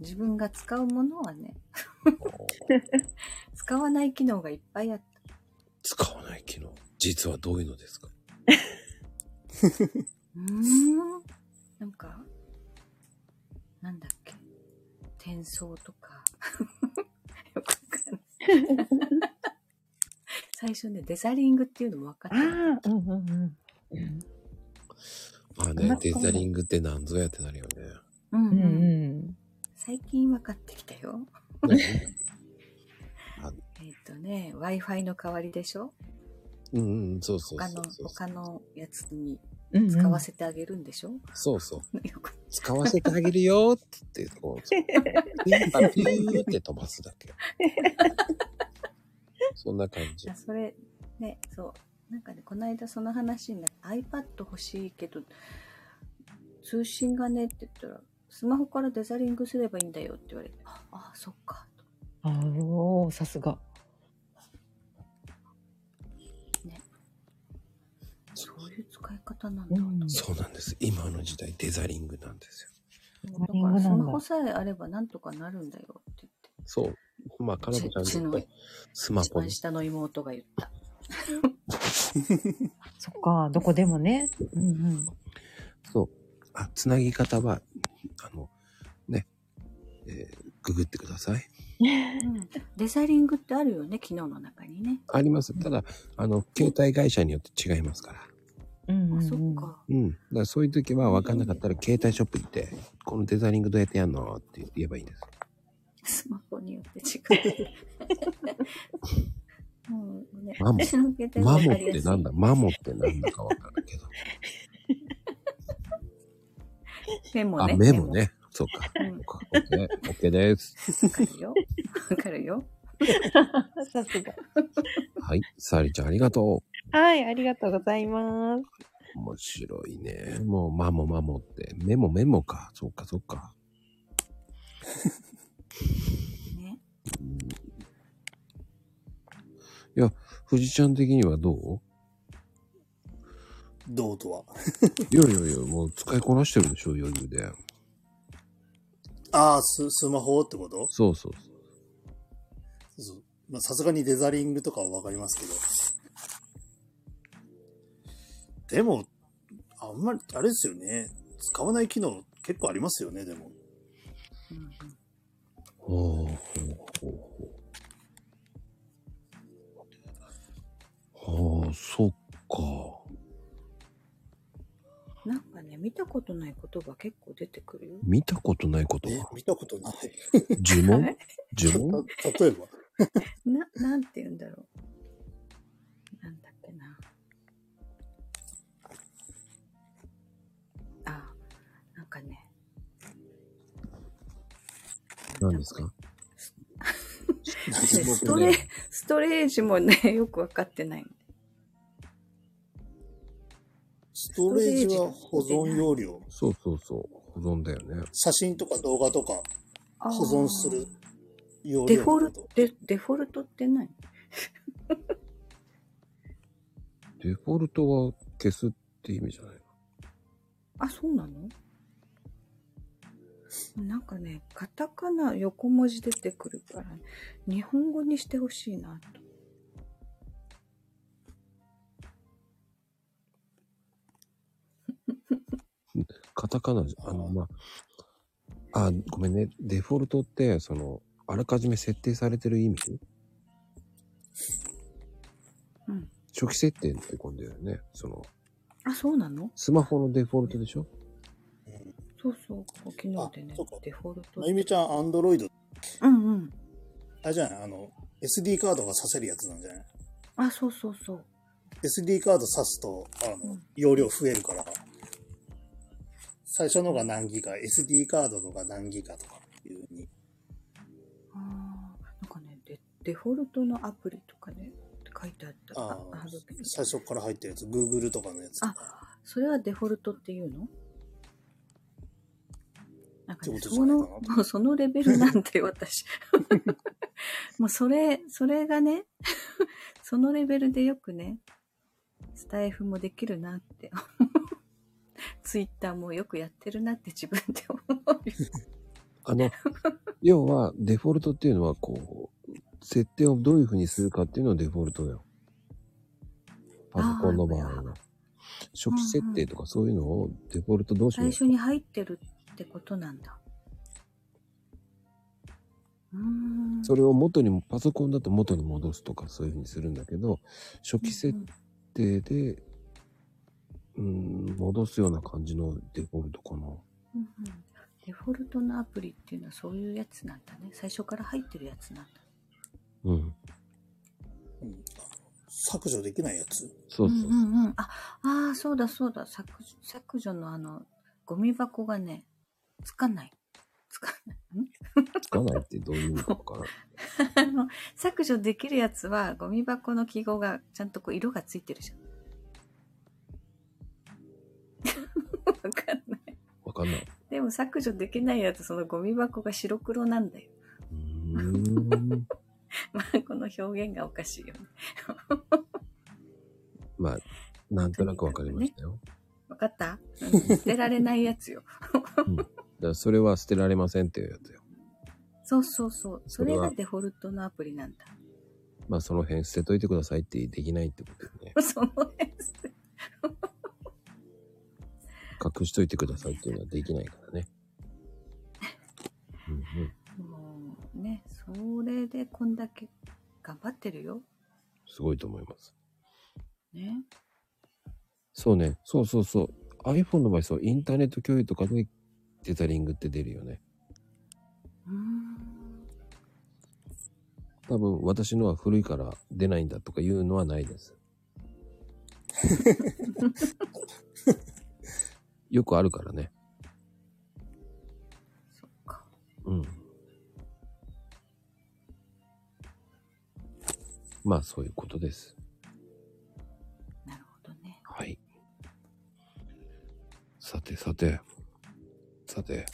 [SPEAKER 2] 自分が使うものは ね、使わない機能がいっぱいあった。
[SPEAKER 1] 使わない機能。実はどういうの ですか
[SPEAKER 2] うーん。なんか、なんだっけ。転送とか。 よくわかんない最初ね、デザリングっていうのも分かった。
[SPEAKER 7] ああ、うんうん
[SPEAKER 1] まあね、デザリングって何ぞやってなるよね。
[SPEAKER 2] うん。うん
[SPEAKER 7] うん。
[SPEAKER 2] 最近分かってきたよ。
[SPEAKER 1] 何
[SPEAKER 2] えっとね、Wi-Fi の代わりでしょ
[SPEAKER 1] うんうん、そうそう
[SPEAKER 2] 他
[SPEAKER 1] そ
[SPEAKER 2] の
[SPEAKER 1] う、そう。
[SPEAKER 2] 他のやつに
[SPEAKER 1] うんうん
[SPEAKER 2] 使わせてあげるんでしょ、
[SPEAKER 1] そうそう。
[SPEAKER 2] よく
[SPEAKER 1] 使わせてあげるよーって言って、こう、ピンパピーって飛ばすだ け。そんな感じ
[SPEAKER 2] あ。それねそうなんかねこの間その話になって iPad 欲しいけど通信がねって言ったらスマホからデザリングすればいいんだよって言われてああそっか
[SPEAKER 7] あおーさすが。
[SPEAKER 2] そういう使い方なんだ、
[SPEAKER 1] そうなんです。今の時代、デザリングなんですよ。
[SPEAKER 2] だからスマホさえあればなんとかなるんだよって
[SPEAKER 1] そう。まあ、かなこちゃん
[SPEAKER 2] うち
[SPEAKER 1] と
[SPEAKER 2] の
[SPEAKER 1] スマ
[SPEAKER 2] 一
[SPEAKER 1] ホ
[SPEAKER 2] 番。下の妹が言った
[SPEAKER 7] そっか、どこでもね。うんうん。
[SPEAKER 1] そう。あ、つなぎ方は、あの、ね、えーググってください。
[SPEAKER 2] うんデザリングってあるよね昨日の中にね
[SPEAKER 1] あります。ただ、あの、携帯会社によって違いますから。
[SPEAKER 7] うん
[SPEAKER 2] あそっか
[SPEAKER 1] うん。だからそういう時は分かんなかったら、携帯ショップ行って、このデザリングどうやってやんのって言えばいいです。
[SPEAKER 2] スマホによって違うもうね
[SPEAKER 1] マモ
[SPEAKER 2] 私の携。帯
[SPEAKER 1] マ
[SPEAKER 2] わ
[SPEAKER 1] モ
[SPEAKER 2] か
[SPEAKER 1] っ
[SPEAKER 2] りやす
[SPEAKER 1] て
[SPEAKER 2] い
[SPEAKER 1] なんだマモってなんだか分かんないけど。
[SPEAKER 2] メモ
[SPEAKER 1] あ、
[SPEAKER 2] ね
[SPEAKER 1] メモね。そうか。
[SPEAKER 2] う
[SPEAKER 1] オ
[SPEAKER 2] ん
[SPEAKER 1] ッケー、オッケー です。
[SPEAKER 2] わかるよ。わかるよ。
[SPEAKER 14] さす が。
[SPEAKER 1] はい。サーリちゃんありがと
[SPEAKER 14] はい、ありがとうございます。
[SPEAKER 1] う。面白いね。もう、マモマモって。メモメモか。そうか、そうか。
[SPEAKER 2] ね
[SPEAKER 1] いや、富士ちゃん的にはどう
[SPEAKER 17] どうとは。
[SPEAKER 1] いやいやいや、もう使いこなしてるでしょ、余裕で。
[SPEAKER 17] ああ、ススマホってこと
[SPEAKER 1] そうそうそう。
[SPEAKER 17] そうまあさすがにデザリングとかはわかりますけど。でも、あんまり、あれですよね。使わない機能結構ありますよね、でも。
[SPEAKER 1] ほうほうほうほう。ああ、そっか。
[SPEAKER 2] なんかね、見たことない言葉結構出てくるよ。
[SPEAKER 1] 見たことないことは。
[SPEAKER 17] 見たことない。
[SPEAKER 1] 呪文呪文
[SPEAKER 17] た例えば
[SPEAKER 2] な、なんて言うんだろう。なんだっけ な。あ、なんかね、
[SPEAKER 1] 何ですか
[SPEAKER 2] ストレ、ストレージもね、よくわかってない。
[SPEAKER 17] ストレージは保存容量。
[SPEAKER 1] そうそうそう。保存だよね。
[SPEAKER 17] 写真とか動画とか
[SPEAKER 2] あー
[SPEAKER 17] 保存する容量。
[SPEAKER 2] デフォルト、デデフォルトって何
[SPEAKER 1] デフォルトは消すって意味じゃない
[SPEAKER 2] あ、そうなのなんかね、カタカナ横文字出てくるから、日本語にしてほしいなと。
[SPEAKER 1] カタカナじゃ、あの、まあ、あ、ごめんね。デフォルトって、その、あらかじめ設定されてる意味
[SPEAKER 2] うん。
[SPEAKER 1] 初期設定ってことだよね。その、
[SPEAKER 2] あ、そうなの
[SPEAKER 1] スマホのデフォルトでしょ
[SPEAKER 2] そうそう、こう機能でね、デフォルト
[SPEAKER 17] ま。ゆみちゃん、アンドロイド。
[SPEAKER 2] うんうん。
[SPEAKER 17] あれじゃないあの、SD カードが挿せるやつなんじゃない
[SPEAKER 2] あ、そうそうそう。
[SPEAKER 17] ?SD カード挿すと、あの、容量増えるから。最初のが何ギガ、SD カードのが何ギガとかっていうふうに。
[SPEAKER 2] デフォルトのアプリとかね、書いてあった。
[SPEAKER 17] あ
[SPEAKER 2] あ
[SPEAKER 17] あ
[SPEAKER 2] るけど、
[SPEAKER 17] 最初から入ってるやつ、Google とかのやつ。
[SPEAKER 2] それはデフォルトっていうのなんかね、
[SPEAKER 17] ってことじ
[SPEAKER 2] そ
[SPEAKER 17] ゃない
[SPEAKER 2] の、
[SPEAKER 17] かな
[SPEAKER 2] もうその レベルなん て私。もうそれ、それがね、 そのレベルでよくね、スタイフもできるなって 思う。ツイッターもよくやってるなって自分で思う。
[SPEAKER 1] あの、要は、デフォルトっていうのは、こう、設定をどういうふうにするかっていうのがデフォルトよ。パソコンの場合は。初期設定とかそういうのをデフォルトどうしよ
[SPEAKER 2] 最
[SPEAKER 1] う。
[SPEAKER 2] 初に入ってるってことなんだ。うーん。
[SPEAKER 1] それを元にも、パソコンだと元に戻すとかそういうふうにするんだけど、初期設定で、うん、戻すような感じのデフォルトかな。
[SPEAKER 2] うんうんデフォルトのアプリっていうのはそういうやつなんだね。最初から入ってるやつなんだ。
[SPEAKER 1] うん。
[SPEAKER 17] 削除できないやつ
[SPEAKER 1] そうそう。
[SPEAKER 2] うんうん。あ、ああ、そうだそうだ。削除削除のあの、ゴミ箱がね、つかない。 つかない。
[SPEAKER 1] つかないってどういう意味かわからん。
[SPEAKER 2] あの、削除できるやつは、ゴミ箱の記号がちゃんとこう色がついてるじゃん。
[SPEAKER 1] わかんない。
[SPEAKER 2] でも削除できないやつ、そのゴミ箱が白黒なんだよ。 まあ、この表現がおかしい よね。
[SPEAKER 1] まあ、なんとなくわかり ましたよ。
[SPEAKER 2] わかったうん捨てられないやつよ。
[SPEAKER 1] だからそれは捨てられませんっていうやつよ。
[SPEAKER 2] そうそうそう。
[SPEAKER 1] そ
[SPEAKER 2] それ
[SPEAKER 1] れ
[SPEAKER 2] が
[SPEAKER 1] は
[SPEAKER 2] デフォルトのアプリなんだ。
[SPEAKER 1] まあその辺捨てといてくださいってできないってことよね。
[SPEAKER 2] その辺捨て
[SPEAKER 1] 隠しといてくださいっていうのはできないからね。
[SPEAKER 2] もうね、それでこんだけ頑張ってるよ。
[SPEAKER 1] すごいと思います。
[SPEAKER 2] ね。
[SPEAKER 1] そうね。そうそうそう。iPhone の場合そう、インターネット共有とかでテザリングって出るよね。多分私のは古いから出ないんだとかいうのはないです。よくあるからね。そっか。うん。まあそういうことです。なるほどね。はい。さてさて。さて。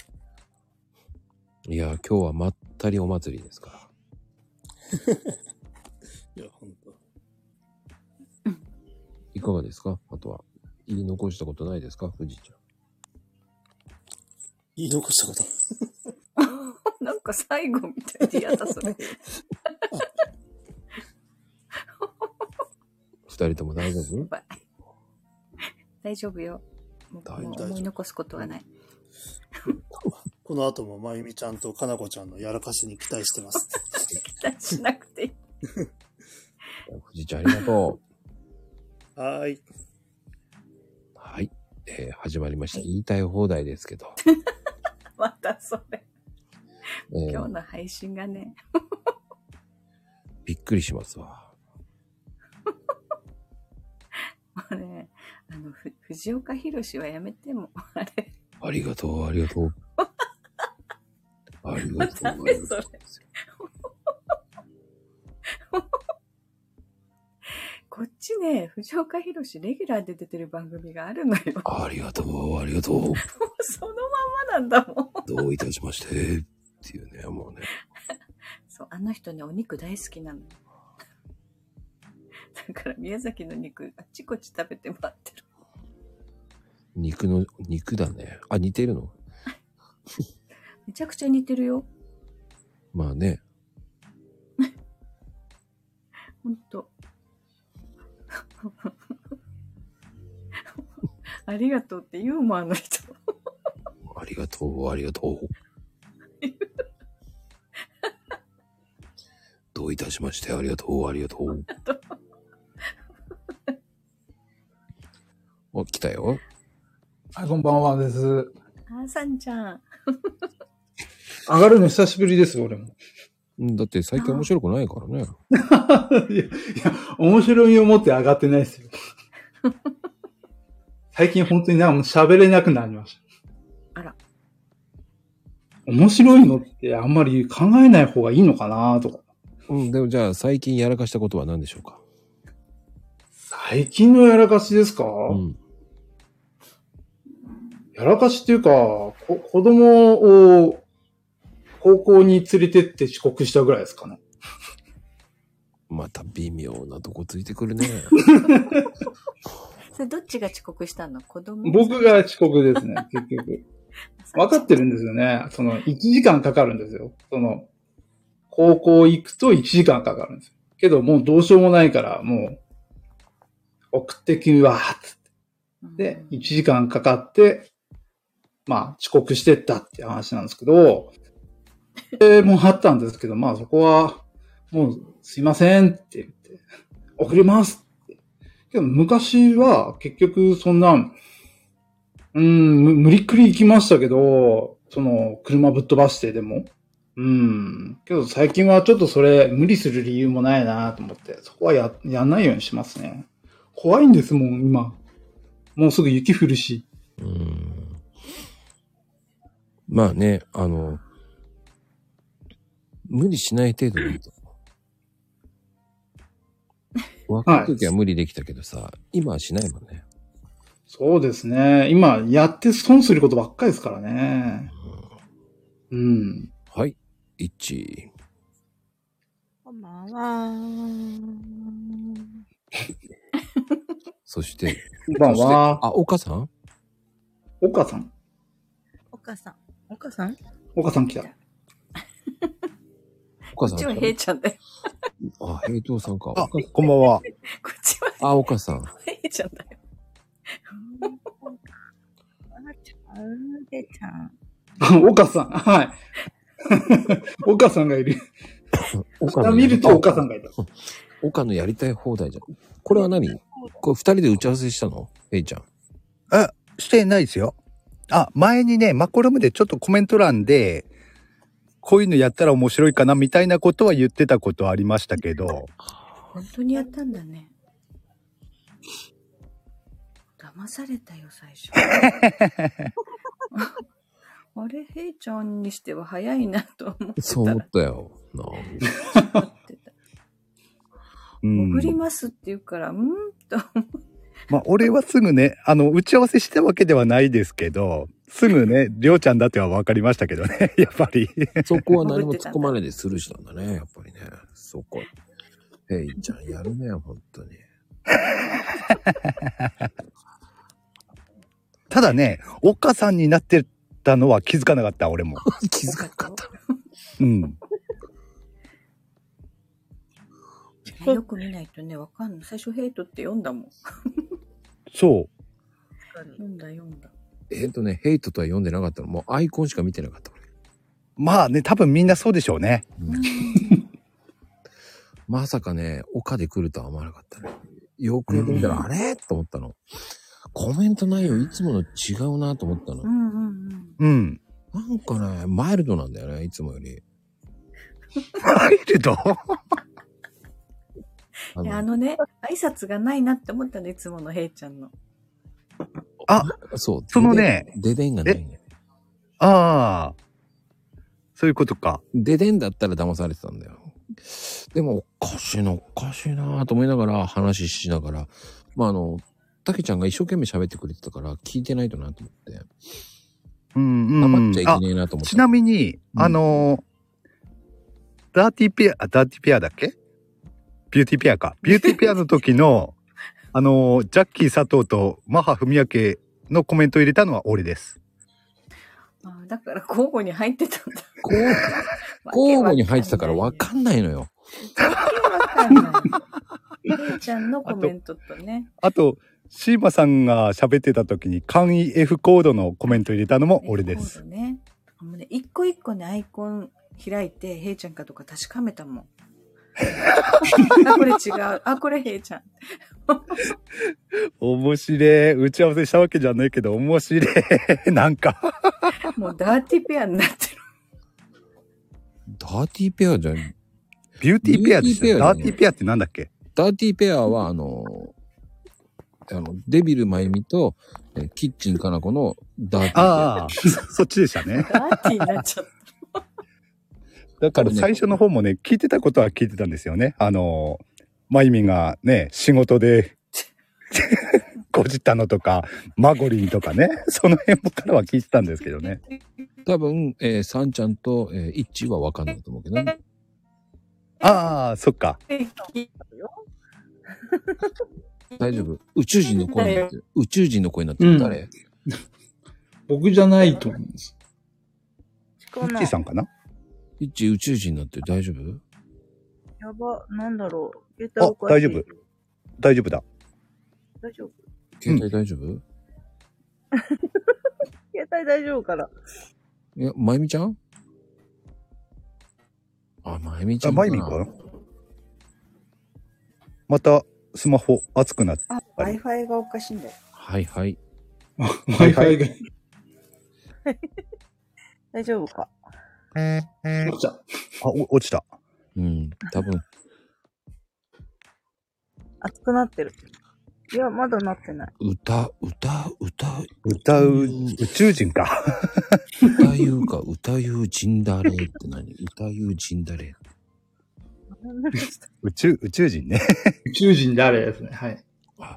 [SPEAKER 1] いや、今日はまったりお祭りですから。
[SPEAKER 17] いや、ほんと。
[SPEAKER 1] いかがですかあとは。言い残したことないですか富士ちゃん。
[SPEAKER 17] 言い残したこと。
[SPEAKER 2] なんか最後みたいで嫌だ、それ。
[SPEAKER 1] 二人とも大丈 夫
[SPEAKER 2] 大丈夫よ。もう
[SPEAKER 17] 大丈夫
[SPEAKER 2] もう思い残すことはない。
[SPEAKER 17] この後もまゆみちゃんとかなこちゃんのやらかしに期待してます。
[SPEAKER 2] 期待しなくていい。
[SPEAKER 1] 富士ちゃんありがと
[SPEAKER 17] う。はーい。
[SPEAKER 1] う。はい。えー始まりました。言いたい放題ですけど。
[SPEAKER 2] またそれ。
[SPEAKER 1] えー
[SPEAKER 2] 今日の配信がね、
[SPEAKER 1] びっくりしますわ。
[SPEAKER 2] もうね、あの、ふ藤岡弘はやめても、あれ。
[SPEAKER 1] ありがとう、ありがとう。ありがとう。
[SPEAKER 2] 誰それ。 こっちね、藤岡弘レギュラーで出てる番組があるのよ。
[SPEAKER 1] ありがとう、ありがとう。
[SPEAKER 2] そのまんまなんだもん。
[SPEAKER 1] どういたしまして。っていうね、もうね。
[SPEAKER 2] そう、あの人ね、お肉大好きなのよ。だから宮崎の肉、あっちこっち食べてもらってる。
[SPEAKER 1] 肉の、肉だね。あ、似てるの
[SPEAKER 2] めちゃくちゃ似てるよ。
[SPEAKER 1] まあね。
[SPEAKER 2] ほんと。 ありがとうってユーモアの人。
[SPEAKER 1] ありがとう、ありがと う。どういたしまして、ありがとう、ありがとう。お、来たよ。
[SPEAKER 18] はい、こんばんはです。上
[SPEAKER 2] あーさんちゃん。
[SPEAKER 18] がるの久しぶりです、俺も。
[SPEAKER 1] うんだって最近面白くないから ね。
[SPEAKER 18] 面白みを持って上がってな いですよ。最近本当になんかもう喋れなくなりました。
[SPEAKER 2] あら。
[SPEAKER 18] 面白いのってあんまり考えない方がいいのかなとか。
[SPEAKER 1] うん、でもじゃあ最近やらかしたことは何でしょうか
[SPEAKER 18] 最近のやらかしですか、やらかしっていうか、こ子供を高校に連れてって遅刻したぐらいですかね。
[SPEAKER 1] また微妙なとこついてくるね。
[SPEAKER 2] それどっちが遅刻したの子供
[SPEAKER 18] 僕が遅刻ですね、結局。分かってるんですよね。その、1時間かかるんですよ。その、高校行くと1時間かかるんですよ。けど、もうどうしようもないから、もう、送ってきるわ、つって。で、1時間かかって、まあ、遅刻してったって話なんですけど、で、もうあったんですけど、まあそこは、もう、すいませんって言って、送りますけど昔は結局そんな、うーん、む無理っくり行きましたけど、その、車ぶっ飛ばしてでも。うん。けど最近はちょっとそれ無理する理由もないなと思って、そこはや、やんないようにしますね。怖いんですもん、今。もうすぐ雪降るし。
[SPEAKER 1] まあね、あの、無理しない程度でいいと思う。若い時は無理できたけどさ、今はしないもんね。
[SPEAKER 18] そうですね。今、やって損することばっかりですからね。うん。
[SPEAKER 1] はい。1。
[SPEAKER 14] こんばんは。
[SPEAKER 1] そして、
[SPEAKER 18] こんばんは
[SPEAKER 1] そしてあ、岡さん
[SPEAKER 18] 岡さん。
[SPEAKER 14] お母さん。お母さん
[SPEAKER 18] 岡さん来た。
[SPEAKER 1] 岡さん来た。
[SPEAKER 2] ちゃんだよ。
[SPEAKER 1] あ、平等さんか。
[SPEAKER 2] あ
[SPEAKER 1] 岡さんこんばんは。
[SPEAKER 2] こっちは
[SPEAKER 1] あ、岡さん。
[SPEAKER 2] 平ちゃんだよ。
[SPEAKER 14] あうでちゃん。
[SPEAKER 18] あ岡さん。はい。 岡さんがいる。
[SPEAKER 1] 岡
[SPEAKER 18] 下見ると岡さんがいた。
[SPEAKER 1] 岡のやりたい放題じゃん。これは何これ二人で打ち合わせしたのえいちゃん。
[SPEAKER 19] あ、してないですよ。あ、前にね、マコルームでちょっとコメント欄で、こういうのやったら面白いかなみたいなことは言ってたことありましたけど、
[SPEAKER 2] 本当にやったんだね。騙されたよ、最初。あれ、平ちゃんにしては早いなと思って
[SPEAKER 1] そう
[SPEAKER 2] た
[SPEAKER 1] 思
[SPEAKER 2] ら
[SPEAKER 1] っ、たよ。なあ
[SPEAKER 19] うん
[SPEAKER 2] 送りますって言うから、うんと思って
[SPEAKER 19] まあ、俺はすぐね、あの、打ち合わせしたわけではないですけど、すぐね、りょうちゃんだっては分かりましたけどね、やっぱり。
[SPEAKER 1] そこは何も突っ込まないでスルーしたんだね、やっぱりね。そこ。えいちゃん、やるね、本当に。
[SPEAKER 19] ただね、おっかさんになってたのは気づかなかった、俺も。
[SPEAKER 1] 気づかなかった。
[SPEAKER 19] うん。
[SPEAKER 2] ねよく見ないとね、わかんない。最初、ヘイトって読んだもん。
[SPEAKER 19] そう。
[SPEAKER 2] 読んだ、読んだ。
[SPEAKER 1] えっ、とね、ヘイトとは読んでなかったの。もうアイコンしか見てなかった。
[SPEAKER 19] まあね、多分みんなそうでしょうね。
[SPEAKER 1] まさかね、岡で来るとは思わなかったね。よくよく見たら、あれと思ったの。コメント内容いつもの違うなと思ったの。
[SPEAKER 2] うんうんうん。
[SPEAKER 19] うん。
[SPEAKER 1] なんかね、マイルドなんだよね、いつもより。
[SPEAKER 19] マイルド
[SPEAKER 2] いやあのね、挨拶がないなって思ったの、いつものヘイちゃんの。
[SPEAKER 19] あ、
[SPEAKER 1] そう。
[SPEAKER 19] そのね、
[SPEAKER 1] デデンがない
[SPEAKER 19] ああ。そういうことか。
[SPEAKER 1] デデンだったら騙されてたんだよ。でも、おかしいな、おかしいなと思いながら話ししながら、まあ、あの、たけちゃんが一生懸命喋ってくれてたから、聞いてないとなと思って。
[SPEAKER 19] うんうん。
[SPEAKER 1] 黙っちゃいけねえなと思って。
[SPEAKER 19] ちなみに、あのーダーティーペア、あダーティーペアだっけビューティーペアか。ビューティーペアの時 の、あのージャッキー佐藤とマハ文明のコメントを入れたのは俺です。
[SPEAKER 2] あだから交互に入ってたんだ。
[SPEAKER 1] 交互に入ってたからわかんないのよ。
[SPEAKER 2] ヘイちゃんのコメントとね。
[SPEAKER 19] あと、シーマさんが喋ってた時に簡易 F コードのコメントを入れたのも俺です。
[SPEAKER 2] ね。もうね、一個一個ね、アイコン開いて、ヘイちゃんかとか確かめたもん。 あ、これ違う。あ、これヘイちゃん。
[SPEAKER 19] 面白い。打ち合わせしたわけじゃないけど、面白い。 なんか。
[SPEAKER 2] もうダーティペアになってる。
[SPEAKER 1] ダーティーペアじゃん。
[SPEAKER 19] ビューティーペアですよ。ダーティーペアってなんだっけ
[SPEAKER 1] ダーティーペアは、あの、あの、デビルまゆみと、えーキッチンかなこのダーティーペア。
[SPEAKER 19] ああ、 そっちでしたね。
[SPEAKER 2] ダーティーになっちゃった。
[SPEAKER 19] だから最初の方もね、聞いてたことは聞いてたんですよね。あの、まゆみがね、仕事で ゴジタノとか、マゴリンとかね、その辺もからは聞いてたんですけどね。
[SPEAKER 1] 多分、えー、サンちゃんと、えー、イッチはわかんないと思うけどね。
[SPEAKER 19] ああ、そっか。
[SPEAKER 1] 大丈夫。宇宙人の声になってる。宇宙人の声になってる。誰、
[SPEAKER 18] 僕じゃないと思うんです。
[SPEAKER 14] こん
[SPEAKER 19] イ
[SPEAKER 14] な
[SPEAKER 19] ッチさんかな
[SPEAKER 1] イッチ宇宙人になってる。大丈夫
[SPEAKER 14] やば、なんだろう。携帯
[SPEAKER 19] あ
[SPEAKER 14] お、か
[SPEAKER 19] 大
[SPEAKER 14] しい
[SPEAKER 19] 丈夫。。大丈夫だ。
[SPEAKER 14] 大丈夫。
[SPEAKER 1] 携帯大丈夫、
[SPEAKER 14] 携帯大丈夫から。
[SPEAKER 1] いや、まゆみちゃんあ、まゆみちゃん。
[SPEAKER 19] まゆみくんまた、スマホ熱くなっ
[SPEAKER 20] あ、Wi-Fi がおかし いんだよ。
[SPEAKER 1] はい はい。
[SPEAKER 18] Wi-Fi が。
[SPEAKER 14] 大丈 夫か。
[SPEAKER 19] 落ちた。あ、お落ちた。
[SPEAKER 1] うん、多分。
[SPEAKER 14] 熱くなってる。いや、まだなってない。
[SPEAKER 1] 歌、歌、歌、
[SPEAKER 19] 歌う、宇宙人か。
[SPEAKER 1] 歌言うか、歌言うジンダレーって何歌言うジンダレ
[SPEAKER 19] 宇宙、 宇宙人ね。
[SPEAKER 18] 宇宙人誰ですね。はい。
[SPEAKER 1] ー。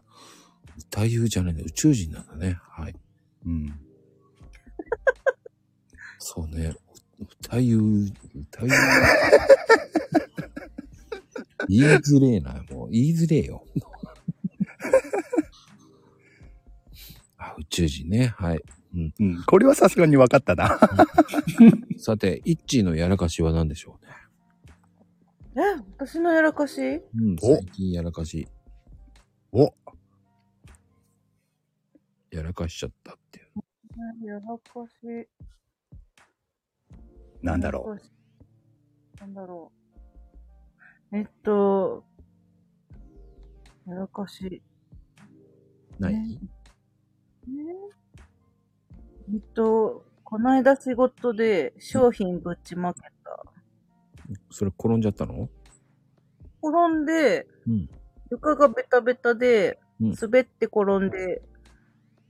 [SPEAKER 1] 歌言うじゃないんだ、宇宙人なんだね。はい。
[SPEAKER 19] うん。
[SPEAKER 1] そうね。歌言う、歌 言う。言いづれえな、もう。言いづれえ よ。あ、宇宙人ね。はい。うん。
[SPEAKER 19] これはさすがに分かったな。
[SPEAKER 1] さて、イッチーのやらかしは何でしょうね。
[SPEAKER 14] え、私のやらかし
[SPEAKER 1] うん、最近やらかし。
[SPEAKER 19] お
[SPEAKER 1] やらかしちゃった。
[SPEAKER 14] やらかし。
[SPEAKER 19] なんだろ
[SPEAKER 14] う。なんだろう。えっと、やらかし。
[SPEAKER 1] ない
[SPEAKER 14] ええっと、こないだ仕事で商品ぶっちまけた。
[SPEAKER 1] それ転んじゃったの
[SPEAKER 14] 転んで、
[SPEAKER 1] うん
[SPEAKER 14] 床がベタベタで、
[SPEAKER 1] うん
[SPEAKER 14] 滑って転んで、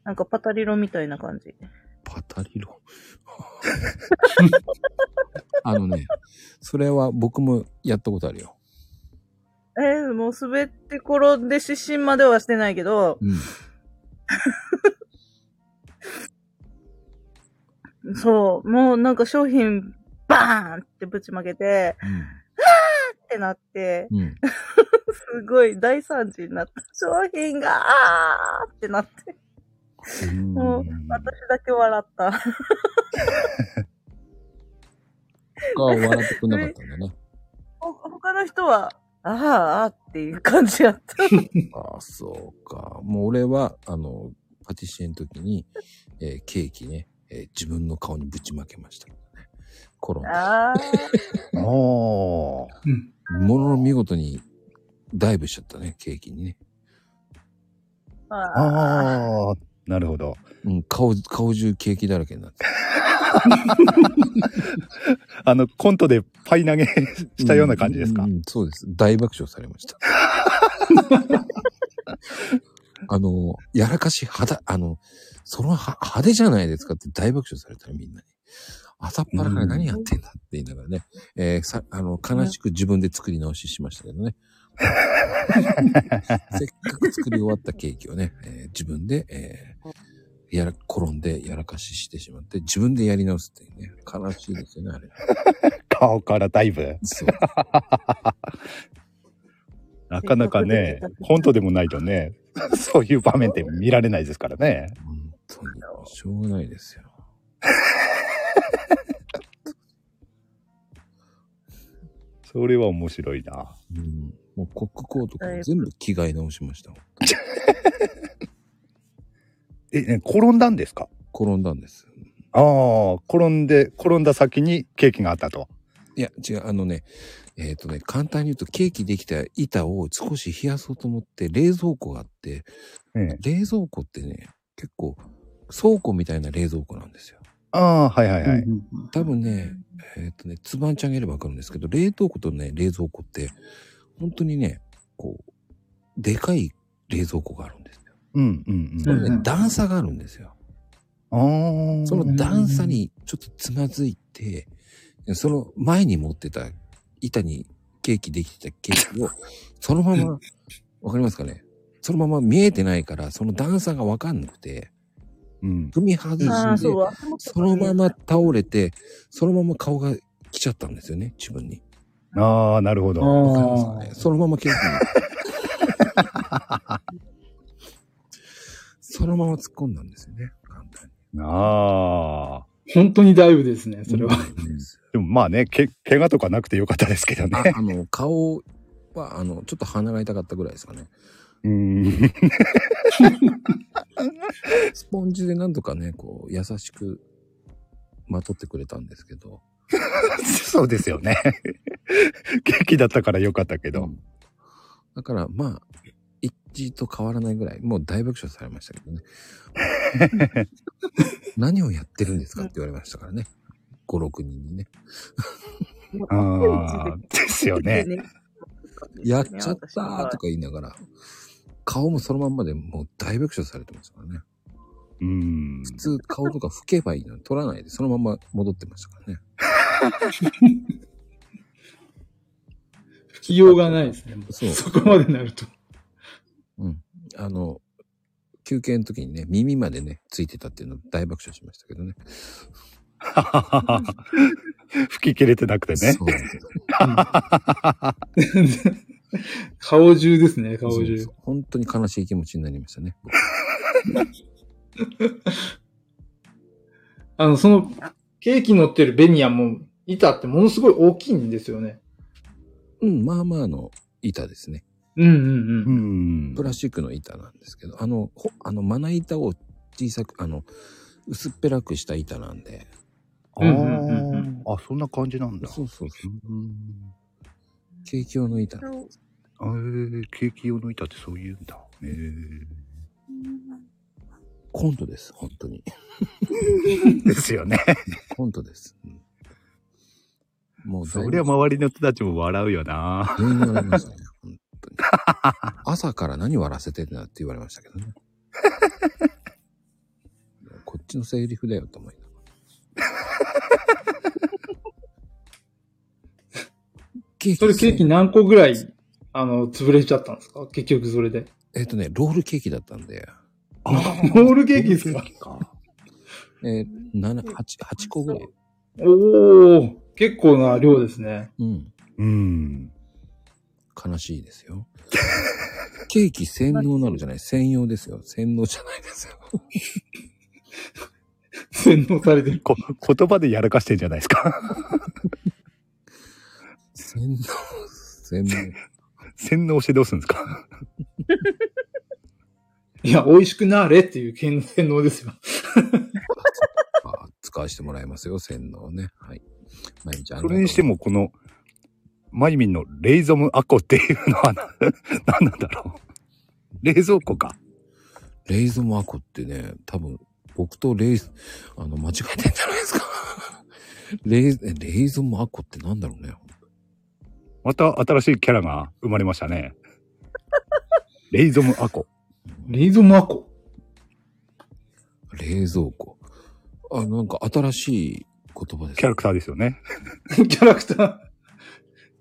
[SPEAKER 14] なんかパタリロみたいな感じ。
[SPEAKER 1] パタリロ。あのね、それは僕もやったことあるよ。
[SPEAKER 14] えーもう滑って転んで失神まではしてないけど、 そう、もうなんか商品バーンってぶちまけて、
[SPEAKER 1] うん
[SPEAKER 14] あーってなって、
[SPEAKER 1] うん
[SPEAKER 14] すごい大惨事になった。商品があーってなって、もう私だけ笑った。
[SPEAKER 1] 他は笑ってくれなかったんだね。
[SPEAKER 14] ほ他の人は、あーあーっていう感じやった。
[SPEAKER 1] ああ、そうか。もう俺は、あの、パティシエの時に、えーケーキね、えー自分の顔にぶちまけました。コロン。
[SPEAKER 14] あ
[SPEAKER 1] ああ。ものの見事にダイブしちゃったね、ケーキにね。
[SPEAKER 14] あ
[SPEAKER 19] ああ、なるほど。
[SPEAKER 1] うん、顔、顔中ケーキだらけになって。
[SPEAKER 19] あの、コントでパイ投げ したような感じですか、
[SPEAKER 1] そうです。大爆笑されました。 あの、やらかし派だ、あの、そのは派手じゃないですかって大爆笑されたらみんなに。朝っぱらから何やってんだって言いながらね、えーさ、あの、悲しく自分で作り直ししましたけど ね。せっかく作り終わったケーキをね、えー自分で、えーやら、転んでやらかししてしまって、自分でやり直すっていうね、悲しいですよね、あれ。
[SPEAKER 19] 顔からだいぶ。 なかなかね、コントでもない とね、そういう場面って見られないですからね。
[SPEAKER 1] しょうがないですよ。
[SPEAKER 19] それは面白いな。
[SPEAKER 1] うん、もうコックコートから全部着替え直しました。
[SPEAKER 19] え、ね転んだんですか
[SPEAKER 1] 転んだんです。
[SPEAKER 19] ああ、転んで、転んだ先にケーキがあったと。
[SPEAKER 1] いや、違う、あのね、えっ、とね、簡単に言うと、ケーキできた板を少し冷やそうと思って、冷蔵庫があって、冷蔵庫ってね、結構、倉庫みたいな冷蔵庫なんですよ。
[SPEAKER 19] ああ、はいはいはい。
[SPEAKER 1] 多分ね、えっ、とね、つばんちゃんげればわかるんですけど、冷凍庫とね、冷蔵庫って、本当にね、こう、でかい冷蔵庫があるんです
[SPEAKER 19] うんうん
[SPEAKER 1] そうの
[SPEAKER 19] ん。
[SPEAKER 1] ね、段差があるんですよ。
[SPEAKER 19] その
[SPEAKER 1] の段差にちょっとつまずいて、その前に持ってた 板にケーキできてたケーキを、そのまま、わかりますかねそのまま見えてないから、その段差がわかんなくて、
[SPEAKER 19] うん。
[SPEAKER 1] 踏み外
[SPEAKER 14] ああ、
[SPEAKER 1] し
[SPEAKER 14] そ
[SPEAKER 1] て
[SPEAKER 14] う、、頭と
[SPEAKER 1] そ
[SPEAKER 14] か
[SPEAKER 1] の
[SPEAKER 14] ね
[SPEAKER 1] まま倒れて、そのまま顔が来ちゃったんですよね、自分に。
[SPEAKER 19] ああ、なるほど。
[SPEAKER 1] そのまま消え た。そのまま突っ込んだんですよね。
[SPEAKER 19] ああ。
[SPEAKER 18] 本当にだいぶですね、それは。
[SPEAKER 19] でもまあね、け、怪我とかなくてよかったですけどね。
[SPEAKER 1] あの、顔は、あの、ちょっと鼻が痛かったぐらいですか ね。
[SPEAKER 19] うん。
[SPEAKER 1] スポンジでなんとかね、こう、優しくまとってくれたんですけど。
[SPEAKER 19] そうですよね。 元気だったからよかったけど。
[SPEAKER 1] だから、まあ、一時と変わらないぐらい、もう大爆笑されましたけどね。 何をやってるんですかって言われましたからね。5、6人にね。
[SPEAKER 19] ああ、ですよね。
[SPEAKER 1] やっちゃったーとか言いながら、顔もそのまんまでもう大爆笑されてますからね。
[SPEAKER 19] うん。
[SPEAKER 1] 普通顔とか拭けばいいのに取らないで、そのまま戻ってましたからね。
[SPEAKER 18] 不器用がないですね。
[SPEAKER 1] そう。
[SPEAKER 18] そこまでなると。
[SPEAKER 1] うん。あの、休憩の時にね、耳までね、ついてたっていうの大爆笑しましたけどね。
[SPEAKER 19] 吹き切れてなくてね。
[SPEAKER 18] 顔中ですね、顔中。
[SPEAKER 1] そうそう本当に悲しい気持ちになりましたね。
[SPEAKER 18] あの、その、ケーキ乗ってるベニヤも、板ってものすごい大きいんですよね。
[SPEAKER 1] うん、まあまあの板ですね。
[SPEAKER 18] うんうん
[SPEAKER 19] うん。
[SPEAKER 1] プラスチックの板なんですけど、あの、ほあの、まな板を小さく、あの、薄っぺらくした板なんで。
[SPEAKER 19] あーうんうんうんあ、そんな感じなんだ。
[SPEAKER 1] そうそうそう。ケーキ用の板。
[SPEAKER 19] えー、ケーキ用の板ってそういうんだ。え
[SPEAKER 1] コントです、本当に。
[SPEAKER 19] ですよね。
[SPEAKER 1] コントです。うんもう
[SPEAKER 19] そ
[SPEAKER 1] だいぶ
[SPEAKER 19] りゃ周りの人たちも笑うよな。
[SPEAKER 1] 全員笑いましたね、本当に。朝から何笑わせてんだって言われましたけどね。こっちのセリフだよと思いなが
[SPEAKER 18] それケーキ何個ぐらい、あの、潰れちゃったんですか結局それで。
[SPEAKER 1] ら。えっ、とね、ロールケーキだったんで。
[SPEAKER 18] ロールケーキですか
[SPEAKER 1] えー、7、8、8個ぐらい。
[SPEAKER 18] おー、結構な量ですね。
[SPEAKER 1] うん。
[SPEAKER 19] うん。
[SPEAKER 1] 悲しいですよ。ケーキ専用なのじゃない専用ですよ。洗脳じゃないです よ。
[SPEAKER 18] 洗脳されてる。
[SPEAKER 19] こ言葉でやらかしてんじゃないですか。
[SPEAKER 1] 洗脳、洗脳。
[SPEAKER 19] 洗脳してどうするんですか。
[SPEAKER 18] いや、美味しくなれっていう 剣洗脳ですよ。
[SPEAKER 1] 使わせてもらいますよ、洗脳ね。はい。まゆみちゃん、あ
[SPEAKER 19] そ
[SPEAKER 1] りが
[SPEAKER 19] れにしても、この、マイミンのレイゾムアコっていうのはな、 何なんだろう。冷蔵庫か。
[SPEAKER 1] レイゾマコってね、多分、僕とレイ、あの、間違えてんじゃないですか。 レイ、えレイゾマコってなんだろうね。
[SPEAKER 19] また新しいキャラが生まれましたね。 レイゾムアコ。
[SPEAKER 18] 冷蔵マコ。
[SPEAKER 1] 冷蔵庫。あ、なんか新しい言葉です。
[SPEAKER 19] キャラクターですよね。
[SPEAKER 18] キャラクター、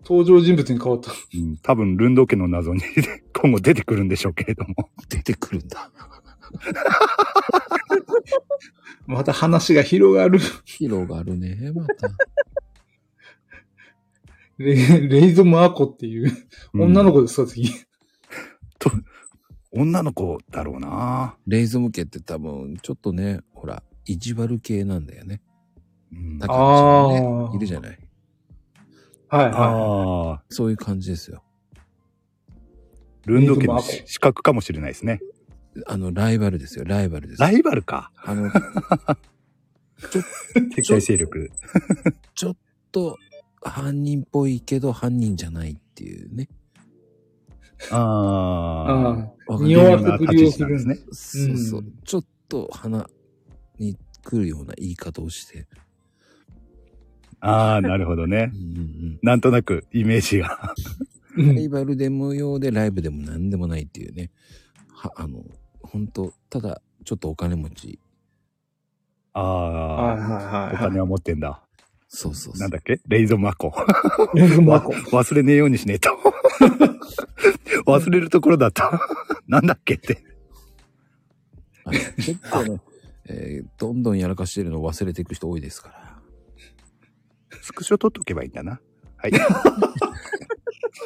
[SPEAKER 18] 登場人物に変わった。
[SPEAKER 19] うん、多分、ルンド家の謎に 今後出てくるんでしょうけれども。
[SPEAKER 1] 出てくるんだ。
[SPEAKER 18] また話が広がる。
[SPEAKER 1] 広がるね、また。
[SPEAKER 18] レレイゾムアコっていう、女の子ですか、次。
[SPEAKER 19] 女の子だろうな
[SPEAKER 1] レイゾム系って多分、ちょっとね、ほら、意地悪系なんだよね。
[SPEAKER 19] うん。
[SPEAKER 1] 高橋さん
[SPEAKER 18] あ
[SPEAKER 1] ね、いるじゃない。。
[SPEAKER 18] はい
[SPEAKER 19] はい
[SPEAKER 1] そういう感じですよ。
[SPEAKER 19] ルンド家の資格かもしれないですね。
[SPEAKER 1] あの、ライバルですよ、ライバルです。
[SPEAKER 19] ライバルか。
[SPEAKER 1] あの、
[SPEAKER 19] 敵対勢力。
[SPEAKER 1] ちょっと犯人っぽいけど犯人じゃないっていうね。
[SPEAKER 19] あ
[SPEAKER 1] あ
[SPEAKER 19] あ
[SPEAKER 1] わか
[SPEAKER 19] 匂わ
[SPEAKER 1] る
[SPEAKER 19] せぶりをするんですね
[SPEAKER 1] そうそう。ちょっと鼻に来るような言い方をして。
[SPEAKER 19] ああ、なるほどね。なんとなくイメージが。
[SPEAKER 1] ライバルで無用でライブでも何でもないっていうね。は、あの、本当ただ、ちょっとお金持ち。
[SPEAKER 19] ああ、お金は持ってんだ。
[SPEAKER 1] そうそう
[SPEAKER 19] なんだっけレイゾマコ。
[SPEAKER 18] レイゾマコ。
[SPEAKER 19] 忘れねえようにしねえと。忘れるところだった。なんだっけって。
[SPEAKER 1] 結構ね、えーどんどんやらかしてるのを忘れていく人多いですから。
[SPEAKER 19] スクショ撮っとけばいいんだな。はい。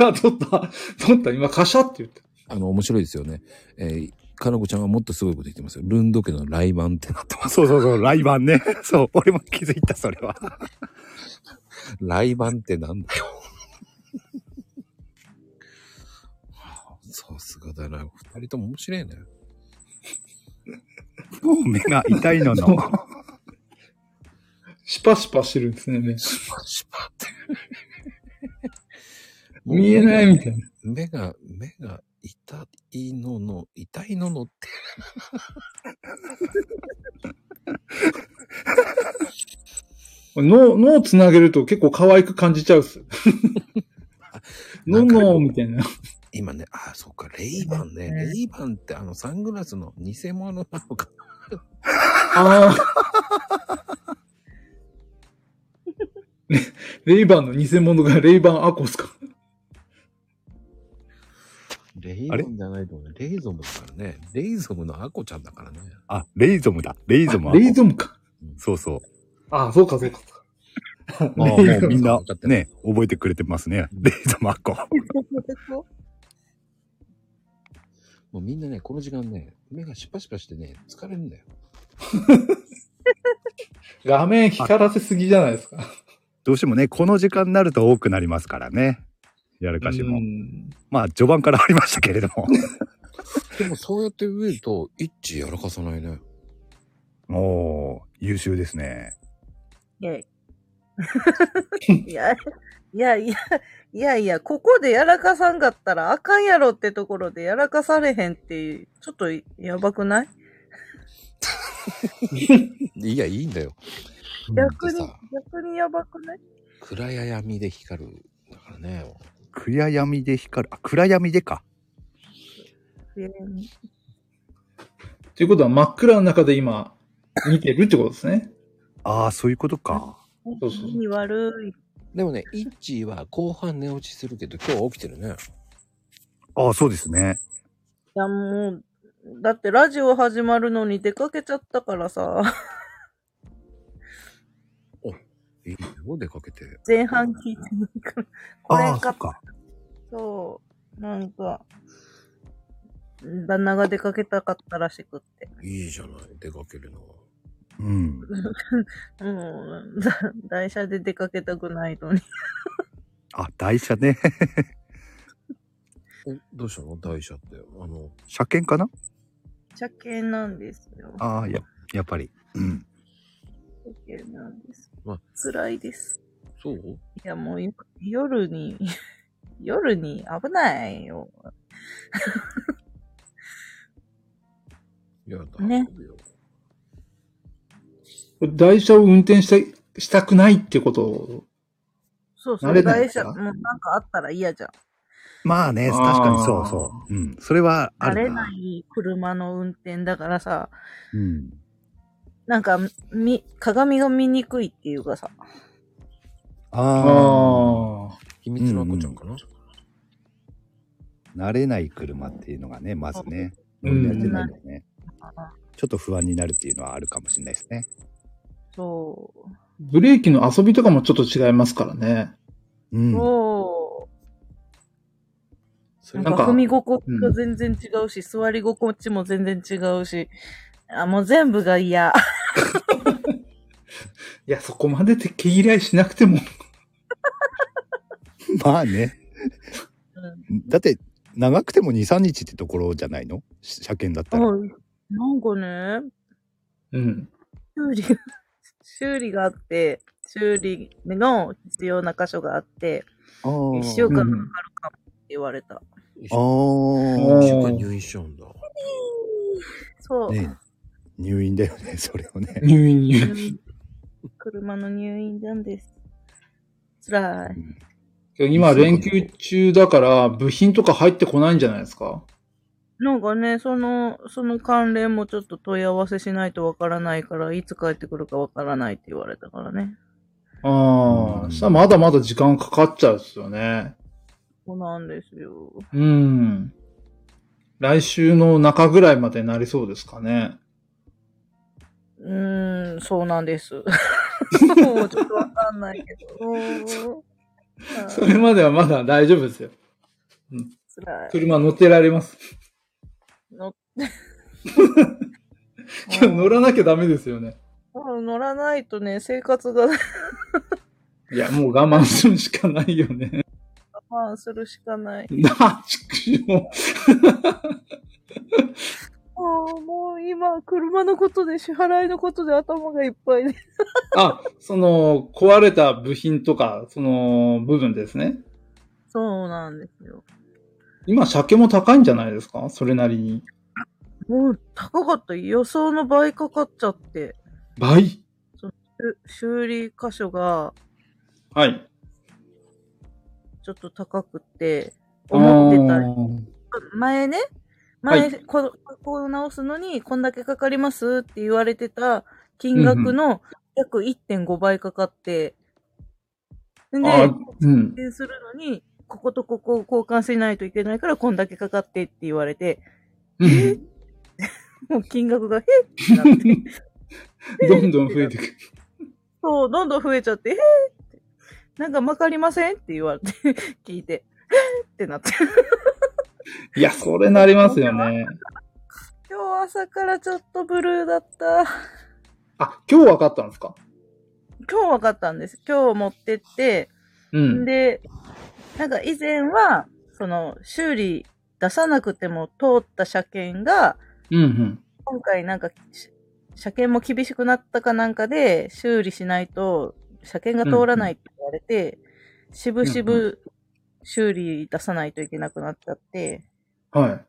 [SPEAKER 18] あ、撮った。撮った。今、カシャって言った。
[SPEAKER 1] あの、面白いですよね。えー、かなこちゃんはもっとすごいこと言ってますよ。ルンド家の雷板ってなってます。
[SPEAKER 19] そうそうそう、来晩ね。 そう、俺も気づいた、そ れは。
[SPEAKER 1] 雷板ってなんだよ。さすがだな。二人とも面白いね。
[SPEAKER 19] 目が痛 いのの。
[SPEAKER 18] シパシパしてるんですね、目。
[SPEAKER 1] シパシパって。
[SPEAKER 18] 見えないみたいな。
[SPEAKER 1] 目が、目が痛いのの、痛いののって。
[SPEAKER 18] 脳、脳つなげると結構可愛く感じちゃう っす。脳のみたいな。
[SPEAKER 1] 今ね、あ、そっか、レイバンね。レイバンってあのサングラスの偽物なのか。
[SPEAKER 18] ああ。レイバンの偽物がレイバンアコスか。
[SPEAKER 1] レイバンじゃないと思うね。レイゾムだからね。レイゾムのアコちゃんだからね。
[SPEAKER 19] あ、レイゾムだ。レイゾム
[SPEAKER 18] あレイゾムか。
[SPEAKER 19] そうそう。
[SPEAKER 18] ああ、そうかそうか。
[SPEAKER 19] ああもうみんなね、覚えてくれてますね。レイゾムあっこ。
[SPEAKER 1] もうみんなね、この時間ね、目がシパシパしてね、疲れるんだよ。
[SPEAKER 18] 画面光らせすぎじゃないですか。
[SPEAKER 19] どうしてもね、この時間になると多くなりますからね。やるかしも。まあ、序盤からありましたけれども。
[SPEAKER 1] でもそうやって見ると、一致やらかさないね。
[SPEAKER 19] おー、優秀ですね。
[SPEAKER 14] いやいや、いやいや、いやいや、ここでやらかさんかったらあかんやろってところでやらかされへんって、ちょっとやばくない
[SPEAKER 1] いや、いいんだよ。
[SPEAKER 14] 逆に、逆にやばくない
[SPEAKER 1] 暗闇で光る。だからね。
[SPEAKER 19] 暗闇で光る。あ、 暗闇でか。
[SPEAKER 18] ということは真っ暗の中で今、見てるってことですね。
[SPEAKER 19] ああ、そういうことか。
[SPEAKER 18] そうそう。
[SPEAKER 14] 気悪い。
[SPEAKER 1] でもね、イッチーは後半寝落ちするけど、今日は起きてるね。
[SPEAKER 19] ああ、そうですね。
[SPEAKER 14] いや、もう、だってラジオ始まるのに出かけちゃったからさ、
[SPEAKER 1] いいよ、出かけて。
[SPEAKER 14] 前半聞いてないから。こ
[SPEAKER 1] あ
[SPEAKER 14] れか。そう、なんか、旦那が出かけたかったらしくって。
[SPEAKER 1] いいじゃない、出かけるのは。
[SPEAKER 19] うん。
[SPEAKER 14] もう、だ台車で出かけたくないのに。
[SPEAKER 19] あ、台車 ね。
[SPEAKER 1] え、どうしたの台車って。あの、
[SPEAKER 19] 車検かな
[SPEAKER 14] 車検なんですよ。
[SPEAKER 19] ああ、や、やっぱり。うん。
[SPEAKER 14] 車検なんです。
[SPEAKER 1] まあ、
[SPEAKER 14] 辛いです。
[SPEAKER 1] そう
[SPEAKER 14] いや、もうよ夜に、 夜に危ないよ。
[SPEAKER 1] いや、
[SPEAKER 14] ね。
[SPEAKER 18] 台車を運転した、したくないってことを
[SPEAKER 14] そうそ
[SPEAKER 18] 慣
[SPEAKER 14] う、
[SPEAKER 18] れない
[SPEAKER 14] 台
[SPEAKER 18] です
[SPEAKER 14] 車、
[SPEAKER 18] か
[SPEAKER 14] もうなんかあったら嫌じゃん。
[SPEAKER 19] まあね、
[SPEAKER 18] あ
[SPEAKER 19] 確
[SPEAKER 18] ー
[SPEAKER 19] かにそうそう。うん。それはあ
[SPEAKER 14] 慣れ
[SPEAKER 19] るな。
[SPEAKER 14] ない車の運転だからさ、
[SPEAKER 19] うん。
[SPEAKER 14] なんか、み、鏡が見にくいっていうかさ、
[SPEAKER 19] あ
[SPEAKER 18] あ。
[SPEAKER 1] 秘密の赤ちゃんかな、
[SPEAKER 19] 慣れない車っていうのがね、まずね。
[SPEAKER 1] う
[SPEAKER 19] 乗
[SPEAKER 1] ん
[SPEAKER 19] り慣れてないのね。ちょっと不安になるっていうのはあるかもしれないですね。
[SPEAKER 14] そ
[SPEAKER 18] ブレーキの遊びとかもちょっと違いますからね。
[SPEAKER 19] う
[SPEAKER 14] う。
[SPEAKER 19] ん
[SPEAKER 14] そ。
[SPEAKER 1] そう
[SPEAKER 18] れ
[SPEAKER 14] なん
[SPEAKER 18] なん
[SPEAKER 14] か
[SPEAKER 18] か
[SPEAKER 14] 踏み心地
[SPEAKER 18] う
[SPEAKER 14] が
[SPEAKER 18] ん
[SPEAKER 14] 全然違うし、座り心地も全然違うし、あ、もう全部が嫌。
[SPEAKER 18] いや、そこまでて毛嫌いしなくても。
[SPEAKER 19] まあね。だって、長くても2、3日ってところじゃないのし車検だったら。
[SPEAKER 14] うんなんかね、
[SPEAKER 18] うん。
[SPEAKER 14] 修理が、 修理があって、修理の必要な箇所があって、
[SPEAKER 19] あー
[SPEAKER 14] 一週間かかるかもって言われた。
[SPEAKER 19] あ
[SPEAKER 1] 一週間
[SPEAKER 19] ー。
[SPEAKER 1] 入院しちゃうんだ。
[SPEAKER 14] そう。
[SPEAKER 19] ね入院だよね、それをね。
[SPEAKER 18] 入院、入
[SPEAKER 14] 院。 車の入院なんです。辛い。
[SPEAKER 18] 今連休中だから部品とか入ってこないんじゃないですか
[SPEAKER 14] なんかね、その、その関連もちょっと問い合わせしないとわからないから、いつ帰ってくるかわからないって言われたからね。
[SPEAKER 18] ああ、そしたらまだまだ時間かかっちゃうっすよね。
[SPEAKER 14] そうなんですよ。
[SPEAKER 18] うん。来週の中ぐらいまでなりそうですかね。
[SPEAKER 14] うーん、そうなんです。 もうちょっとわかんないけ ど。
[SPEAKER 18] それまではまだ大丈夫ですよ。
[SPEAKER 14] 辛い。
[SPEAKER 18] 車乗ってられます。
[SPEAKER 14] 乗って、
[SPEAKER 18] 今日乗らなきゃダメですよね。
[SPEAKER 14] 乗らないとね、生活が 我
[SPEAKER 18] いや、もう我慢するしかないよね。
[SPEAKER 14] 慢するしかない。
[SPEAKER 18] な、ちくしょう。
[SPEAKER 14] あーもう今、車のことで、支払いのことで頭がいっぱいで。
[SPEAKER 18] あ、その、壊れた部品とか、その部分ですね。
[SPEAKER 14] そうなんですよ。
[SPEAKER 18] 今、車検も高いんじゃないですかそれなりに。
[SPEAKER 14] もう高かった。予想の倍かかっちゃって。
[SPEAKER 18] 倍
[SPEAKER 14] その修理箇所が
[SPEAKER 18] はい。
[SPEAKER 14] ちょっと高くて、
[SPEAKER 18] 思
[SPEAKER 14] ってた前ね、前、
[SPEAKER 18] はい
[SPEAKER 14] ここを直すのにこんだけかかりますって言われてた金額の約1.5倍かかって、で、
[SPEAKER 18] あうん。
[SPEAKER 14] でするのに、こことここを交換しないといけないからこんだけかかってって言われて、もう金額が、へっってな って、
[SPEAKER 18] どんどん増えてくる。
[SPEAKER 14] そう、どんどん増えちゃって、へっってなんかまかりませんって言われて、聞いて、へっってなって。
[SPEAKER 18] いや、それなりますよね。
[SPEAKER 14] 今日朝からちょっとブルーだった。
[SPEAKER 18] あ、今日分かったんですか
[SPEAKER 14] 今日分かったんです。今日持ってって、
[SPEAKER 18] うん
[SPEAKER 14] で、なんか以前は、その修理出さなくても通った車検が、
[SPEAKER 18] うんうん。
[SPEAKER 14] 今回なんかし車検も厳しくなったかなんかで修理しないと車検が通らないって言われて、しぶし
[SPEAKER 18] うん
[SPEAKER 14] ぶ修理出さないといけなくなっちゃって、
[SPEAKER 18] はい。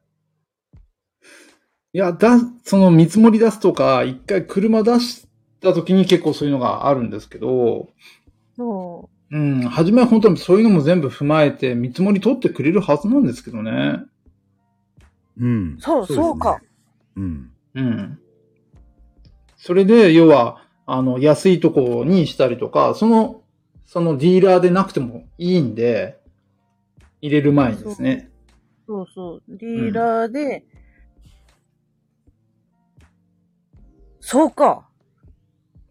[SPEAKER 18] いや、だ、その見積もり出すとか、一回車出した時に結構そういうのがあるんですけど、
[SPEAKER 14] そ
[SPEAKER 18] うん、初めは本当にそういうのも全部踏まえて見積もり取ってくれるはずなんですけどね。
[SPEAKER 19] うん。
[SPEAKER 14] う、そう、そうか。
[SPEAKER 19] うん。
[SPEAKER 18] うん。それで、要は、あの、安いとこにしたりとか、その、そのディーラーでなくてもいいんで、入れる前にですね。
[SPEAKER 14] そうそう。ディーラーで、そうか。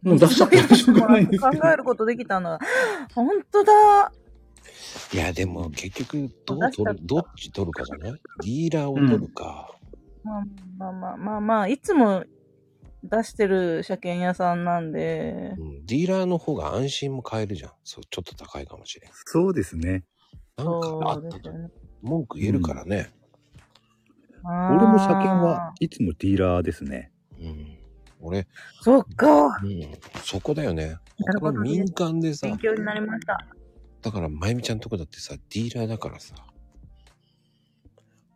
[SPEAKER 18] もう出しちゃったらしょうがないんです
[SPEAKER 14] 考
[SPEAKER 18] けど。
[SPEAKER 14] えることできたのは、本当だ。
[SPEAKER 1] いや、でも結局、どう取る、どっち取るかじゃないディーラーを取るか。
[SPEAKER 14] まあまあまあまあまあ、いつも出してる車検屋さんなんで、
[SPEAKER 1] うんディーラーの方が安心も買えるじゃん。そう、ちょっと高いかもしれん。
[SPEAKER 19] そうですね。
[SPEAKER 1] なんかあったと、文句言えるからね。
[SPEAKER 14] 俺
[SPEAKER 19] 俺も車検はいつもディーラーですね。
[SPEAKER 1] 俺、
[SPEAKER 14] そっか。
[SPEAKER 1] うん、そこだよね。
[SPEAKER 14] なるほど
[SPEAKER 1] 他の
[SPEAKER 14] ね
[SPEAKER 1] 民間でさ
[SPEAKER 14] 勉、強になりました。
[SPEAKER 1] だから、まゆみちゃんとこだってさ、ディーラーだからさ、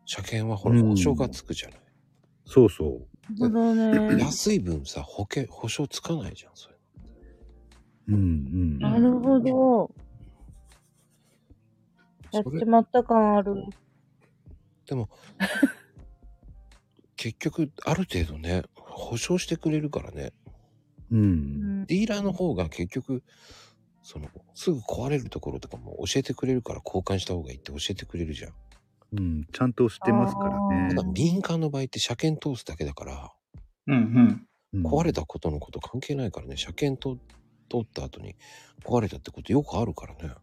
[SPEAKER 1] 車検はほら、保証がつくじゃない。
[SPEAKER 19] そうそ
[SPEAKER 14] なるほどね。
[SPEAKER 1] 安い分さ、保険、保証つかないじゃん、それ。
[SPEAKER 19] う。うん
[SPEAKER 14] なるほど。やっちまった感ある。
[SPEAKER 1] でも、結局、ある程度ね、保証してくれるからね。
[SPEAKER 19] うん。うん。
[SPEAKER 1] ディーラーの方が結局、その、すぐ壊れるところとかも教えてくれるから交換した方がいいって教えてくれるじゃん。
[SPEAKER 19] うん。ちゃんとしてますから
[SPEAKER 1] た
[SPEAKER 19] ね
[SPEAKER 1] だ。民間の場合って車検通すだけだから、
[SPEAKER 18] うん
[SPEAKER 1] 壊れたことのこと関係ないからね、車検と通った後に壊れたってことよくあるからね。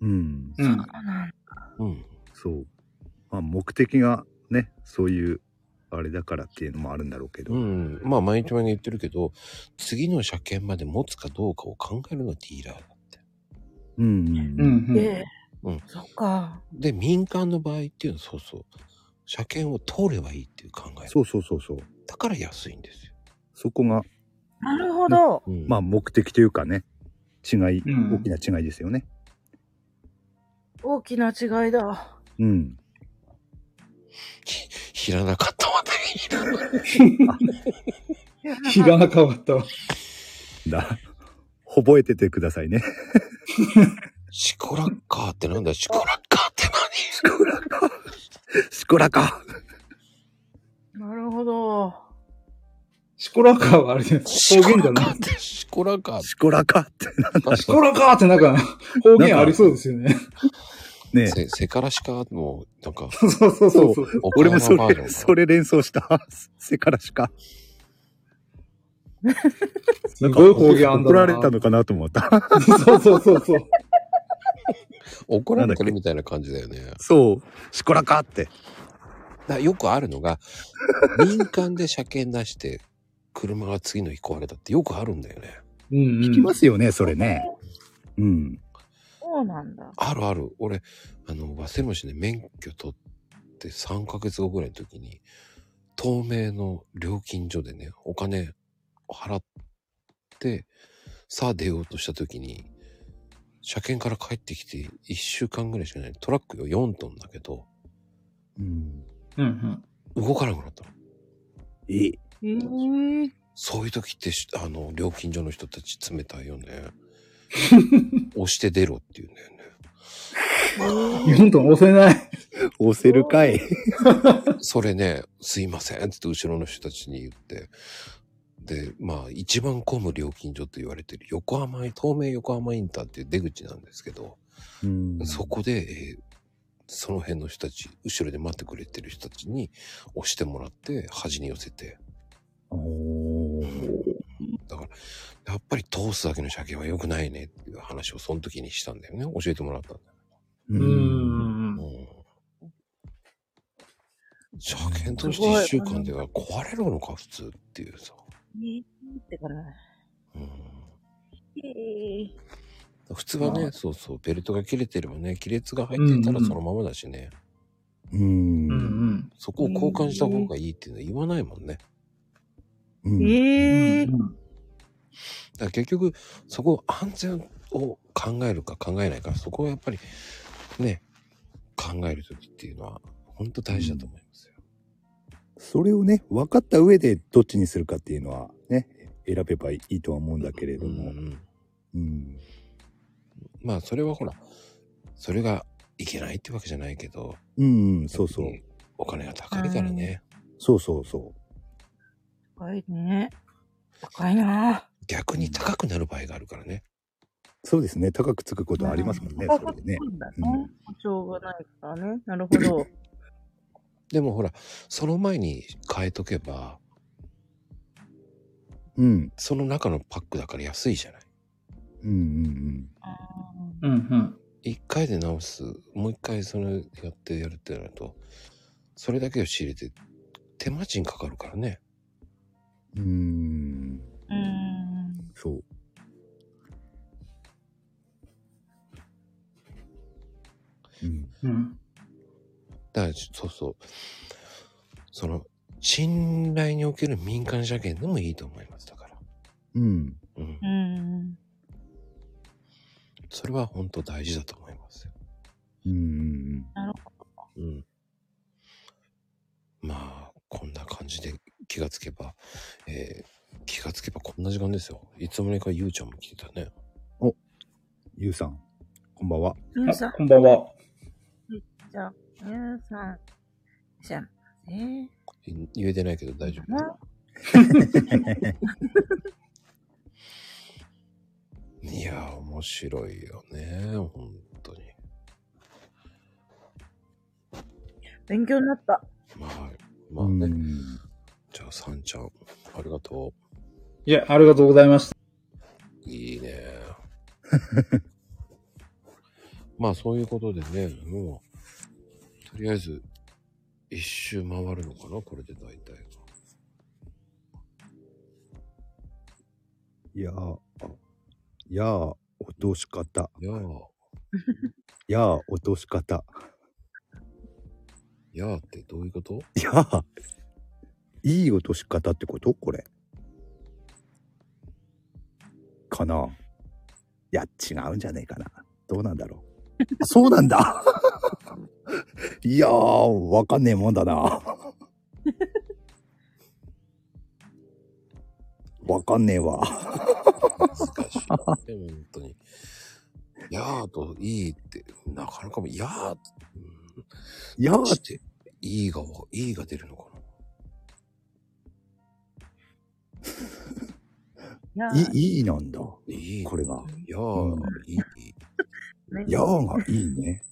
[SPEAKER 19] うん。
[SPEAKER 18] うん。
[SPEAKER 1] うん。
[SPEAKER 19] そう。まあ、目的がね、そういう、あれだからっていうのもあるんだろうけど。
[SPEAKER 1] うん。まあ、毎日毎日言ってるけど、次の車検まで持つかどうかを考えるのはディーラーだって。
[SPEAKER 19] うん。
[SPEAKER 18] うん
[SPEAKER 14] ええ
[SPEAKER 1] うん。
[SPEAKER 14] そっか。
[SPEAKER 1] で、民間の場合っていうのはそうそう。車検を通ればいいっていう考え。
[SPEAKER 19] そうそうそうそう。
[SPEAKER 1] だから安いんですよ。
[SPEAKER 19] そこが、
[SPEAKER 14] なるほど。
[SPEAKER 19] まあ、目的というかね、違い、大きな違いですよね。
[SPEAKER 14] 大きな違い だ。
[SPEAKER 19] うん。
[SPEAKER 1] 知らなかったわ、
[SPEAKER 18] 知らなかったわ。
[SPEAKER 19] だ、覚えててくださいね。
[SPEAKER 1] シコラッカーってなんだシコラッカーって何シ
[SPEAKER 19] コラッカーシコラッカー
[SPEAKER 14] なるほど。
[SPEAKER 18] シコラカーはあれね、方言じゃない。
[SPEAKER 1] シコラカー。
[SPEAKER 19] シコラカーってなん
[SPEAKER 18] だシコラカーってなんか、方言ありそうですよね。
[SPEAKER 1] ねせ、せからしか、もう、なんか。
[SPEAKER 19] そうそうそうそう。
[SPEAKER 1] 岡
[SPEAKER 19] 俺も
[SPEAKER 1] 山
[SPEAKER 19] そ
[SPEAKER 1] バージョン
[SPEAKER 19] れ、
[SPEAKER 1] か
[SPEAKER 19] それ連想した。せからしか。す
[SPEAKER 18] ごい方言あんだな
[SPEAKER 19] 怒られたのかなと思った。
[SPEAKER 18] そうそうそうそう。
[SPEAKER 1] 怒られてるみたいな感じだよね。
[SPEAKER 19] そう。しこらかって。
[SPEAKER 1] だよくあるのが、民間で車検出して、車が次の日壊れたってよくあるんだよね。
[SPEAKER 19] 聞きますよね、それね。うん。
[SPEAKER 12] そうなんだ。
[SPEAKER 1] あるある。俺、あの、忘れもしね、免許取って3ヶ月後ぐらいの時に、透明の料金所でね、お金払って、さあ出ようとした時に、車検から帰ってきて1週間ぐらいしかない。トラックよ4トンだけど、
[SPEAKER 18] うん
[SPEAKER 1] 動かなくなったの。
[SPEAKER 19] ええ。
[SPEAKER 12] うん。
[SPEAKER 1] そういう時ってし、あの、料金所の人たち冷たいよね。押して出ろっていうんだよね。
[SPEAKER 18] 4トン押せない。
[SPEAKER 19] 押せるか い。
[SPEAKER 1] それね、すいませんって後ろの人たちに言って、で、まあ、一番混む料金所と言われてる横浜へ、東名横浜インターっていう出口なんですけど、そこで、えーその辺の人たち、後ろで待ってくれてる人たちに押してもらって、端に寄せて。だから、やっぱり通すだけの車検は良くないねっていう話をその時にしたんだよね。教えてもらったんだよ。
[SPEAKER 18] うん。
[SPEAKER 1] 車検通して1週間では壊れるのか、普通っていうさ。
[SPEAKER 12] ねってから。ええ
[SPEAKER 1] 普通はね、そうそう、ベルトが切れてればね、亀裂が入ってたらそのままだしね、
[SPEAKER 19] うん。
[SPEAKER 1] そこを交換した方がいいっていうのは言わないもんね。
[SPEAKER 12] ええ
[SPEAKER 1] だから結局、そこ安全を考えるか考えないか、そこはやっぱり、ね、考えるときっていうのは、本当大事だと思う。
[SPEAKER 19] それをね、分かった上でどっちにするかっていうのはね、選べばいいとは思うんだけれども。
[SPEAKER 1] まあ、それはほら、それがいけないってわけじゃないけど、
[SPEAKER 19] うん、うん、そうそう。
[SPEAKER 1] お金が高いからね。
[SPEAKER 19] そうそうそ
[SPEAKER 12] 高いね。高いな。
[SPEAKER 1] 逆に高くなる場合があるからね。
[SPEAKER 19] う。そうですね、高くつくことはありますもんね、それでね。
[SPEAKER 12] しょうがないからね。なるほど。
[SPEAKER 1] でもほら、その前に変えとけば、
[SPEAKER 19] うん。
[SPEAKER 1] その中のパックだから安いじゃない。
[SPEAKER 19] うんうん
[SPEAKER 18] うん。うん
[SPEAKER 1] 一回で直す、もう一回それやってやるってなると、それだけを仕入れて、手間賃かかるからね。
[SPEAKER 19] うん。うん。そう。
[SPEAKER 18] うん。
[SPEAKER 1] だから、そうそう。その、信頼における民間車検でもいいと思います。だから。
[SPEAKER 19] うん。
[SPEAKER 12] うん。
[SPEAKER 1] それは本当大事だと思いますよ。
[SPEAKER 19] うん。
[SPEAKER 12] なる
[SPEAKER 1] うん。まあ、こんな感じで気がつけば、えー気がつけばこんな時間ですよ。いつの間にかゆうちゃんも来てたね。
[SPEAKER 19] ゆうさん、こんばんは。
[SPEAKER 12] ゆうさん
[SPEAKER 18] こんばんは。
[SPEAKER 12] じゃあ、ゆうさん。じゃん。え
[SPEAKER 1] い言えてないけど大丈
[SPEAKER 12] えな。
[SPEAKER 1] 夫。いやー、面白いよね。本当に。
[SPEAKER 12] 勉強になった。
[SPEAKER 1] まあ、まあね。じゃあ、さんちゃん、ありがと
[SPEAKER 18] いや、ありがとうございました。
[SPEAKER 1] う。いいね。まあ、そういうことでね、もう、とりあえず、一周回るのかなこれで大体。
[SPEAKER 19] やー、やー、落とし方。
[SPEAKER 1] やー。
[SPEAKER 19] やー、落とし方。
[SPEAKER 1] やーってどういうこと
[SPEAKER 19] やー、いい落とし方ってことこれ。かないや、違うんじゃねえかな。どうなんだろう。そうなんだいやー、わかんねえもんだな。わかんねえわ。
[SPEAKER 1] でも本当に。やーといいって、なかなかも、やーって。
[SPEAKER 19] や
[SPEAKER 1] ーって。いいが、いいが出るのか
[SPEAKER 19] いい、いいなんだ。
[SPEAKER 1] いい。
[SPEAKER 19] これが。
[SPEAKER 1] やー、いい。
[SPEAKER 19] やーがいいね。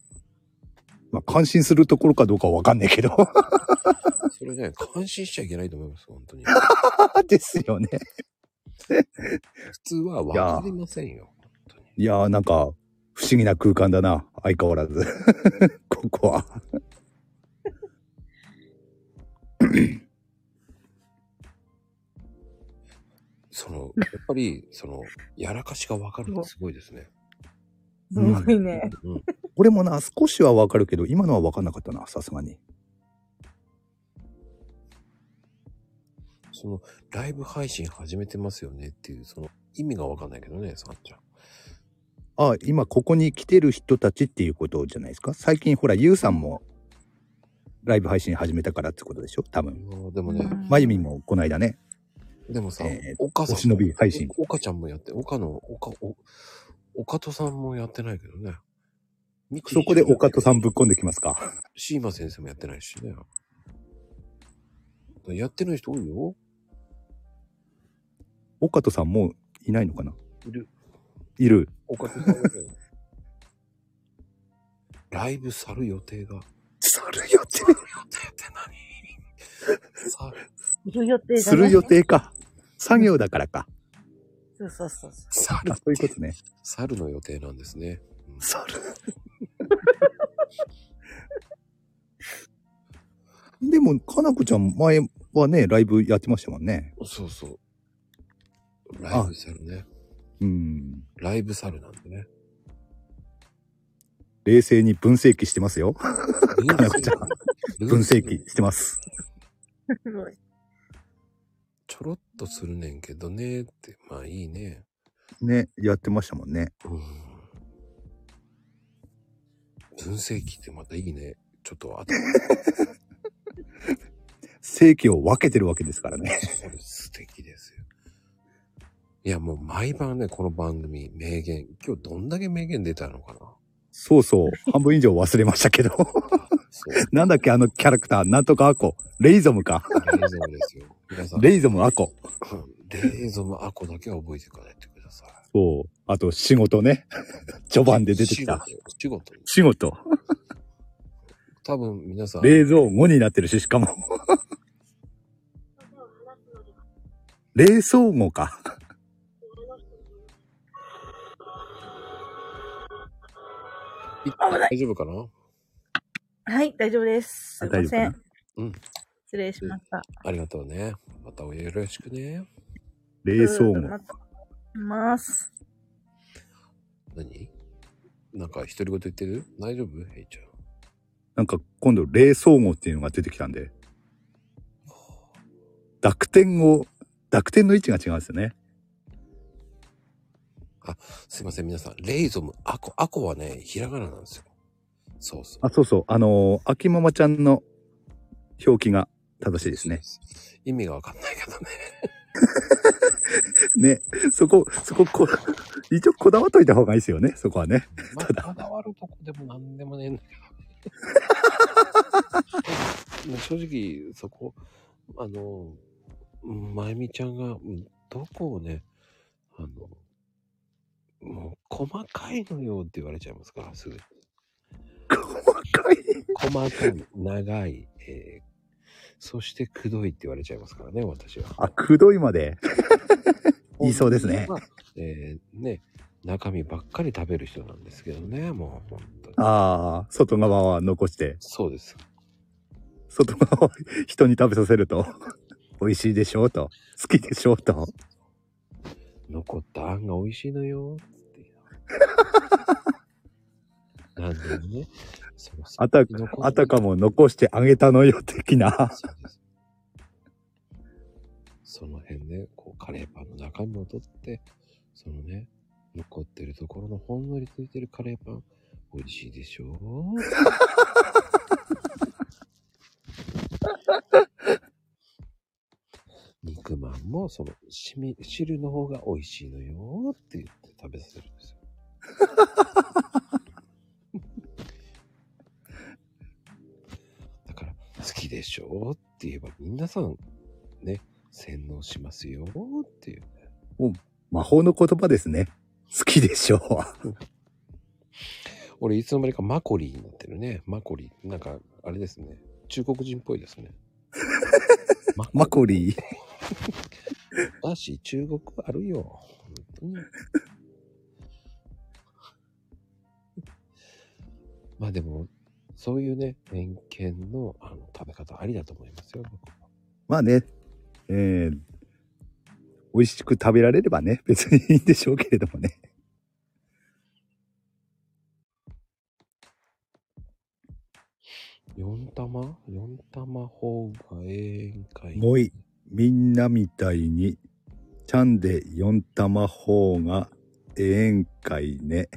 [SPEAKER 19] まあ、感心するところかどうかわかんないけど。
[SPEAKER 1] それね、感心しちゃいけないと思います、本当に。
[SPEAKER 19] ですよね。
[SPEAKER 1] 普通はわかりませんよ。
[SPEAKER 19] いやーなんか、不思議な空間だな。相変わらず。 ここは。
[SPEAKER 1] その、やっぱり、その、やらかしがわかるってすごいですね。
[SPEAKER 14] すごいね。
[SPEAKER 1] うん。
[SPEAKER 19] 俺もな、少しはわかるけど、今のはわかんなかったな、さすがに。
[SPEAKER 1] その、ライブ配信始めてますよねっていう、その、意味がわかんないけどね、さんちゃん。
[SPEAKER 19] あ、今ここに来てる人たちっていうことじゃないですか。最近ほら、ゆうさんも、ライブ配信始めたからってことでしょ多分。
[SPEAKER 1] でもね。
[SPEAKER 19] まゆみんもこの間ね。
[SPEAKER 1] でもさ、
[SPEAKER 19] お
[SPEAKER 1] 母さん
[SPEAKER 19] お忍び配信。
[SPEAKER 1] 岡ちゃんもやって、岡の、岡、お、岡戸さんもやってないけどね。
[SPEAKER 19] そこで岡戸さんぶっこんできますか。
[SPEAKER 1] シーマ先生もやってないしね。やってない人多いよ。
[SPEAKER 19] 岡戸さんもういないのかない
[SPEAKER 1] る。
[SPEAKER 19] いる。
[SPEAKER 1] 岡戸さんはね ライブ去る予定が。
[SPEAKER 19] 去る予定
[SPEAKER 1] 去る。
[SPEAKER 14] する予定だね
[SPEAKER 19] する予 定か。作業だからか。
[SPEAKER 14] そうそうそうそう。
[SPEAKER 1] 去る。
[SPEAKER 19] そういうことね。
[SPEAKER 1] 去るの予定なんですね。
[SPEAKER 19] 去る。でも、かなこちゃん前はね、ライブやってましたもんね。
[SPEAKER 1] そうそう。ライブ去るね。
[SPEAKER 19] うん。
[SPEAKER 1] ライブ去るなんでね。
[SPEAKER 19] 冷静に分析してますよ。かなこちゃん。分析してます。
[SPEAKER 1] ちょろっとするねんけどねって、まあいいね。
[SPEAKER 19] ね、やってましたもんね。
[SPEAKER 1] 分析ってまたいいね。ちょっ と後。
[SPEAKER 19] 正規を分けてるわけですからね。
[SPEAKER 1] これ素敵ですよ。いや、もう毎晩ね、この番組、名言。今日どんだけ名言出たのかな
[SPEAKER 19] そうそう。半分以上忘れましたけど。なんだっけ、あのキャラクター。なんとかアコ。レイゾムか。
[SPEAKER 1] レイゾムですよ。皆さん。
[SPEAKER 19] レイゾムアコ。
[SPEAKER 1] レイゾムアコだけは覚えていかないと。
[SPEAKER 19] そう。あと、仕事ね。序盤で出てきた。
[SPEAKER 1] 仕事。
[SPEAKER 19] 仕事。
[SPEAKER 1] 多分皆さん。
[SPEAKER 19] 冷蔵庫になってるし、しかも。冷蔵庫か。
[SPEAKER 1] 大丈夫かな
[SPEAKER 14] はい、大丈夫です。すいません。
[SPEAKER 1] うん。
[SPEAKER 14] 失礼しました。
[SPEAKER 1] ありがとうね。またおよろしくね。
[SPEAKER 19] 冷蔵
[SPEAKER 14] うーんまたいます。
[SPEAKER 1] 何なんか独り言言ってる大丈夫ヘイちゃん。
[SPEAKER 19] なんか、今度、冷蔵庫っていうのが出てきたんで。濁点を、濁点の位置が違うんですよね。
[SPEAKER 1] すいません、皆さん。レイゾム、アコ、アコはね、ひらがななんですよ。そうそう。
[SPEAKER 19] あ、そうそう。あのー秋ママちゃんの表記が正しいですね。
[SPEAKER 1] 意味がわかんないけどね。
[SPEAKER 19] ね。そこ、そこ、こ、一応こだわっといた方がいいですよね。そこはね。
[SPEAKER 1] まあ、こだわるとこでもなんでもねえんだけど。もう正直、そこ、あの、うんまゆみちゃんが、うんどこをね、あの、もう、細かいのよって言われちゃいますから、すぐ。細かい細かい、長い、えーそして、くどいって言われちゃいますからね、私は。
[SPEAKER 19] あ、くどい まで。言いそうですね。
[SPEAKER 1] まあえーね、中身ばっかり食べる人なんですけどね、もう。
[SPEAKER 19] ああ、外側は残して。
[SPEAKER 1] そうです。
[SPEAKER 19] 外側は人に食べさせると、美味しいでしょうと、好きでしょうと。
[SPEAKER 1] 残ったあんが美味しいの よって。なんでもね、その
[SPEAKER 19] あた、あたかも残してあげたのよ、的な。
[SPEAKER 1] その辺ね、こうカレーパンの中身を取って、そのね、残ってるところのほんのりついてるカレーパン、美味しいでしょ肉まんもそのしみ汁の方が美味しいのよって言って食べさせるんですよ。だから好きでしょって言えば皆さんね、洗脳しますよっていう。
[SPEAKER 19] もう魔法の言葉ですね。好きでしょうは。
[SPEAKER 1] 俺、いつの間にかマコリーになってるね。マコリー。なんか、あれですね。中国人っぽいですね。
[SPEAKER 19] マコリー。
[SPEAKER 1] だし、中国あるよ。本当に。まあでも、そういうね、偏見のあの食べ方ありだと思いますよ。僕
[SPEAKER 19] まあね、えー、美味しく食べられればね、別にいいんでしょうけれどもね。
[SPEAKER 1] 四玉四玉方がええんかい。
[SPEAKER 19] もうい、みんなみたいに、ちゃんで四玉方がええんかいね。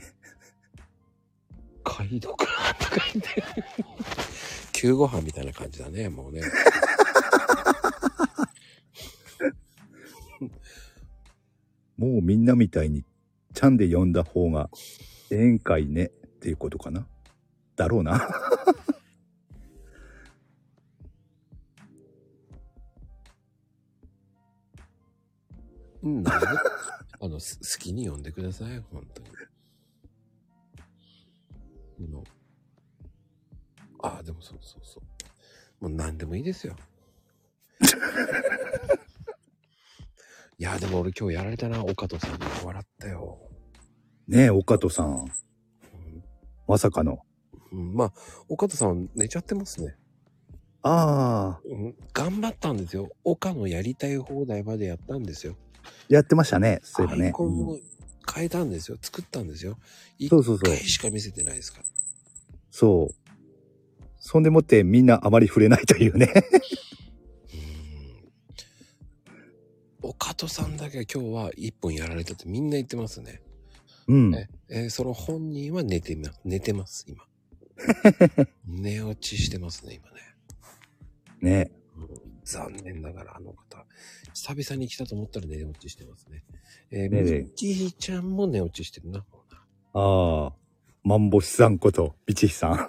[SPEAKER 1] カイドかとか言って。急ご飯みたいな感じだね、もう ね。
[SPEAKER 19] もうみんなみたいに、ちゃんで呼んだ方がええんかいねっていうことかな。だろ うな。
[SPEAKER 1] うん、なるほどあの、す好きに呼んでください、本当に。あのああ、でもそうそうそう。もう何でもいいですよ。いや、でも俺今日やられたな、岡戸さんに笑ったよ。
[SPEAKER 19] ねえ、岡戸さん。まさかの。
[SPEAKER 1] うん、まあ、岡戸さん寝ちゃってますね。
[SPEAKER 19] ああ、
[SPEAKER 1] うん、頑張ったんですよ。岡のやりたい放題までやったんですよ。
[SPEAKER 19] やってましたね。そういえば
[SPEAKER 1] アイ
[SPEAKER 19] ね。
[SPEAKER 1] コン
[SPEAKER 19] うん
[SPEAKER 1] も変えたんですよ。作ったんですよ。一
[SPEAKER 19] そうそうそう
[SPEAKER 1] 回しか見せてないですから。
[SPEAKER 19] そう。そんでもってみんなあまり触れないとい うね。
[SPEAKER 1] 岡戸さんだけ今日は1本やられたってみんな言ってますね。
[SPEAKER 19] うん。
[SPEAKER 1] えーその本人は寝てます、寝てます、今。寝落ちしてますね、今ね。
[SPEAKER 19] ね
[SPEAKER 1] 残念ながらあの方、久々に来たと思ったら寝落ちしてますね。えー、
[SPEAKER 19] ねえねえ
[SPEAKER 1] みちひちゃんも寝落ちしてるな。
[SPEAKER 19] ああ、マンボシさんこと、ビチヒさん。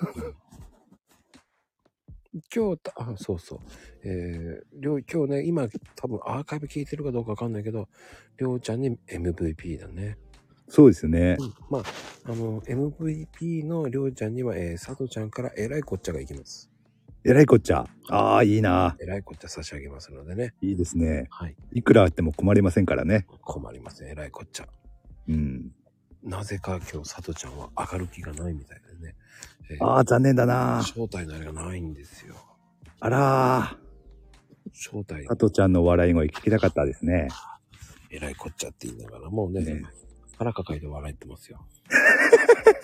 [SPEAKER 1] 今日た、あ、そうそう。えー、りょう、今日ね、今多分アーカイブ聞いてるかどうかわかんないけど、りょうちゃんに MVP だね。
[SPEAKER 19] そうですね。
[SPEAKER 1] まあ、あの、MVP のりょうちゃんには、えー、佐藤ちゃんからえらいこっちゃがいきます。
[SPEAKER 19] えらいこっちゃ。ああ、いいな。
[SPEAKER 1] えらいこっちゃ差し上げますのでね。
[SPEAKER 19] いいですね。
[SPEAKER 1] はい。
[SPEAKER 19] いくらあっても困りませんからね。
[SPEAKER 1] 困りますね、えらいこっちゃ。
[SPEAKER 19] うん。
[SPEAKER 1] なぜか今日、佐藤ちゃんは明る気がないみたいでね。え
[SPEAKER 19] ああ残念だな
[SPEAKER 1] 正体のあれがないんですよ。
[SPEAKER 19] あら
[SPEAKER 1] 正体
[SPEAKER 19] ー、加藤ちゃんの笑い声聞きたかったですね。
[SPEAKER 1] えらいこっちゃって言いながら、もうね、腹抱えて笑ってますよ。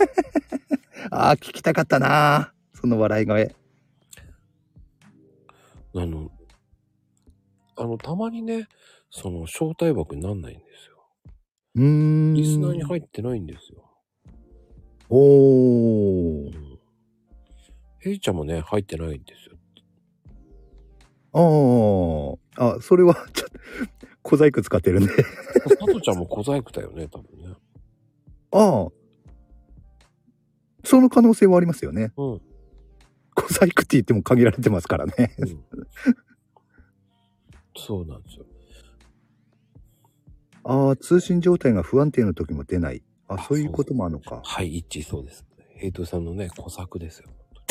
[SPEAKER 19] ああ、聞きたかったな。その笑い声。
[SPEAKER 1] あの、あの、たまにね、その、招待枠になんないんですよ。
[SPEAKER 19] うーん。
[SPEAKER 1] リスナーに入ってないんですよ。
[SPEAKER 19] おー。
[SPEAKER 1] ヘイちゃんもね、入ってないんですよ。
[SPEAKER 19] ああ、あ、それは、ちょっと、小細工使ってるんで。
[SPEAKER 1] 佐藤ちゃんも小細工だよね、多分ね。
[SPEAKER 19] ああ。その可能性はありますよね。
[SPEAKER 1] うん。
[SPEAKER 19] 小細工って言っても限られてますからね。
[SPEAKER 1] そうなんですよ。
[SPEAKER 19] ああ、通信状態が不安定の時も出ない。あ、そういうこともあるのか。
[SPEAKER 1] はい、一致そうです。ヘイトさんのね、小作ですよ。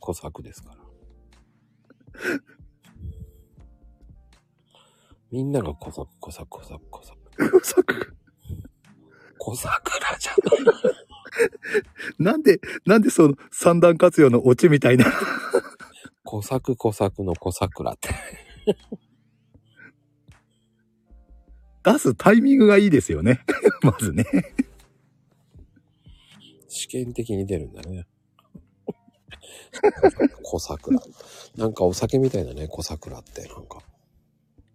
[SPEAKER 1] 小作ですから。みんなが小作、小作、小作、小作。
[SPEAKER 19] 小作
[SPEAKER 1] 小桜じゃない。
[SPEAKER 19] なんで、なんでその三段活用のオチみたいな。
[SPEAKER 1] 小作、小作の小桜って。
[SPEAKER 19] 出すタイミングがいいですよね。 まずね。
[SPEAKER 1] 試験的に出るんだね。小桜。なんかお酒みたいだね、小桜って。なんか。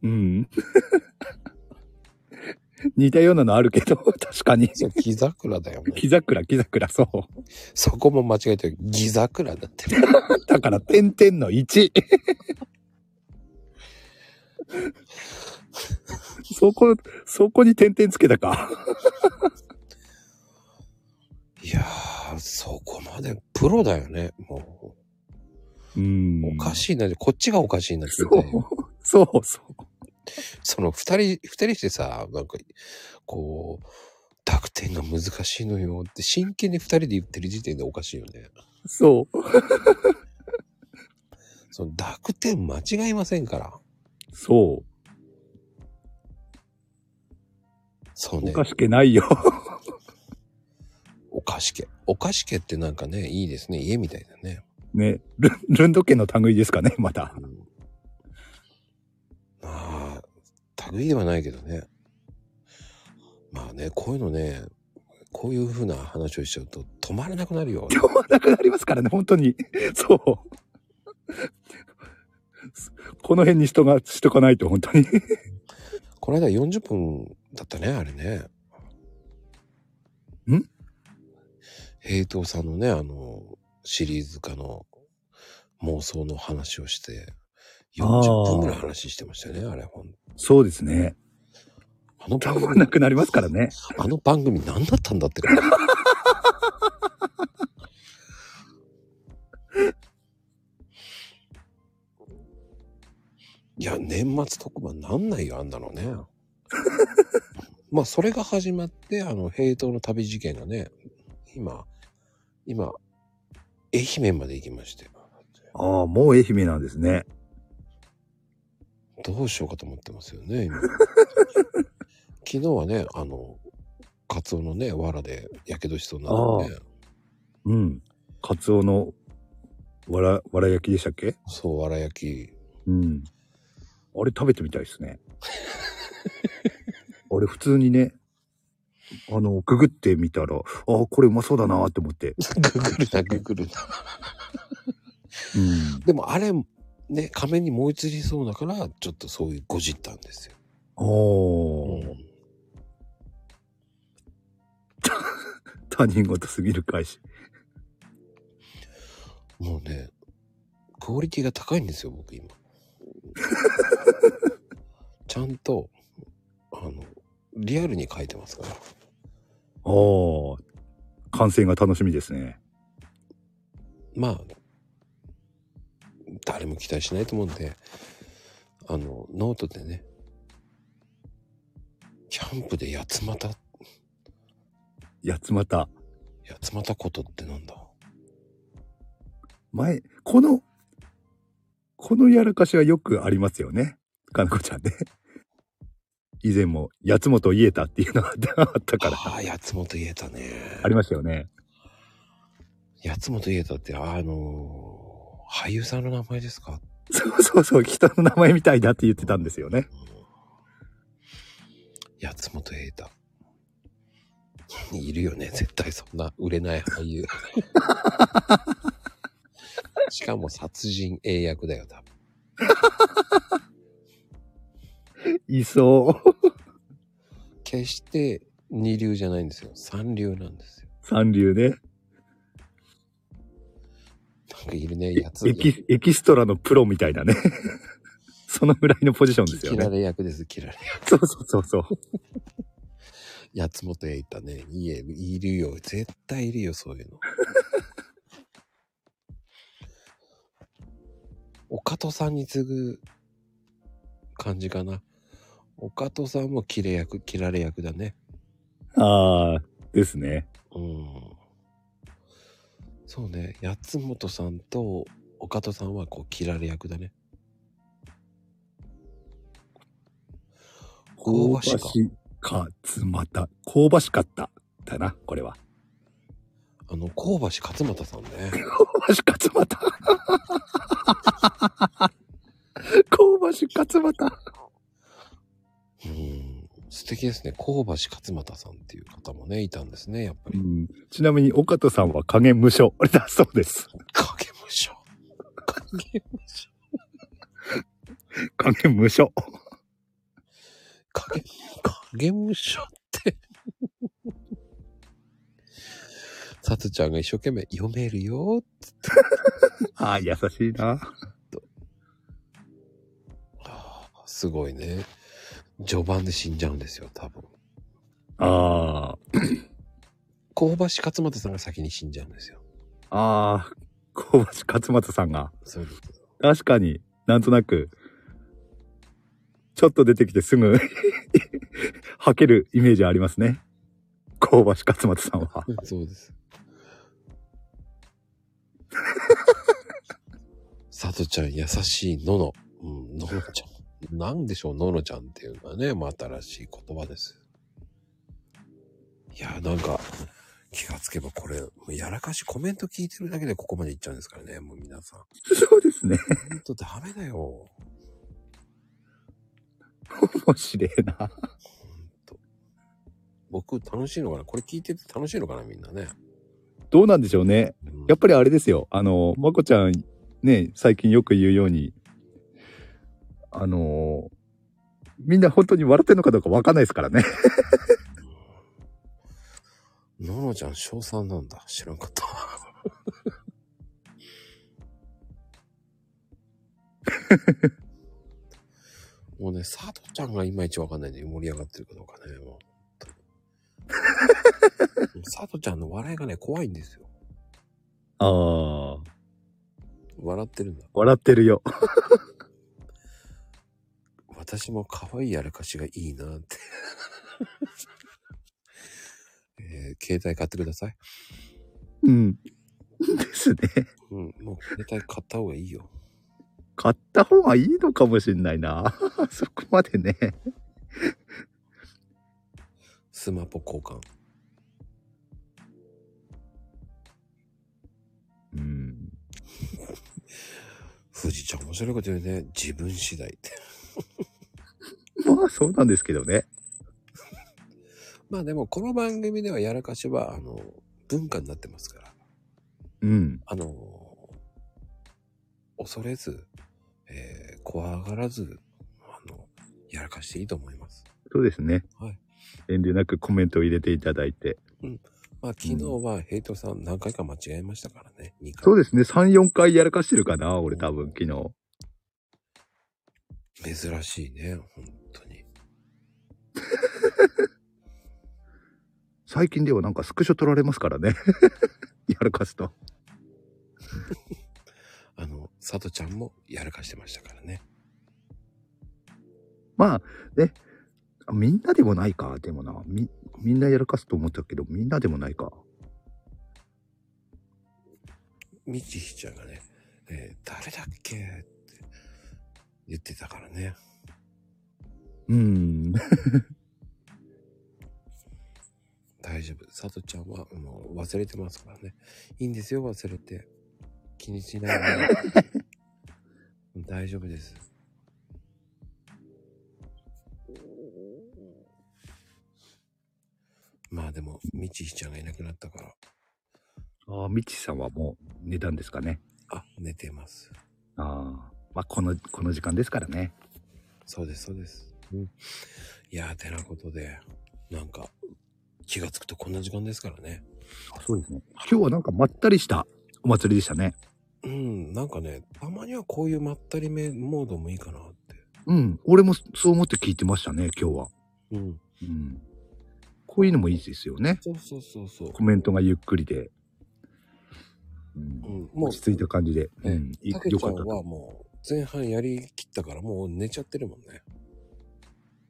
[SPEAKER 19] うん。似たようなのあるけど、確かに。
[SPEAKER 1] 木桜だよね。
[SPEAKER 19] 木桜、木桜、そう。
[SPEAKER 1] そこも間違えてる。木桜だって。
[SPEAKER 19] だから、点々の1。そこ、そこに点々つけたか。
[SPEAKER 1] いやー、そこまでプロだよね、も
[SPEAKER 19] う。うん。
[SPEAKER 1] おかしいな、こっちがおかしいなって、ね。
[SPEAKER 19] そう、そう、
[SPEAKER 1] その二人、二人してさ、なんか、こう、濁点が難しいのよって真剣に二人で言ってる時点でおかしいよね。
[SPEAKER 19] そう。
[SPEAKER 1] その濁点間違いませんから。
[SPEAKER 19] そう。
[SPEAKER 1] そうね。
[SPEAKER 19] おかしけないよ。
[SPEAKER 1] お菓子家。お菓子家ってなんかね、いいですね。家みたいだね。
[SPEAKER 19] ね、ルンルンド家の類ですかね、また。
[SPEAKER 1] まあ、類ではないけどね。まあね、こういうのね、こういうふうな話をしちゃうと止まらなくなるよ。
[SPEAKER 19] 止まらなくなりますからね、本当に。そう。この辺に人がしとかないと、本当に。
[SPEAKER 1] この間40分だったね、あれね。
[SPEAKER 19] ん
[SPEAKER 1] 平等さんのね、あの、シリーズ化の妄想の話をして、40分ぐらい話してましたね、あれ、ほん
[SPEAKER 19] そうですね。
[SPEAKER 1] あの
[SPEAKER 19] 番組なくなりますからね。
[SPEAKER 1] あの番組何だったんだってから。 いや、年末特番なんないよ、あんなのね。 まあ、それが始まって、あの、平等の旅事件がね、今、今、愛媛まで行きまして、
[SPEAKER 19] ああ、もう愛媛なんですね。
[SPEAKER 1] どうしようかと思ってますよね、 今。昨日はね、あの、カツオのね、藁で火傷しそうになったんで、
[SPEAKER 19] うん。カツオの、わら、わら焼きでしたっけ
[SPEAKER 1] そう、わら焼き。
[SPEAKER 19] うん。あれ食べてみたいですね。 あれ普通にね、あの、ググってみたら、あこれうまそうだなーって思って。
[SPEAKER 1] ググるな、ググるな。でもあれ、ね、仮面に燃え移りそうだから、ちょっとそういうごじったんですよ。
[SPEAKER 19] おー。 他人事すぎる返し。
[SPEAKER 1] もうね、クオリティが高いんですよ、僕今。 ちゃんと、あの、リアルに書いてますから。
[SPEAKER 19] あー。感染が楽しみですね。
[SPEAKER 1] まあ、誰も期待しないと思うんで、あの、ノートでね、キャンプで八つ股、
[SPEAKER 19] 八つ股。
[SPEAKER 1] 八つ股ことってなんだ
[SPEAKER 19] 前、この、このやらかしはよくありますよね。かなこちゃんね。 以前も、八つ本言えたっていうのがあったから。
[SPEAKER 1] ああ、八つ本言えたね。
[SPEAKER 19] ありましたよね。
[SPEAKER 1] 八つ本言えたって、あのー俳優さんの名前ですか
[SPEAKER 19] そうそうそう、人の名前みたいだって言ってたんですよね。
[SPEAKER 1] 八つ本瑛太。いるよね、絶対そんな売れない俳 優。しかも殺人英訳だよ、多分。
[SPEAKER 19] いそう。
[SPEAKER 1] 決して二流じゃないんですよ。三流なんですよ。
[SPEAKER 19] 三流ね。
[SPEAKER 1] なんかいるね、やつ。
[SPEAKER 19] エキエキストラのプロみたいなね。そのぐらいのポジションです よ
[SPEAKER 1] 切ら
[SPEAKER 19] ね。
[SPEAKER 1] れ役です、切られ役。
[SPEAKER 19] そうそうそ うそう。
[SPEAKER 1] やつもとへ行ったね。いいえ、いるよ。絶対いるよ、そういうの。 岡戸さんに次ぐ感じかな。岡戸さんも切れ役、切られ役だね。
[SPEAKER 19] ああ、ですね。
[SPEAKER 1] うん。そうね。八つ本さんと岡戸さんはこう、切られ役だ ね。
[SPEAKER 19] 香ばしかつまた。香ばしかった。だな、これは。
[SPEAKER 1] あの、香ばし勝又さんね。
[SPEAKER 19] 香ばし勝又。香ばし勝又。
[SPEAKER 1] 素敵ですね。香ばし勝又さんっていう方もね、いたんですね、やっぱり。
[SPEAKER 19] うんちなみに、岡戸さんは影無償だそうです。
[SPEAKER 1] 影無償。影無償。
[SPEAKER 19] 影無償。
[SPEAKER 1] 影、影武者って。さつちゃんが一生懸命読めるよっつって。
[SPEAKER 19] ああ、優しいな。
[SPEAKER 1] すごいね。序盤で死んじゃうんですよ、多分。
[SPEAKER 19] あ
[SPEAKER 1] あ。香ばし勝又さんが先に死んじゃうんですよ。
[SPEAKER 19] ああ、香ばし勝又さんが。
[SPEAKER 1] そうで
[SPEAKER 19] 確かになんとなく、 ちょっと出てきてすぐ、吐けるイメージありますね。香ばしかつまさんは。
[SPEAKER 1] そうです。さとちゃん優しいのの。うん、ののちゃん。なんでしょう、ののちゃんっていうのはね、まあ、新しい言葉です。いや、なんか、気がつけばこれ、もうやらかしコメント聞いてるだけでここまでいっちゃうんですからね、もう皆さん。
[SPEAKER 19] そうですね。
[SPEAKER 1] ほんとダメだよ。
[SPEAKER 19] 面白いな。
[SPEAKER 1] 僕楽しいのかなこれ聞いてて楽しいのかなみんなね。
[SPEAKER 19] どうなんでしょうね。やっぱりあれですよ。あの、まこちゃん、ね、最近よく言うように、あの、みんな本当に笑ってんのかどうかわかんないですからね。
[SPEAKER 1] ののちゃん、小賛なんだ。知らんかった。もうね、佐藤ちゃんがいまいちわかんないんで盛り上がってるかどうかね、もう。 佐藤ちゃんの笑いがね、怖いんですよ。
[SPEAKER 19] ああ。
[SPEAKER 1] 笑ってるんだ。
[SPEAKER 19] 笑ってるよ。
[SPEAKER 1] 私も可愛いやらかしがいいなって。 えー携帯買ってください。
[SPEAKER 19] うん。 ですね。
[SPEAKER 1] うん、もう携帯買った方がいいよ。
[SPEAKER 19] 買った方がいいのかもしれないな。 そこまでね。
[SPEAKER 1] スマホ交換。
[SPEAKER 19] うん。
[SPEAKER 1] 富士ちゃん面白いこと言うね。自分次第 って。
[SPEAKER 19] まあそうなんですけどね。
[SPEAKER 1] まあでもこの番組ではやらかしは、あの、文化になってますから。
[SPEAKER 19] うん。
[SPEAKER 1] あの、恐れず、えー怖がらず、あの、やらかしていいと思います。
[SPEAKER 19] そうですね。
[SPEAKER 1] はい。
[SPEAKER 19] 遠慮なくコメントを入れていただいて。
[SPEAKER 1] うん。まあ昨日はヘイトさん何回か間違えましたからね。2
[SPEAKER 19] そうですね。3、4回やらかしてるかな。俺多分昨日。
[SPEAKER 1] 回。珍しいね。ほん
[SPEAKER 19] 最近ではなんかスクショ取られますからね。 やらかすと。
[SPEAKER 1] あの、佐藤ちゃんもやらかしてましたからね。
[SPEAKER 19] まあ、ね。みんなでもないか。でもな。み、みんなやらかすと思ったけど、みんなでもないか。
[SPEAKER 1] みちひちゃんがね、えー誰だっけって言ってたからね。
[SPEAKER 19] うん。
[SPEAKER 1] 大丈夫。佐藤ちゃんはもう忘れてますからね。いいんですよ、忘れて。気にしないで。大丈夫です。まあでも、みちひちゃんがいなくなったから、
[SPEAKER 19] ああ、みちさんはもう寝たんですかね。
[SPEAKER 1] あ、寝てます。
[SPEAKER 19] ああ。まあ、この、この時間ですからね。
[SPEAKER 1] そうです、そうです。うん、いやー、てなことで、なんか、気がつくとこんな時間ですからね。
[SPEAKER 19] あそうですね。今日はなんかまったりしたお祭りでしたね。
[SPEAKER 1] うん、なんかね、たまにはこういうまったりめモードもいいかな。
[SPEAKER 19] うん。俺もそう思って聞いてましたね、今日は。
[SPEAKER 1] うん。
[SPEAKER 19] うん。こういうのもいいですよね。
[SPEAKER 1] そうそうそうそう。
[SPEAKER 19] コメントがゆっくりで、
[SPEAKER 1] うん、もう
[SPEAKER 19] 落、ち着いた感じで。うん。い
[SPEAKER 1] たけ
[SPEAKER 19] よ
[SPEAKER 1] ちゃ
[SPEAKER 19] かっ
[SPEAKER 1] ん
[SPEAKER 19] たと。
[SPEAKER 1] はもう、前半やりきったからもう寝ちゃってるもんね。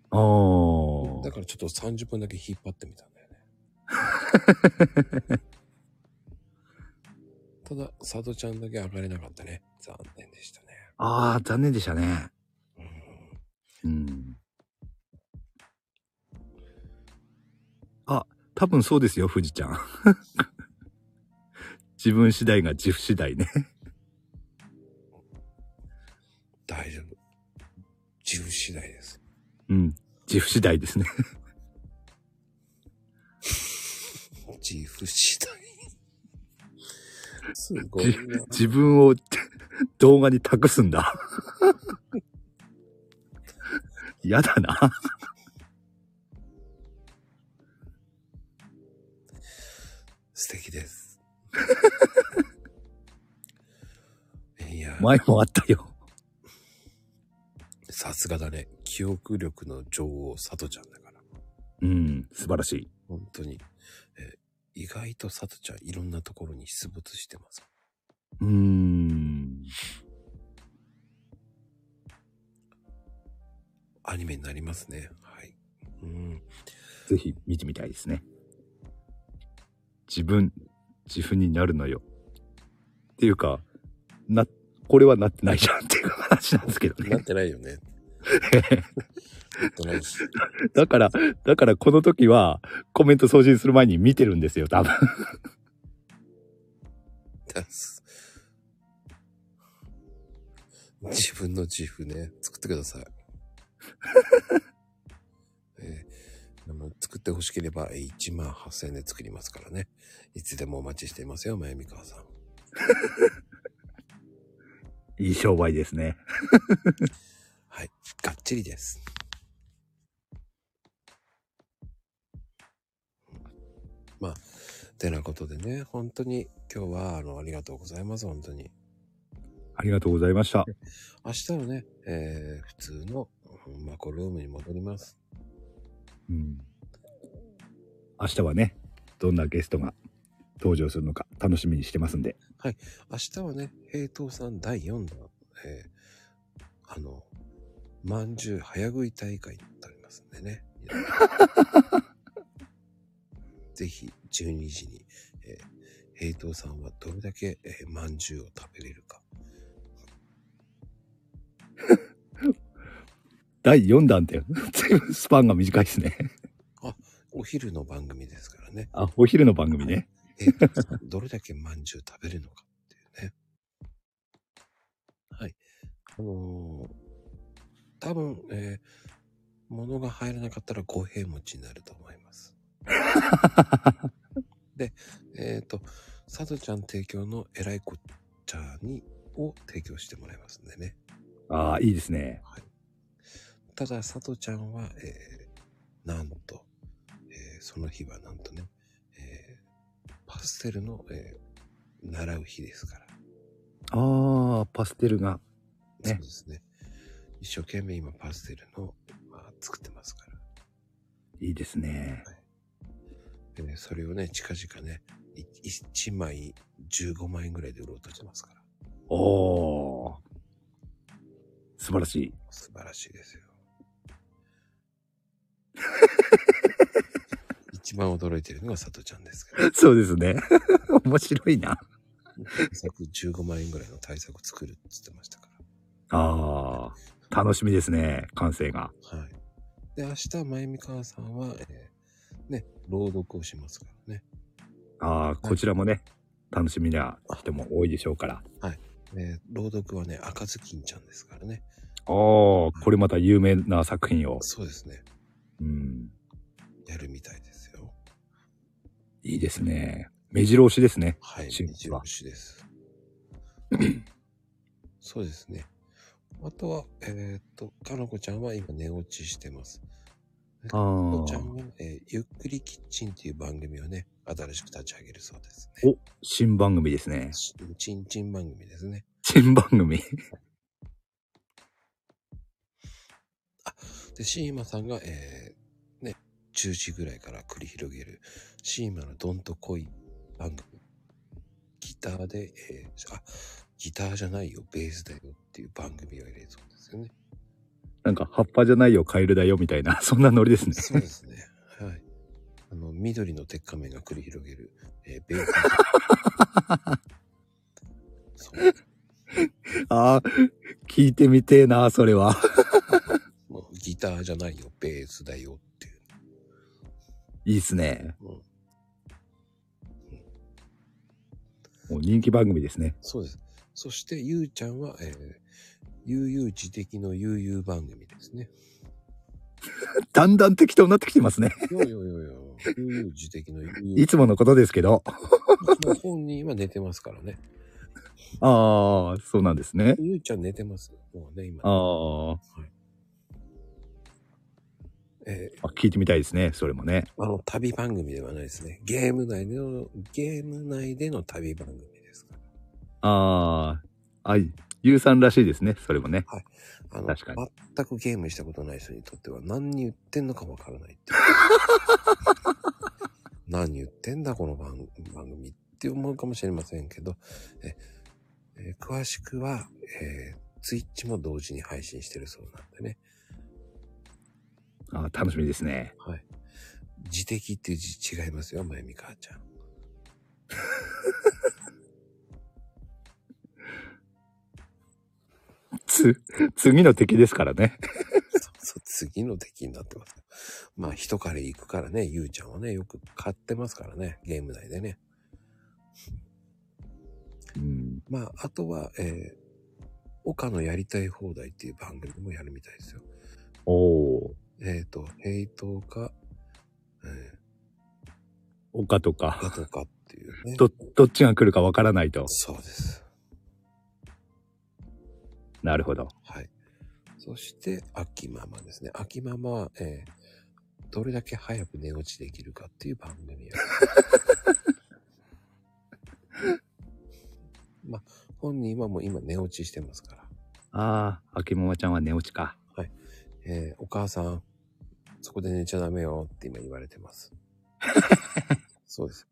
[SPEAKER 19] ああ。
[SPEAKER 1] だからちょっと30分だけ引っ張ってみたんだよ ね。ただ、佐藤ちゃんだけ上がれなかったね。残念でしたね。
[SPEAKER 19] ああ、残念でしたね。うん。あ、多分そうですよ、富士ちゃん。 自分次第が自負次第ね。
[SPEAKER 1] 大丈夫。自分次第です。
[SPEAKER 19] うん。自負次第ですね。
[SPEAKER 1] 自負次第。すごい
[SPEAKER 19] 自
[SPEAKER 1] な。
[SPEAKER 19] 自分を動画に託すんだ。やだな。
[SPEAKER 1] 素敵 です。
[SPEAKER 19] 前もあったよ。
[SPEAKER 1] さすがだね。記憶力の女王、佐藤ちゃんだから。
[SPEAKER 19] うん。素晴らしい。
[SPEAKER 1] 本当に。えー意外と佐藤ちゃん、いろんなところに出没してます。
[SPEAKER 19] うーん。
[SPEAKER 1] アニメになりますね。はい。うん。
[SPEAKER 19] ぜひ見てみたいですね。自分、自負になるのよ。っていうか、な、これはなってないじゃんっていう話なんですけどね。
[SPEAKER 1] なってないよ ね。
[SPEAKER 19] だから、だからこの時はコメント送信する前に見てるんですよ、多分。
[SPEAKER 1] 自分の自負ね、作ってください。えー、もう作って欲しければえー1万8000円で作りますからね。いつでもお待ちしていますよ、まゆみかわさん。
[SPEAKER 19] いい商売ですね。
[SPEAKER 1] はい。がっちりです。まあ、てなことでね、本当に今日はあのありがとうございます、本当に。
[SPEAKER 19] ありがとうございました。
[SPEAKER 1] 明日はね、えー普通のうんマコルームに戻ります。
[SPEAKER 19] うん。明日はね、どんなゲストが登場するのか楽しみにしてますんで。
[SPEAKER 1] はい。明日はね、平等さん第4弾、えーあの、まんじゅう早食い大会になりますんでね。 ぜひ、12時に、えー平等さんはどれだけ、えー、まんじゅうを食べれるか。
[SPEAKER 19] 第4弾って、全部 スパンが短いです ね。
[SPEAKER 1] お昼の番組ですからね。
[SPEAKER 19] あ、お昼の番組ね。
[SPEAKER 1] えーとどれだけまんじゅう食べるのかっていうね。はい。あのー多分、えー物が入らなかったら五平餅になると思います。で、えっ、と、さとちゃん提供のえらいこっちゃに、を提供してもらいますんでね。
[SPEAKER 19] ああ、いいですね。
[SPEAKER 1] ただ、さとちゃんは、えーなんと、えーその日はなんとね、えーパステルの、えー習う日ですから。
[SPEAKER 19] ああ、パステルが。
[SPEAKER 1] そうですね。一生懸命今パステルの、まあ、作ってますから。
[SPEAKER 19] いいですね。
[SPEAKER 1] でね、それをね、近々ね、1枚15万円ぐらいで売ろうとしてますから。
[SPEAKER 19] おおー。素晴らしい。
[SPEAKER 1] 素晴らしいですよ。 一番驚いてるのがさとちゃんですけど。
[SPEAKER 19] そうですね。面白いな。
[SPEAKER 1] 対策15万円ぐらいの対策作るって言ってましたか
[SPEAKER 19] ああ、楽しみですね。完成が。
[SPEAKER 1] ら。はい。で、明日、まゆみかわさんは、えーね、朗読をしますからね。
[SPEAKER 19] ああ、こちらもね、楽しみな人も多いでしょうから。
[SPEAKER 1] はい。えー朗読はね、赤ずきんちゃんですからね。
[SPEAKER 19] ああ、これまた有名な作品を。
[SPEAKER 1] そうですね。
[SPEAKER 19] うん。
[SPEAKER 1] やるみたいですよ。
[SPEAKER 19] いいですね。目白押しですね。
[SPEAKER 1] はい。
[SPEAKER 19] 新
[SPEAKER 1] 一押し です。そうですね。あとは、えーっと、かのこちゃんは今寝落ちしてます。で
[SPEAKER 19] あ
[SPEAKER 1] か
[SPEAKER 19] ー
[SPEAKER 1] のこちゃんは、えーゆっくりキッチンっていう番組をね、新しく立ち上げるそうです。
[SPEAKER 19] お、新番組ですね。
[SPEAKER 1] ちんちん番組ですね。
[SPEAKER 19] 新番組。
[SPEAKER 1] で、シーマさんが、えー、ね、10時ぐらいから繰り広げる、シーマのどんとこい番組。ギターで、えー、あ、ギターじゃないよ、ベースだよっていう番組を入れるそうですよね。
[SPEAKER 19] なんか、葉っぱじゃないよ、カエルだよ、みたいな、そんなノリですね。
[SPEAKER 1] そうですね。はい。あの、緑の鉄仮面が繰り広げる、えー、ベース。
[SPEAKER 19] ああ、聞いてみてえな、それは。
[SPEAKER 1] もうギターじゃないよ、ベースだよ。
[SPEAKER 19] いいっすね。
[SPEAKER 1] うん
[SPEAKER 19] もう人気番組ですね。
[SPEAKER 1] そうです。そして、ゆうちゃんは、えー、悠々自適の悠々番組ですね。
[SPEAKER 19] だんだん適当になってきてますね。
[SPEAKER 1] よよよよ。悠 々自適の悠々。
[SPEAKER 19] いつものことですけど。
[SPEAKER 1] もう本人は寝てますからね。
[SPEAKER 19] ああ、そうなんですね。
[SPEAKER 1] ゆうちゃん寝てます。もうね、今。
[SPEAKER 19] ああ、は
[SPEAKER 1] え
[SPEAKER 19] あ。聞いてみたいですね、それもね。
[SPEAKER 1] あの、旅番組ではないですね。ゲーム内での、ゲーム内での旅番組ですから。
[SPEAKER 19] ああ、あい、ゆうさんらしいですね、それもね。
[SPEAKER 1] あの、
[SPEAKER 19] 確かに。
[SPEAKER 1] 全くゲームしたことない人にとっては何言ってんのかわから ないっていう何言ってんだこの番番組って思うかもしれませんけど、ええー詳しくは、えー、ツイッチも同時に配信してるそうなんでね。
[SPEAKER 19] ああ、楽しみですね。
[SPEAKER 1] はい。自的っていう字違いますよ、まゆみかわちゃん。
[SPEAKER 19] つ、次の敵ですからね。
[SPEAKER 1] そう、次の敵になってます。まあ、一彼行くからね、ゆうちゃんはね、よく買ってますからね、ゲーム内でね。まあ、あとは、えー、岡のやりたい放題っていう番組もやるみたいですよ。
[SPEAKER 19] おお。
[SPEAKER 1] えっ、と、ヘイトか、
[SPEAKER 19] 岡とか。
[SPEAKER 1] 岡とかっていうね。
[SPEAKER 19] ど、どっちが来るかわからないと。
[SPEAKER 1] そうです。
[SPEAKER 19] なるほど。
[SPEAKER 1] はい。そして、秋ママですね。秋ママは、えー、どれだけ早く寝落ちできるかっていう番組や。まあ、本人はもう今寝落ちしてますから。
[SPEAKER 19] ああ、秋桃ちゃんは寝落ちか。
[SPEAKER 1] はい。えーお母さん、そこで寝ちゃダメよって今言われて ます。そうです。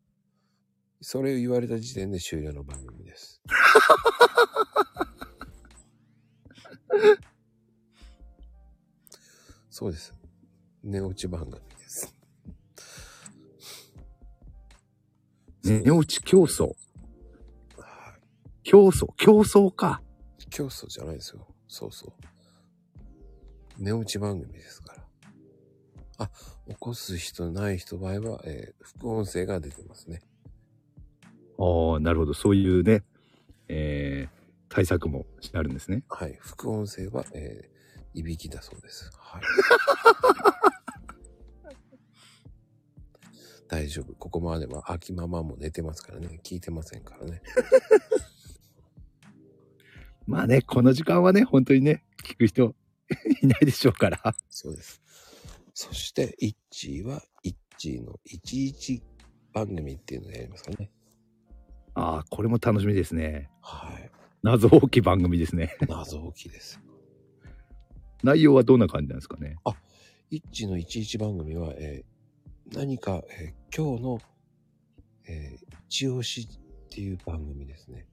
[SPEAKER 1] それを言われた時点で終了の番組 です。そうです。寝落ち番組です。
[SPEAKER 19] 寝落ち競争。競争、競争か。
[SPEAKER 1] 競争じゃないですよ。そうそう。寝落ち番組ですから。あ、起こす人ない人場合は、えー副音声が出てますね。
[SPEAKER 19] ああ、なるほど。そういうね、えー、対策もしてあるんですね。
[SPEAKER 1] はい。副音声は、えー、いびきだそうです。 はい。大丈夫。ここまでは秋ママも寝てますからね。聞いてませんからね。
[SPEAKER 19] まあね、この時間はね、本当にね、聞く人 いないでしょうから。
[SPEAKER 1] そうです。そして、イッチーは、イッチーの11番組っていうのをやりますからね。
[SPEAKER 19] ああ、これも楽しみですね。
[SPEAKER 1] はい。
[SPEAKER 19] 謎大きい番組ですね。
[SPEAKER 1] 謎大きいです。
[SPEAKER 19] 内容はどんな感じなんですかね。
[SPEAKER 1] イッチの11番組は、えー何か、えー今日の、えー、一押しっていう番組ですね。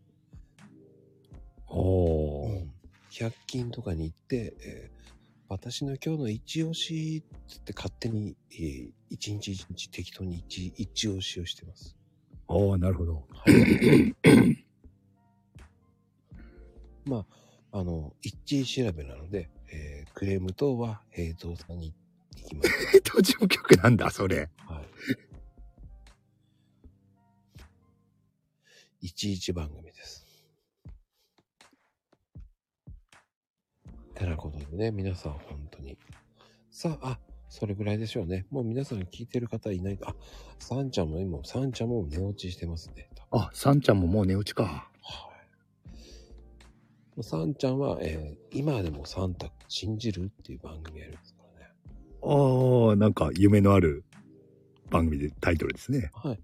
[SPEAKER 19] お
[SPEAKER 1] ー。100均とかに行って、えー私の今日の一押しって言って勝手に、えー一日一日適当に一一押しをしてます。
[SPEAKER 19] ああ、なるほど。
[SPEAKER 1] まあ、あの、一位調べなので、えークレーム等は平等さんに行 きます。
[SPEAKER 19] 途中曲なんだ、それ。
[SPEAKER 1] 11番組です。てなことでね、皆さん本当に。さあ、あ、それぐらいでしょうね。もう皆さん聞いてる方いないか。あ、サンちゃんも今、サンちゃんも寝落ちしてますね。
[SPEAKER 19] あ、サンちゃんももう寝落ちか。
[SPEAKER 1] サンちゃんは、えー今でもサンタ信じるっていう番組やるんです。
[SPEAKER 19] ああ、なんか夢のある番組でタイトルですね。
[SPEAKER 1] はい。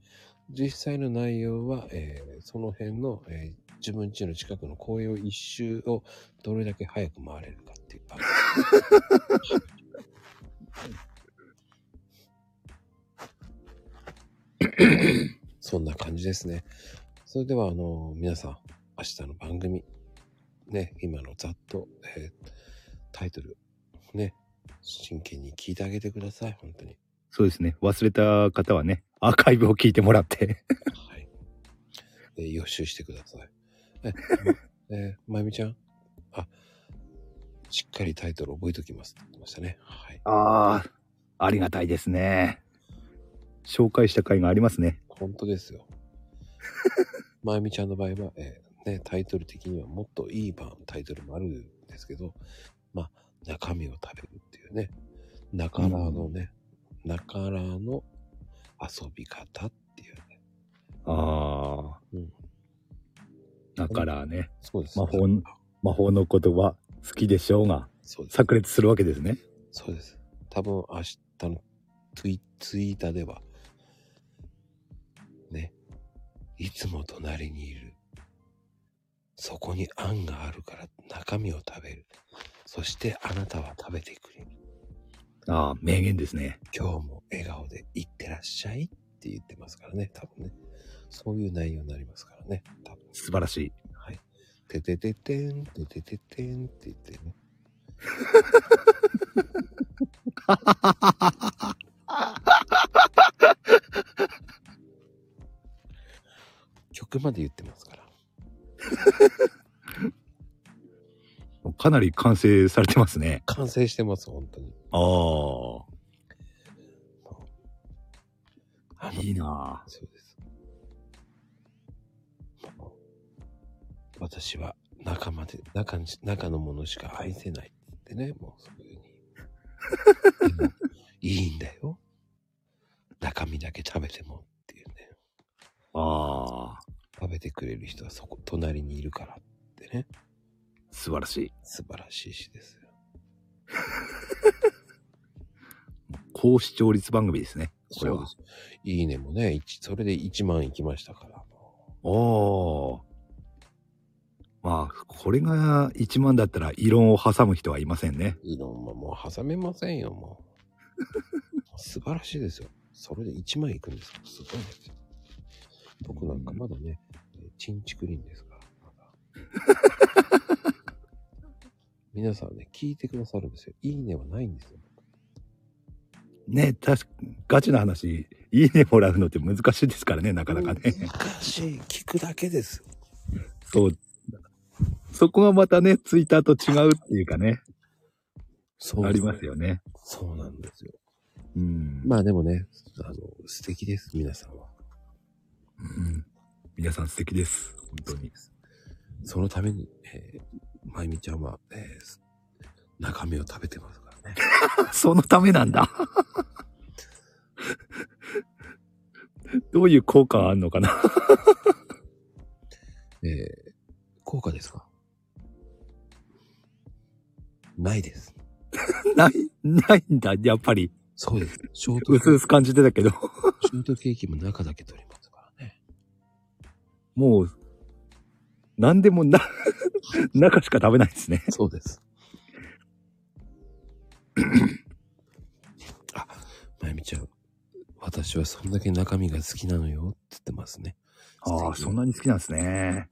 [SPEAKER 1] 実際の内容は、えーその辺の、えー自分家の近くの紅葉一周をどれだけ早く回れるかっていう番組。そんな感じですね。それでは、あの、皆さん、明日の番組、ね、今のざっと、えータイトル、ね、真剣に聞いてあげてください、本当に。
[SPEAKER 19] そうですね。忘れた方はね、アーカイブを聞いてもらって。
[SPEAKER 1] えー予習してください。 え、まえーまゆみちゃん、あ、しっかりタイトル覚えておきますって言ってましたね。
[SPEAKER 19] ああ、ありがたいですね。紹介した回がありますね。
[SPEAKER 1] 本当です よ。まゆみちゃんの場合は、えーね、タイトル的にはもっといい番タイトルもあるんですけど、まあ、中身を食べるっていうね、なからのね、なからの遊び方
[SPEAKER 19] ああ。だからね、
[SPEAKER 1] そうです
[SPEAKER 19] 魔法の、魔法の言葉、好きでしょうが、炸裂するわけですね。
[SPEAKER 1] そうです。多分明日のツイツイータでは、ね、いつも隣にいる。そこにあんがあるから中身を食べる。そしてあなたは食べてくれる。
[SPEAKER 19] ああ、名言ですね。
[SPEAKER 1] 今日も笑顔でいってらっしゃいって言ってますからね、多分ね。そういう内容になりますからね。多分
[SPEAKER 19] 素晴らしい。
[SPEAKER 1] はい。ててててん、ててててんって言って ね。曲まで言ってますから。
[SPEAKER 19] かなり完成されてますね。
[SPEAKER 1] 完成してます、本当に。
[SPEAKER 19] ああ。いいなぁ。
[SPEAKER 1] そうです。私は中まで、中に中のものしか愛せないってね、もうそういうふうに。で もいいんだよ。中身だけ食べてもっていうね。
[SPEAKER 19] ああ。
[SPEAKER 1] 食べてくれる人はそこ、隣にいるからってね。
[SPEAKER 19] 素晴らしい。
[SPEAKER 1] 素晴らしい詩ですよ。
[SPEAKER 19] 高視聴率番組ですね。これ
[SPEAKER 1] そう
[SPEAKER 19] は
[SPEAKER 1] で。す。いいねもね、一それで1万いきましたから。
[SPEAKER 19] おー。まあ、これが1万だったら異論を挟む人はいませんね。
[SPEAKER 1] 異論ももう挟めませんよ、もう。素晴らしいですよ。それで1万いくんですから、すごいですよ。僕なんかまだね、えーチンチクリンですから、ま だ。皆さんね、聞いてくださるんですよ。いいねはないんですよ。
[SPEAKER 19] ね、確か、ガチな話、いいねもらうのって難しいですからね、なかなかね。
[SPEAKER 1] 難しい。聞くだけですよ。
[SPEAKER 19] そう。そこがまたね、ツイッターと違うっていうかね。
[SPEAKER 1] そう。
[SPEAKER 19] ありますよね。
[SPEAKER 1] そうなんですよ。
[SPEAKER 19] うん。
[SPEAKER 1] まあでもね、あの、素敵です、皆さんは。
[SPEAKER 19] 皆さん素敵です。本当に。
[SPEAKER 1] そのために、えー、まゆみちゃんは、えー中身を食べてますからね。
[SPEAKER 19] そのためなんだ。どういう効果あんのかな
[SPEAKER 1] えー、効果ですかない です。
[SPEAKER 19] ない、ない んだ、やっぱり。
[SPEAKER 1] そうです。ショート
[SPEAKER 19] うすうす感じてたけど。
[SPEAKER 1] ショートケーキも中だけ取ります。
[SPEAKER 19] もう、なんでもな、 中しか食べないですね。
[SPEAKER 1] そうです。 まゆみちゃん、私はそんだけ中身が好きなのよって言ってますね。
[SPEAKER 19] ああ、そんなに好きなんですね。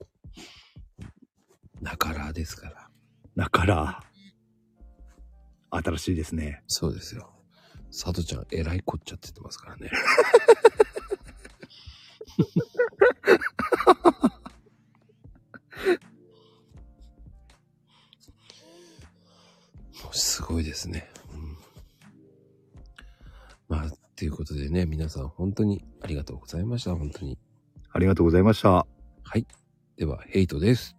[SPEAKER 1] だからですから。
[SPEAKER 19] だから、新しいですね。
[SPEAKER 1] そうですよ。佐藤ちゃん、えらいこっちゃって言ってます からね。もうすごいですね。うんまあ、ということでね、皆さん本当にありがとうございました。本当に。
[SPEAKER 19] ありがとうございました。
[SPEAKER 1] はい。では、ヘイトです。